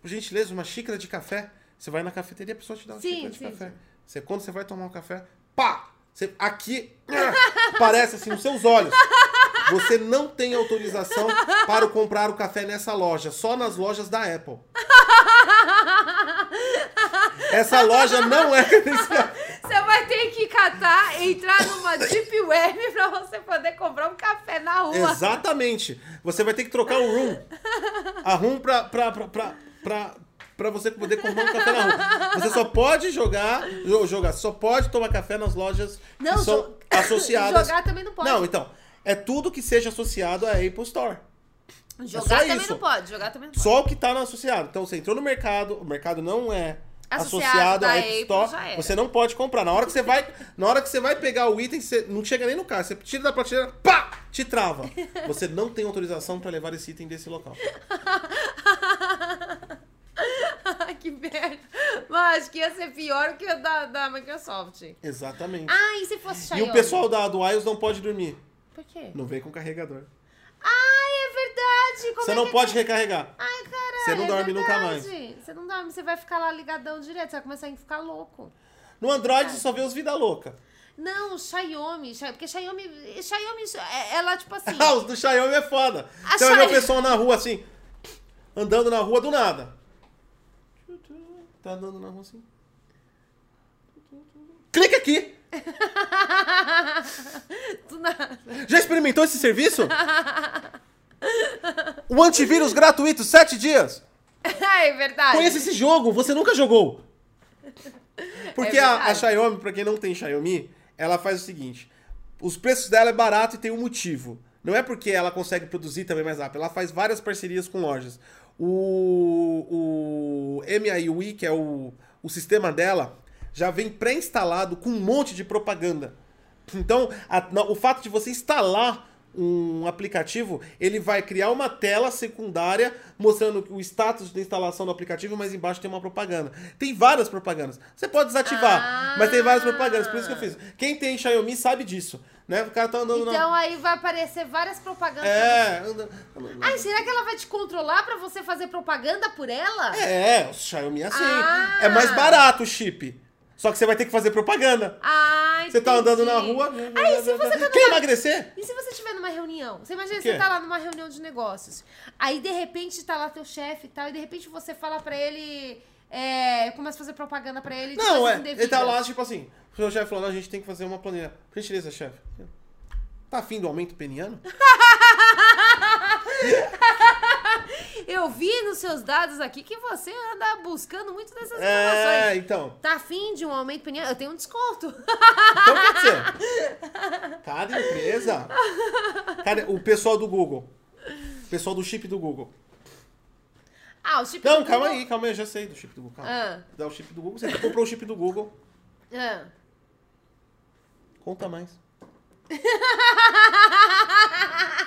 Speaker 1: Por gentileza, uma xícara de café. Você vai na cafeteria, a pessoa te dá uma
Speaker 5: Sim,
Speaker 1: xícara de
Speaker 5: sim,
Speaker 1: café.
Speaker 5: sim.
Speaker 1: Você, quando você vai tomar um café, pá! Você, aqui parece assim nos seus olhos. Você não tem autorização para comprar o café nessa loja, só nas lojas da Apple. Essa loja não é credenciada.
Speaker 2: Você vai ter que catar, entrar numa deep web pra você poder comprar um café na rua.
Speaker 1: Exatamente. Você vai ter que trocar o room. A room pra, pra, pra, pra, pra, pra você poder comprar um café na rua. Você só pode jogar, jo- jogar, só pode tomar café nas lojas
Speaker 5: Não,
Speaker 1: que são
Speaker 5: jo-
Speaker 1: associadas.
Speaker 5: Jogar também não pode.
Speaker 1: Não, então. É tudo que seja associado à Apple Store.
Speaker 5: jogar
Speaker 1: É só
Speaker 5: também
Speaker 1: isso.
Speaker 5: não pode. Jogar também não pode.
Speaker 1: Só o que tá no associado. Então você entrou no mercado, o mercado não é
Speaker 5: Associado
Speaker 1: associado,
Speaker 5: da
Speaker 1: à
Speaker 5: Apple,
Speaker 1: Apple Store,
Speaker 5: já era.
Speaker 1: você não pode comprar. Na hora que você vai, na hora que você vai pegar o item, você não chega nem no carro, você tira da prateleira, pá, te trava. Você não tem autorização pra levar esse item desse local.
Speaker 2: que merda. Mas acho que ia ser pior que o da, da Microsoft.
Speaker 1: Exatamente.
Speaker 5: Ah, e se fosse
Speaker 1: e
Speaker 5: Xiaomi?
Speaker 1: o pessoal da do iOS não pode dormir.
Speaker 5: Por quê?
Speaker 1: Não vem com carregador.
Speaker 5: Ai, é verdade. Como
Speaker 1: você
Speaker 5: é
Speaker 1: não
Speaker 5: que...
Speaker 1: pode recarregar.
Speaker 5: Ai, caralho.
Speaker 1: Você não
Speaker 5: é
Speaker 1: dorme nunca mais.
Speaker 5: verdade. Você não dorme. Você vai ficar lá ligadão direto. Você vai começar a ficar louco.
Speaker 1: No
Speaker 5: Tá.
Speaker 1: Android você só vê os vida louca.
Speaker 5: Não, Xiaomi. Xia- Porque Xiaomi... Xiaomi, é- ela, tipo assim...
Speaker 1: Ah, os do Xiaomi é foda.
Speaker 5: A
Speaker 1: você vai ver o
Speaker 5: Xiaomi-
Speaker 1: pessoal na rua assim, andando na rua do nada. Tá andando na rua assim. Clica aqui!
Speaker 5: do nada.
Speaker 1: Já experimentou esse serviço? O antivírus gratuito, 7 dias!
Speaker 2: É verdade.
Speaker 1: Conheça esse jogo, você nunca jogou! Porque
Speaker 2: É
Speaker 1: a, a
Speaker 2: verdade.
Speaker 1: Xiaomi, pra quem não tem Xiaomi, ela faz o seguinte: os preços dela é barato e tem um motivo. Não é porque ela consegue produzir também mais rápido, ela faz várias parcerias com lojas. O, o MIUI, que é o, o sistema dela, já vem pré-instalado com um monte de propaganda. Então, a- na- o fato de você instalar um aplicativo, ele vai criar uma tela secundária mostrando o status de instalação do aplicativo, mas embaixo tem uma propaganda. Tem várias propagandas. Você pode desativar,
Speaker 5: Ah!
Speaker 1: mas tem várias propagandas, por isso que eu fiz. Quem tem Xiaomi sabe disso, né? O cara tá andando na
Speaker 5: Então aí vai aparecer várias propagandas.
Speaker 1: é, anda-
Speaker 5: Ai, será que ela vai te controlar pra você fazer propaganda por ela?
Speaker 1: é, o Xiaomi é assim.
Speaker 5: Ah!
Speaker 1: É mais barato o chip. Só que você vai ter que fazer propaganda.
Speaker 5: Ai,
Speaker 1: Você tá andando na
Speaker 5: entendi.
Speaker 1: rua.
Speaker 5: Ai, e se você tá
Speaker 1: Quer emagrecer?
Speaker 5: E se você estiver numa reunião? Você imagina que
Speaker 1: Quê?
Speaker 5: você tá lá numa reunião de negócios. Aí, de repente, tá lá teu chefe e tal, e de repente você fala pra ele. É, começa a fazer propaganda pra ele. de
Speaker 1: Não,
Speaker 5: coisas
Speaker 1: é. Ele tá
Speaker 5: indevidas.
Speaker 1: lá, tipo assim, o seu chefe falando, a gente tem que fazer uma planilha. Por Gentileza, chefe. Tá afim do aumento peniano?
Speaker 2: Eu vi nos seus dados aqui que você anda buscando muito dessas informações.
Speaker 1: É, então.
Speaker 5: Tá afim de um aumento peniano? Eu tenho um desconto.
Speaker 1: Então quer dizer, cada empresa. Cara, o pessoal do Google. O pessoal do chip do Google.
Speaker 5: Ah, o chip
Speaker 1: Não,
Speaker 5: do
Speaker 1: calma
Speaker 5: Google-
Speaker 1: aí, calma aí, eu já sei do chip do Google. Calma.
Speaker 5: Ah.
Speaker 1: Dá o chip do Google, você comprou o chip do Google,
Speaker 5: Ah.
Speaker 1: conta mais.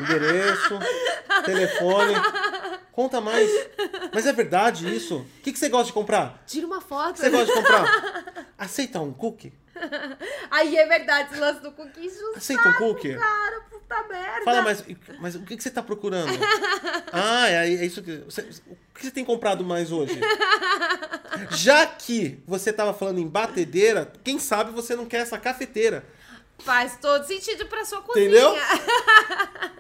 Speaker 1: Endereço, telefone, conta mais. Mas é verdade isso? O que, que você gosta de comprar?
Speaker 5: Tira uma
Speaker 1: O
Speaker 5: foto.
Speaker 1: que você gosta de comprar? Aceita um cookie?
Speaker 2: Aí é verdade, esse lance do cookie justo,
Speaker 1: Aceita um cookie?
Speaker 2: cara, puta merda.
Speaker 1: Fala, mas, mas o que, que você tá procurando? Ah, é, é isso que. você- o que você tem comprado mais hoje? Já que você tava falando em batedeira, quem sabe você não quer essa cafeteira.
Speaker 2: Faz todo sentido pra sua cozinha.
Speaker 1: Entendeu?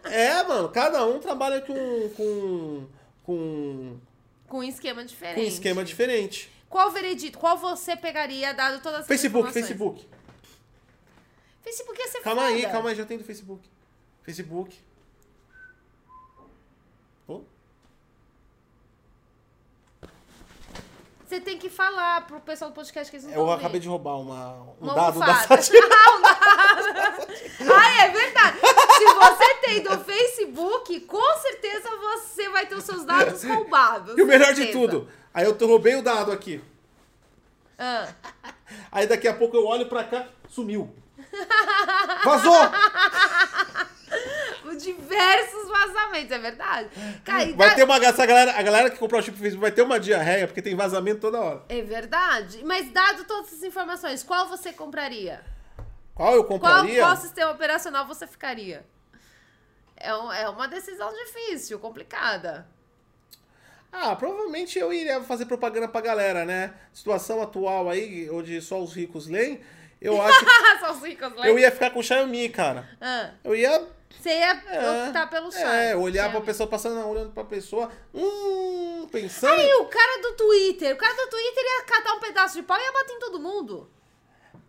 Speaker 1: É, mano, cada um trabalha com. com. com,
Speaker 5: Com um esquema
Speaker 1: com um
Speaker 5: diferente.
Speaker 1: esquema diferente.
Speaker 5: Qual veredito? Qual você pegaria, dado todas as
Speaker 1: Facebook, Facebook.
Speaker 5: Facebook ia ser
Speaker 1: Calma
Speaker 5: foda.
Speaker 1: aí, calma aí, já tem do Facebook. Facebook. Pô,
Speaker 5: Você tem que falar pro pessoal do podcast que eles não
Speaker 1: eu
Speaker 5: vão ver.
Speaker 1: acabei de roubar uma, um
Speaker 5: Uma
Speaker 1: dado da
Speaker 5: almofada.
Speaker 1: Sadia.
Speaker 2: Ai, é verdade. Se você tem do Facebook, com certeza você vai ter os seus dados roubados.
Speaker 1: E o melhor de
Speaker 2: certeza.
Speaker 1: tudo, aí eu roubei o dado aqui.
Speaker 5: Ah.
Speaker 1: Aí daqui a pouco eu olho pra cá, sumiu. Vazou!
Speaker 2: Diversos vazamentos, é verdade. Cara, e tá-
Speaker 1: Vai
Speaker 2: dá-
Speaker 1: ter uma. Essa galera, a galera que comprou o chip do Facebook vai ter uma diarreia, porque tem vazamento toda hora.
Speaker 5: É verdade. Mas dado todas essas informações, qual você compraria?
Speaker 1: Qual eu
Speaker 2: qual,
Speaker 1: compraria?
Speaker 2: qual sistema operacional você ficaria? É, um- é uma decisão difícil, complicada.
Speaker 1: Ah, provavelmente eu iria fazer propaganda pra galera, né? Situação atual aí, onde só os ricos leem, eu acho que
Speaker 8: Só os ricos lá.
Speaker 1: eu ia ficar com o Xiaomi, cara.
Speaker 2: Ah,
Speaker 1: Eu ia
Speaker 2: você ia
Speaker 1: É,
Speaker 2: optar pelo Shine.
Speaker 1: é, olhar pra
Speaker 2: Xiaomi.
Speaker 1: pessoa passando, olhando pra pessoa, hum, pensando.
Speaker 2: E o cara do Twitter? O cara do Twitter ia catar um pedaço de pau e ia bater em todo mundo.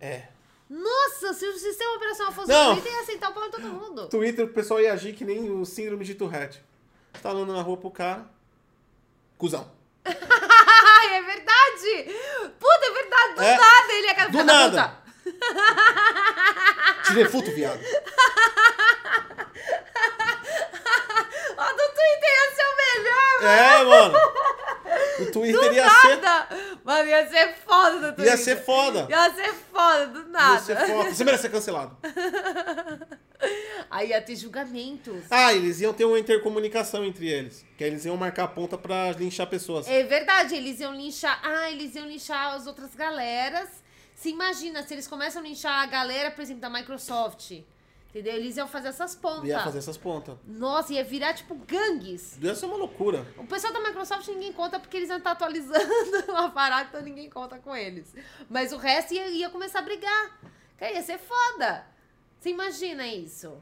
Speaker 1: É.
Speaker 2: Nossa, se o sistema operacional fosse
Speaker 1: Não.
Speaker 2: o Twitter, ia aceitar o pau em todo mundo.
Speaker 1: Twitter, o pessoal ia agir que nem o síndrome de Tourette. Você tá andando na rua pro cara. Cusão.
Speaker 8: Ai, é verdade! Puta, é verdade, do
Speaker 1: É.
Speaker 8: nada ele é
Speaker 1: Do nada! Te refuto, viado.
Speaker 8: Ó, do Twitter ia ser o melhor!
Speaker 1: É, mano. O Twitter ia ser,
Speaker 8: Nada! Mano, ia ser foda do Twitter.
Speaker 1: ia ser foda.
Speaker 8: Ia ser foda, do
Speaker 1: Ia
Speaker 8: nada.
Speaker 1: ser foda. Você merece ser cancelado.
Speaker 2: Aí ia ter julgamentos.
Speaker 1: Ah, eles iam ter uma intercomunicação entre eles. Que aí eles iam marcar a ponta pra linchar pessoas.
Speaker 2: É verdade, eles iam linchar. Ah, eles iam linchar as outras galeras. Se imagina, se eles começam a linchar a galera, por exemplo, da Microsoft. Entendeu? Eles iam fazer essas pontas.
Speaker 1: Ia fazer essas pontas.
Speaker 2: Nossa, ia virar tipo gangues.
Speaker 1: Ia ser uma loucura.
Speaker 2: O pessoal da Microsoft ninguém conta porque eles iam estar atualizando uma parada, então ninguém conta com eles. Mas o resto ia, ia começar a brigar. Cara, ia ser foda. Você imagina isso?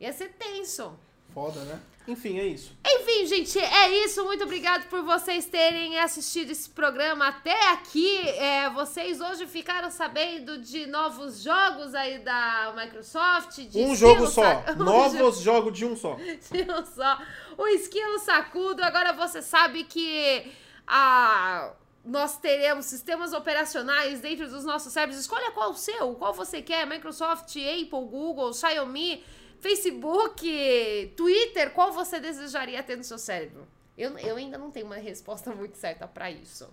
Speaker 2: Ia ser tenso.
Speaker 1: Foda, né? Enfim, é isso.
Speaker 2: Enfim, gente, é isso. Muito obrigado por vocês terem assistido esse programa até aqui. É, vocês hoje ficaram sabendo de novos jogos aí da Microsoft. De
Speaker 1: Um
Speaker 2: estilo
Speaker 1: jogo só.
Speaker 2: sa- um jogo
Speaker 1: Novos jogos de um só.
Speaker 2: estilo só. O esquilo sacudo. Agora você sabe que a. Nós teremos sistemas operacionais dentro dos nossos cérebros. Escolha qual o seu, qual você quer: Microsoft, Apple, Google, Xiaomi, Facebook, Twitter. Qual você desejaria ter no seu cérebro? Eu, eu ainda não tenho uma resposta muito certa pra isso.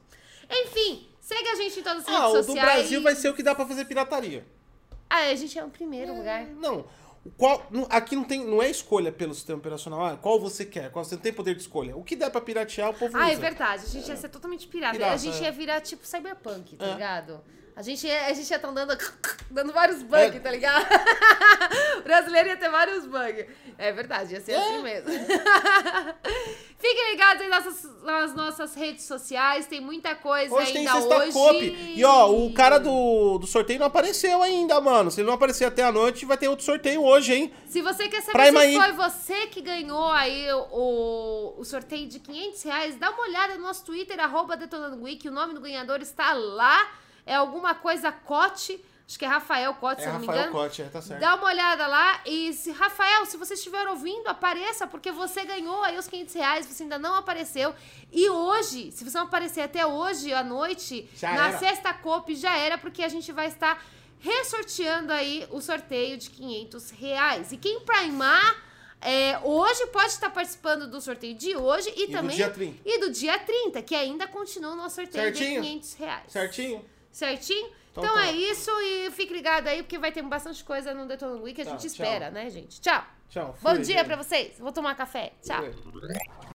Speaker 2: Enfim, segue a gente em todas as
Speaker 1: Ah, o
Speaker 2: redes
Speaker 1: do
Speaker 2: sociais.
Speaker 1: Brasil vai ser o que dá pra fazer pirataria.
Speaker 2: Ah, a gente é o primeiro lugar.
Speaker 1: Não. O Qual, não- aqui não, tem, não é escolha pelo sistema operacional. Ah, qual você quer? Qual você não tem poder de escolha? O que dá pra piratear, o povo
Speaker 2: Ah, é
Speaker 1: usa.
Speaker 2: verdade. A gente ia ser totalmente pirata.
Speaker 1: Pirata,
Speaker 2: a gente
Speaker 1: é.
Speaker 2: ia virar tipo cyberpunk, tá
Speaker 1: É.
Speaker 2: ligado? A gente, ia, a gente ia tá andando, dando vários bugs,
Speaker 1: É.
Speaker 2: tá ligado? o brasileiro ia ter vários bugs. É verdade, ia ser assim mesmo. Fiquem ligados aí nas nossas, nas nossas redes sociais, tem muita coisa
Speaker 1: Hoje tem
Speaker 2: ainda
Speaker 1: sexta
Speaker 2: hoje.
Speaker 1: cop. E ó, o cara do, do sorteio não apareceu ainda, mano. Se ele não aparecer até a noite, vai ter outro sorteio hoje, hein?
Speaker 2: Se você quer saber
Speaker 1: Prime
Speaker 2: se
Speaker 1: aí.
Speaker 2: foi você que ganhou aí o, o sorteio de 500 reais, dá uma olhada no nosso Twitter, arroba Detonando Wiki, o nome do ganhador está lá, é alguma coisa Cote, acho que é Rafael Cote,
Speaker 1: É
Speaker 2: se eu não me
Speaker 1: Rafael
Speaker 2: engano.
Speaker 1: Cote, é, tá certo.
Speaker 2: Dá uma olhada lá e se Rafael, se você estiver ouvindo, apareça porque você ganhou aí os 500 reais, você ainda não apareceu. E hoje, se você não aparecer até hoje à noite,
Speaker 1: Já
Speaker 2: na
Speaker 1: era.
Speaker 2: sexta copa já era porque a gente vai estar ressorteando aí o sorteio de 500 reais. E quem primar é, hoje pode estar participando do sorteio de hoje e,
Speaker 1: E do
Speaker 2: também
Speaker 1: dia 30.
Speaker 2: e do dia 30, que ainda continua o nosso sorteio
Speaker 1: Certinho?
Speaker 2: de 500 reais.
Speaker 1: Certinho?
Speaker 2: Certinho? Então,
Speaker 1: Então tá.
Speaker 2: é isso e fique ligado aí, porque vai ter bastante coisa no Detonando Week. A
Speaker 1: Tá,
Speaker 2: gente
Speaker 1: tchau.
Speaker 2: espera, né, gente? Tchau.
Speaker 1: Tchau.
Speaker 2: Bom
Speaker 1: fui,
Speaker 2: dia
Speaker 1: gente.
Speaker 2: pra vocês. Vou tomar café. Tchau.
Speaker 1: Fui.